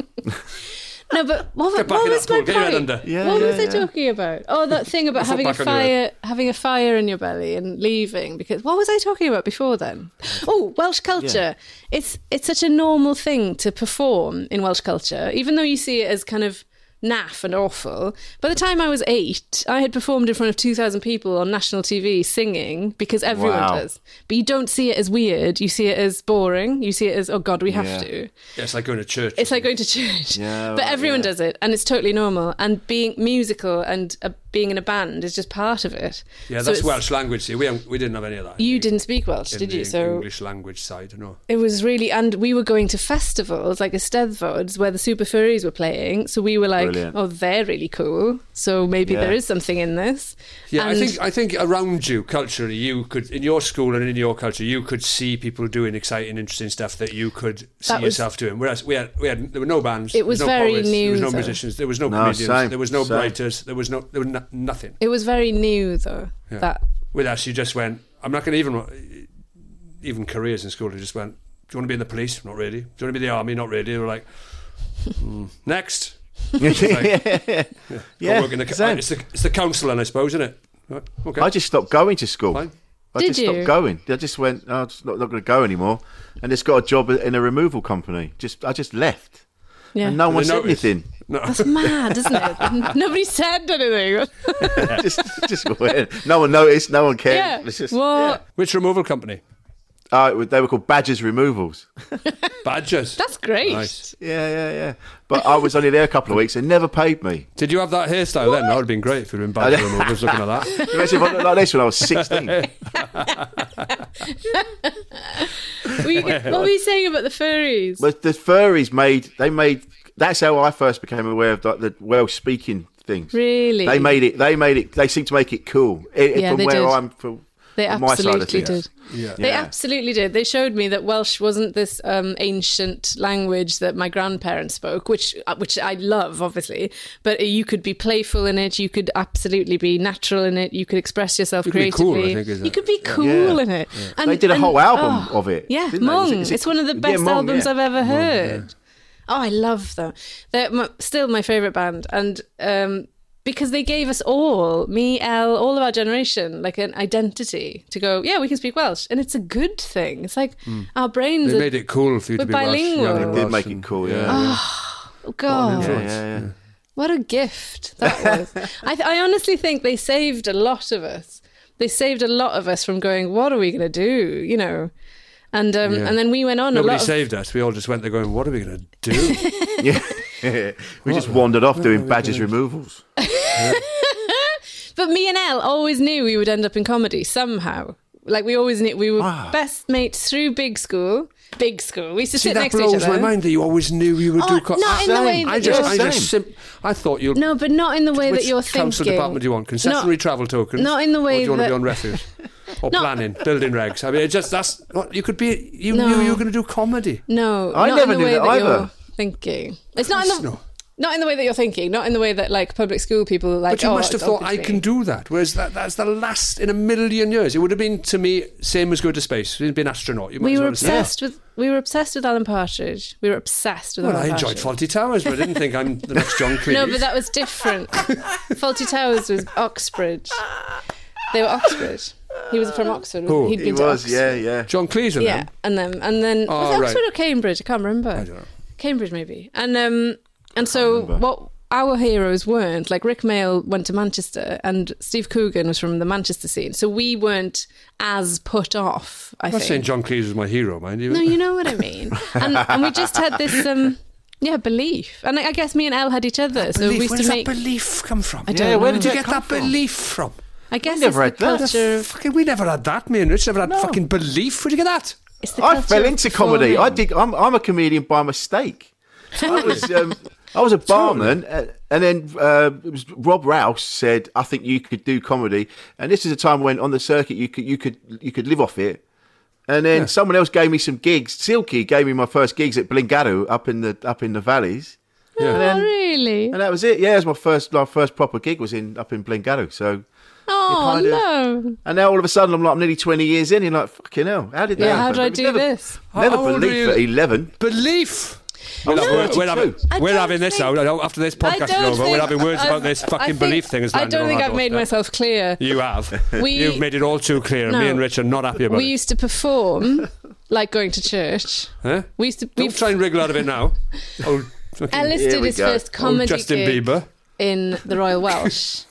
S6: No, but what,
S5: Get back
S6: what
S5: in that
S6: was my
S5: pool, get your head
S6: point?
S5: under. Yeah,
S6: what
S5: yeah,
S6: was I
S5: yeah.
S6: talking about? Oh, that thing about
S5: Your foot
S6: having a
S5: back on your
S6: fire, having a fire in your belly and leaving. Because what was I talking about before then? Oh, Welsh culture. It's it's such a normal thing to perform in Welsh culture, even though you see it as kind of naff and awful. By the time I was eight, I had performed in front of two thousand people on national TV singing because everyone
S5: Wow.
S6: does. But you don't see it as weird. You see it as boring. You see it as oh god, we have
S5: Yeah.
S6: to.
S5: Yeah, it's like going to church.
S6: It's like going to church.
S5: Yeah,
S6: but
S5: right,
S6: everyone
S5: yeah.
S6: does it, and it's totally normal. And being musical and uh, being in a band is just part of it.
S5: Yeah,
S6: So
S5: that's
S6: it's-
S5: Welsh language. See, we haven't- we didn't have any of that.
S6: You didn't speak Welsh,
S5: in
S6: did
S5: the
S6: you? So
S5: English language side, no.
S6: it was really, and we were going to festivals like Eisteddfods where the Super Furries were playing. So we were like,
S5: Brilliant.
S6: oh, they're really cool. So maybe
S5: Yeah.
S6: there is something in this.
S5: Yeah,
S6: And-
S5: I think I think around you culturally, you could in your school and in your culture, you could see people doing exciting, interesting stuff that you could see
S6: That was-
S5: yourself doing. Whereas we had we had there were no bands,
S6: It
S5: there
S6: was
S5: no
S6: very
S5: poets, there was
S6: new,
S5: no
S6: though.
S5: musicians, there was no,
S1: No,
S5: comedians,
S1: same,
S5: there was no
S1: same.
S5: writers, there was no there was no, nothing.
S6: it was very new though.
S5: Yeah.
S6: That
S5: With us, you just went. I'm not going to even even careers in school. You just went. Do you want to be in the police? Not really. Do you want to be in the army? Not really. They were like, "Hmm, next. It's like, yeah, go
S1: Yeah,
S5: work in the co-
S1: same.
S5: it's the it's the council, I suppose, isn't it? Right, Okay.
S1: I just stopped going to school. I
S6: Did
S1: just
S6: you?
S1: stopped going. I just went. Oh, I'm just not, not going to go anymore. And just got a job in a removal company. Just I just left,
S6: yeah.
S1: and no one said
S5: notice?
S1: anything.
S6: That's mad, isn't it? Nobody said anything.
S1: just just went. No one noticed. No one cared.
S6: Yeah.
S1: It's just-
S6: Well-
S5: Which removal company?
S1: Oh, it was- they were called Badgers Removals.
S5: Badgers.
S6: That's great.
S5: Nice.
S1: Yeah, yeah, yeah. But I was only there a couple of weeks and never paid me.
S5: Did you have that hairstyle then? That would have been great if you'd been badger removals looking like that.
S1: Imagine if I looked like this when I was 16.
S6: Were you- what were you saying about the furries?
S1: But the furries made they made that's how I first became aware of like, the Welsh speaking things.
S6: Really?
S1: They made it. They made it. They seem to make it cool. It,
S6: Yeah,
S1: from
S6: they
S1: where
S6: did.
S1: I'm from,
S6: They
S1: from my side of
S6: absolutely
S1: things.
S6: did.
S1: Yeah.
S6: They absolutely did. They showed me that Welsh wasn't this um, ancient language that my grandparents spoke, which uh, which I love, obviously. But uh, you could be playful in it. You could absolutely be natural in it. You could express yourself
S5: You could be cool,
S6: creatively.
S5: I think, is
S6: you
S5: it?
S6: could be
S5: Yeah.
S6: cool
S5: Yeah.
S6: in it.
S5: Yeah.
S1: They did a whole album of it,
S6: oh, Yeah,
S1: didn't they? Was
S6: Mong.
S1: it- is it-
S6: it's one of the
S1: yeah,
S6: best
S1: Mong,
S6: albums
S1: yeah.
S6: I've ever
S1: Mong,
S6: heard. Oh, I love them. They're my, still my favorite band, and um, because they gave us all, me, Elle, all of our generation, like an identity to go. Yeah, we can speak Welsh, and it's a good thing. It's like
S1: Hmm.
S6: our brains.
S5: They
S6: are,
S5: made it cool for you to
S6: We're
S5: be Welsh,
S6: bilingual.
S5: young and
S1: They did
S5: Welsh
S1: make it
S5: and-
S1: cool, yeah.
S6: oh, God,
S1: Yeah, yeah, yeah.
S6: what a gift that was. I, th- I honestly think they saved a lot of us. They saved a lot of us from going. What are we going to do? You know. And um,
S5: Yeah.
S6: and then we went on a
S5: Nobody
S6: lot of
S5: saved us. We all just went there going, what are we going to do?
S1: Yeah. we just wandered off doing badges removals.
S6: But me and Elle always knew we would end up in comedy somehow. Like we always knew we were
S1: Ah.
S6: best mates through big school. Big school. We used to
S5: See,
S6: sit
S5: that
S6: next to each
S5: blows
S6: other.
S5: my mind that you always knew you would
S6: Oh,
S5: do co-
S6: not in the Same. way
S5: I
S6: that
S5: just,
S6: you're-
S5: I just
S1: Same.
S5: sim- I thought you'll.
S6: No, but not in the way
S5: Which
S6: that you're
S5: council
S6: thinking.
S5: department do you want? Concessionary travel tokens?
S6: not in the way
S5: Or do you want
S6: that-
S5: to be on refuse? Or
S6: Not-
S5: planning, building regs. I mean, it just that's what you could be. You
S6: No.
S5: knew you were going to do comedy.
S6: No,
S1: I
S6: not
S1: never
S6: in
S1: knew
S6: the way
S1: that
S6: that, you're
S1: either.
S6: thinking. It's not in the
S5: No.
S6: not in the way that you're thinking. Not in the way that like public school people like.
S5: But you
S6: "Oh,
S5: must have
S6: it's
S5: thought I
S6: obviously-"
S5: can do that. Whereas that, that's the last in a million years. It would have been to me same as go to space. You'd be an astronaut. You might
S6: We
S5: as
S6: were
S5: well have said-
S6: obsessed with we were obsessed with Alan Partridge. We were obsessed with
S5: Well, I
S6: Alan
S5: enjoyed
S6: Partridge.
S5: Faulty Towers, but I didn't think I'm the next John Cleese.
S6: No, but that was different. Faulty Towers was Oxbridge. They were Oxbridge. He was from Oxford.
S5: Who?
S6: He'd been
S1: He
S6: to
S1: was,
S6: Oxford.
S1: yeah, yeah.
S5: John Cleese and
S6: Yeah,
S5: them.
S6: and then and then
S5: Oh,
S6: was it
S5: right.
S6: Oxford or Cambridge? I can't remember. I don't
S5: know.
S6: Cambridge maybe. And um and so what our heroes weren't like Rick Mail went to Manchester and Steve Coogan was from the Manchester scene. So we weren't as put off. I
S5: I'm not
S6: think.
S5: saying John Cleese was my hero, mind you.
S6: No, you know what I mean. And, and we just had this um yeah belief, and I, I guess me and Elle had each other. so we
S5: belief.
S6: used
S5: Where
S6: to
S5: does
S6: make.
S5: that belief come from?
S6: I don't Yeah,
S1: where know. did
S5: you
S1: that
S5: get
S1: come
S5: that
S1: from?
S5: belief from?
S6: I guess
S1: never
S6: it's
S1: had
S6: the
S1: that.
S6: culture. Of,
S5: Fucking, we never had that. Me and Rich never had fucking belief. Where'd you get that?
S6: it's the
S1: I
S6: culture
S1: fell
S6: of
S1: into comedy. I
S6: performing.
S1: did. I'm, I'm a comedian by mistake. I was um, I was a barman, uh, and then uh, it was Rob Rouse said, "I think you could do comedy." And this is a time when on the circuit you could you could you could live off it. And then someone else gave me some gigs. Silky gave me my first gigs at Blingaru up in the up in the valleys,
S6: Oh, really?
S1: and that was it. Yeah, it was my first my first proper gig was in up in Blingaru. So.
S6: Oh
S1: kind of-
S6: no!
S1: And now all of a sudden I'm like I'm nearly 20 years in. And you're like fucking hell, how did that?
S6: Yeah,
S1: happen?
S6: how did I
S1: We've
S6: do
S1: never,
S6: this?
S5: How
S1: Never
S5: old were
S1: believed
S5: you?
S1: at 11.
S5: Belief. We're,
S6: No,
S5: having- we're having,
S6: I
S5: we're
S6: don't
S5: having this
S6: think-
S5: now. I don't- After this podcast is
S6: don't
S5: over, we're
S6: think-
S5: having words
S6: I've-
S5: about this
S6: I
S5: fucking
S6: think-
S5: belief thing. Is
S6: I don't think I've made myself clear.
S5: You have.
S6: We-
S5: You've made it all too clear. and
S6: No.
S5: Me and Rich are not happy about
S6: we
S5: it.
S6: used to perform like going to church.
S5: Huh?
S6: We used to.
S5: Don't try and wriggle out of it now. Oh, fucking-
S6: Ellis did his first comedy
S5: Oh, Justin
S6: gig
S5: Bieber.
S6: in the Royal Welsh.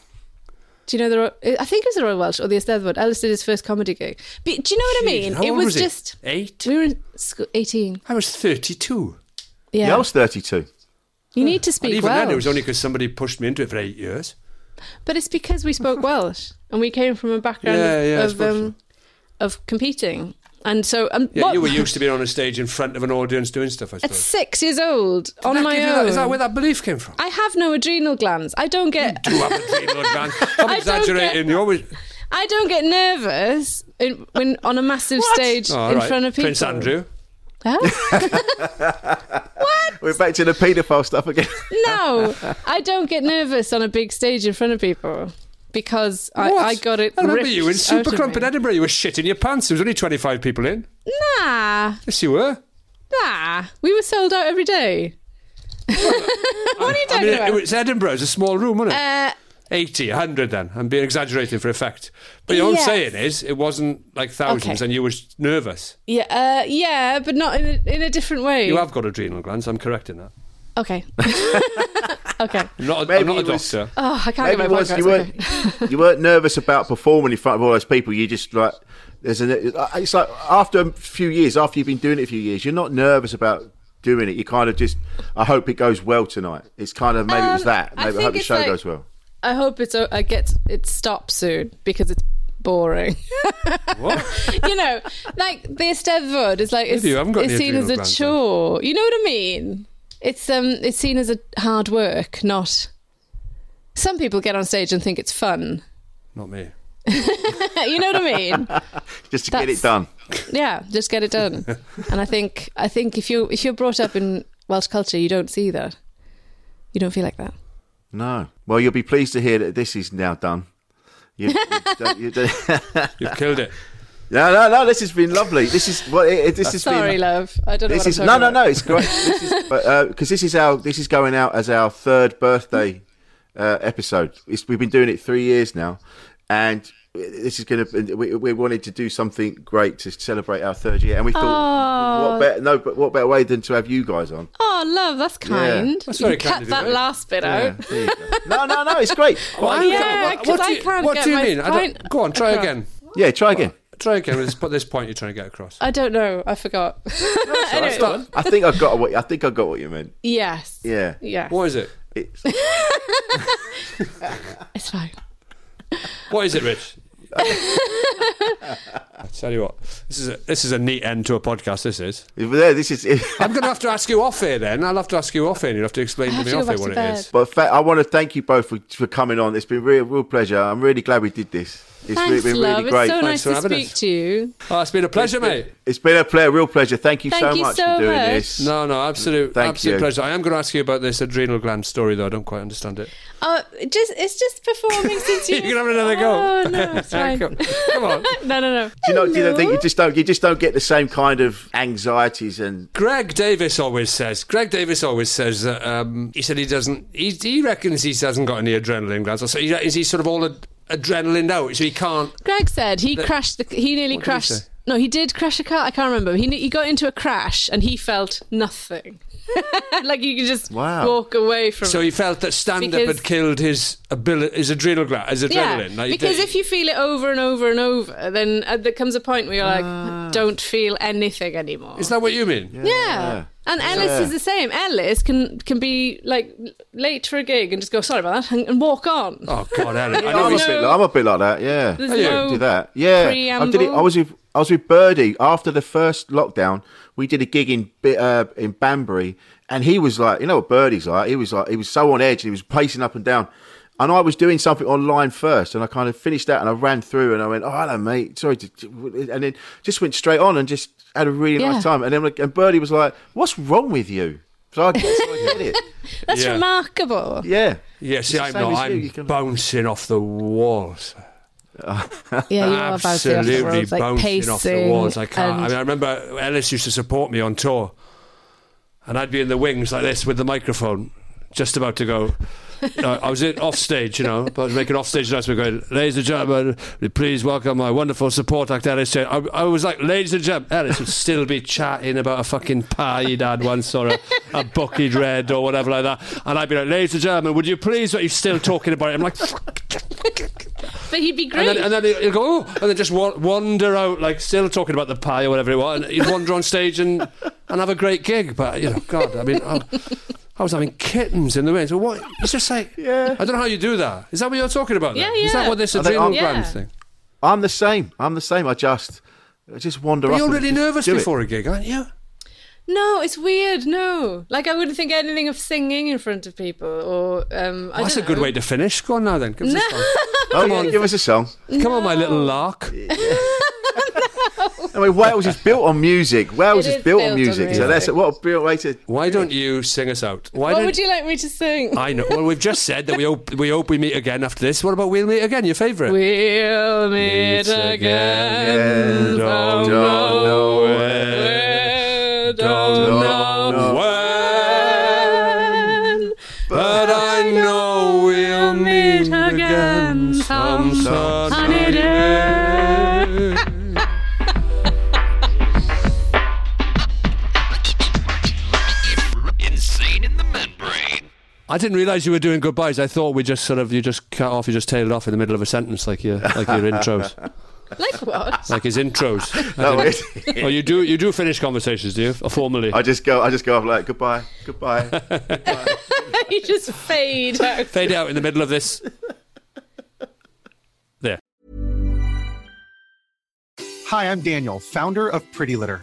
S6: Do you know the? Ro- I think it was the Royal Welsh or the Eisteddfod. Ellis did his first comedy gig. But do you know what I mean?
S5: How
S6: it
S5: old
S6: was,
S5: was he?
S6: just
S5: eight.
S6: We were in school, eighteen.
S5: I was thirty-two.
S6: Yeah,
S1: Yeah, I was 32.
S6: you need to
S5: And
S6: speak
S5: even then, it
S6: Welsh.
S5: was only because somebody pushed me into it for eight years.
S6: but it's because we spoke Welsh and we came from a background
S5: Yeah,
S6: of-
S5: yeah, I
S6: of
S5: suppose
S6: um, of competing. And so, um,
S5: Yeah,
S6: what-
S5: you were used to being on a stage in front of an audience doing stuff. I
S6: at
S5: suppose.
S6: six years old on
S5: Did that
S6: my
S5: give
S6: own.
S5: you that- is that where that belief came from?
S6: I have no adrenal glands. I don't get.
S5: You have a dream, Lord Grant. Stop
S6: I don't get-
S5: exaggerating. You always.
S6: I don't get nervous in, when on a massive stage
S5: Oh, all
S6: in
S5: right.
S6: front of people.
S5: Prince Andrew.
S6: Huh?
S1: We're back to the paedophile stuff again.
S6: no, I don't get nervous on a big stage in front of people because I,
S5: What?
S6: I got it.
S5: I remember
S6: ripped
S5: you in
S6: out
S5: Super
S6: of
S5: Crump in
S6: me.
S5: Edinburgh. You were shitting your pants. There was only 25 people in.
S6: Nah,
S5: Yes, you were.
S6: nah. We were sold out every day. what are you
S5: I
S6: talking
S5: mean,
S6: about?
S5: it was Edinburgh. It was a small room, wasn't it?
S6: uh,
S5: 80, 100 then. I'm being exaggerated for effect. But what
S6: Yes.
S5: I'm saying is, it wasn't like thousands
S6: Okay.
S5: and you was nervous.
S6: yeah, uh, yeah, but not in a, in a different way.
S5: You have got adrenal glands. I'm correcting that.
S6: Okay. okay.
S5: I'm not a,
S1: Maybe
S5: I'm not a
S1: it was-
S5: doctor.
S6: Oh, I can't
S1: Maybe
S6: get my
S1: it was
S6: podcast.
S1: you weren't,
S6: okay.
S1: you weren't nervous about performing in front of all those people. You just like there's an it's like after a few years, after you've been doing it a few years, you're not nervous about doing it. You kind of just I hope it goes well tonight. It's kind of maybe it was
S6: Um,
S1: that.
S6: I
S1: Maybe I,
S6: think
S1: hope the
S6: it's
S1: show
S6: like-
S1: goes well.
S6: I hope it's. o- I get it stops soon because it's boring. you know, like the Eisteddfod is like it's,
S5: Maybe you haven't got
S6: it's
S5: any
S6: seen as a
S5: adrenal glands then.
S6: chore. You know what I mean? It's um, it's seen as a hard work, not. Some people get on stage and think it's fun.
S5: Not me.
S6: you know what I mean?
S1: Just to get
S6: That's-
S1: it done.
S6: yeah, just get it done. And I think I think if you if you're brought up in Welsh culture, you don't see that. You don't feel like that.
S1: No. Well, you'll be pleased to hear that this is now done. You, you don't- you don't-
S5: You've killed it.
S1: no, no, no. This has been lovely. This is what it, it- this has
S6: Sorry,
S1: been.
S6: love. I don't know.
S1: This
S6: what
S1: is
S6: I'm
S1: no,
S6: talking
S1: no,
S6: about.
S1: no. It's great. This is because this is our this is going out as our third birthday uh, episode. It's, we've been doing it three years now, and this is going to. We, we wanted to do something great to celebrate our third year, and we thought, what better? No, but what better way than to have you guys on?
S6: Oh, love, that's kind.
S5: That's
S6: you
S5: very
S6: can cut
S5: kind of you,
S6: that
S5: mate.
S6: last bit
S1: Yeah,
S6: out.
S1: there you go. No, no, no. It's great.
S5: Well,
S6: yeah,
S5: what-
S6: 'cause
S5: what do
S6: I
S5: you-
S6: can't
S5: What
S6: get
S5: do you
S6: my
S5: mean? I don't,
S6: point
S5: go on, try
S6: across.
S5: again.
S1: Yeah, try again.
S5: Try again. Let's put this point you're trying to get across.
S6: I don't know. I forgot. Anyway,
S5: Start.
S1: I think I got what I think I got what you meant.
S6: yes.
S1: Yeah.
S6: Yes.
S5: What is it?
S1: It's,
S6: It's fine.
S5: What is it, Rich? I tell you what, this is a, this is a neat end to a podcast. This is.
S1: there, this is.
S5: I'm going to have to ask you off here. Then I'll have to ask you off here. and You'll have to explain
S6: I
S5: to
S6: have
S5: me
S6: to go
S5: off here
S6: back
S5: what
S6: to
S5: it
S6: bed.
S5: is.
S1: But fa- I want to thank you both for, for coming on. It's been a real, real pleasure. I'm really glad we did this. It's
S6: Thanks,
S1: really, been
S6: love.
S1: really great.
S6: It's so
S5: Thanks for
S6: nice to
S5: having
S6: speak
S5: us.
S6: to you.
S5: Oh, it's been a pleasure, mate.
S1: It's been a ple- real pleasure. Thank you
S6: Thank
S1: so
S6: you
S1: much
S6: so
S1: for doing
S6: much.
S1: this.
S5: No, no, absolute,
S1: Thank
S5: absolute
S1: you.
S5: pleasure. I am going to ask you about this adrenal gland story, though. I don't quite understand it.
S6: Oh, it just it's just performing since you.
S5: You can have another go.
S6: Oh no, it's fine.
S5: Come come on.
S6: no, no, no.
S1: Do you know? Do you not think you just don't? You just don't get the same kind of anxieties and
S5: Greg Davis always says. Greg Davis always says that um, he said he doesn't. He, he reckons he hasn't got any adrenaline glands. So he, is he sort of all ad- adrenaline out, so he can't.
S6: Greg said he crashed the. He nearly
S5: What did he
S6: crashed.
S5: say?
S6: No, he did crash a car. I can't remember. He he got into a crash and he felt nothing. like you could just
S1: Wow.
S6: walk away from.
S5: So
S6: it.
S5: he felt that stand up
S6: Because-
S5: had killed his ability, his adrenal gland, his adrenaline.
S6: Yeah,
S5: Like,
S6: because
S5: the-
S6: if you feel it over and over and over, then uh, there comes a point where you're like,
S5: Ah.
S6: don't feel anything anymore.
S5: is that what you mean?
S6: yeah. And Ellis
S1: Yeah.
S6: is the same. Ellis can can be like late for a gig and just go, sorry about that, and, and walk on.
S5: Oh God, Ellen, I
S1: I'm,
S5: know
S1: a
S5: he's-
S6: no-
S1: bit, like- I'm a bit like that. Yeah,
S6: There's
S1: I
S6: no
S1: do that. Yeah, I did it.
S6: preamble.
S1: I was with I was with Birdie after the first lockdown. We did a gig in Bi- uh, in Banbury, and he was like, you know what Birdie's like. He was like, he was so on edge, and he was pacing up and down. And I was doing something online first, and I kind of finished that, and I ran through, and I went, "Oh, hello, mate. Sorry," to, to-" and then just went straight on and just had a really
S6: Yeah.
S1: nice time. And then like, and Birdie was like, "What's wrong with you?" So I, so I get it.
S6: That's
S5: yeah.
S6: remarkable.
S1: Yeah,
S5: yeah, see,
S1: the
S5: I'm
S1: same
S5: not.
S1: as you,
S5: I'm
S1: you can-
S5: bouncing off the walls.
S6: Yeah, you are bouncing off the
S5: Absolutely
S6: walls, like
S5: bouncing
S6: pacing
S5: off the walls. I can't.
S6: and-
S5: I, mean, I remember Ellis used to support me on tour, and I'd be in the wings like this with the microphone, just about to go. No, I was in, off stage, you know, but I was making off stage announcement going, ladies and gentlemen, please welcome my wonderful support act, Alice. Jane." I, I was like, ladies and gentlemen, Alice would still be chatting about a fucking pie he'd had once or a, a book he'd read or whatever like that. And I'd be like, ladies and gentlemen, would you please, you're still talking about it. I'm like,
S6: But he'd be
S5: and
S6: great.
S5: then, and then he'll go, oh, and then just wa- wander out, like still talking about the pie or whatever it was. And he'd wander on stage and, and have a great gig. But, you know, God, I mean, I, I was having kittens in the wind. So what? It's just like, yeah. I don't know how you do that. Is that what you're talking about? then? Is that what this
S1: I think
S5: adrenal
S1: I'm-
S5: gland thing?
S1: I'm the same. I'm the same. I just, I just wander.
S5: But
S1: up
S5: you're
S1: and
S5: really
S1: just
S5: nervous
S1: do it.
S5: before a gig, aren't you?
S6: no, it's weird. No, like I wouldn't think anything of singing in front of people. Or um, I
S5: That's a
S6: don't
S5: good
S6: know.
S5: way to finish. Go on now then. Give us a song.
S1: Oh, yeah, give us a song.
S5: Come on, my little lark.
S1: I mean, Wales is built on music. Wales
S6: It
S1: is built,
S6: is built
S1: on
S6: on
S1: music. So
S6: music.
S1: that's what a brilliant way to.
S5: Why don't you sing us out? Why
S6: What
S5: don't
S6: would you like me to sing?
S5: I know. Well, we've just said that we hope we hope we meet again after this. What about we'll meet again? Your favourite?
S6: We'll meet
S5: Meet again.
S6: again.
S5: Don't
S6: Don't
S5: know
S6: know
S5: where.
S6: where,
S5: Don't know
S6: when.
S5: But I know we'll meet again some sunny
S6: sunny
S5: day.
S2: Insane in the membrane.
S5: I didn't realise you were doing goodbyes. I thought we just sort of you just cut off, you just tailed off in the middle of a sentence like your like your intros,
S6: Like what?
S5: like his intros.
S1: No,
S5: I
S1: it,
S5: didn't- oh, you do you do finish conversations, do you? Or formally?
S1: I just go. I just go off like goodbye, goodbye.
S6: you just fade out.
S5: Fade out in the middle of this. There.
S7: Hi, I'm Daniel, founder of Pretty Litter.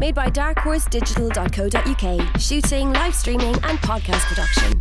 S4: Made by darkhorsedigital.co.uk, shooting, live streaming, and podcast production.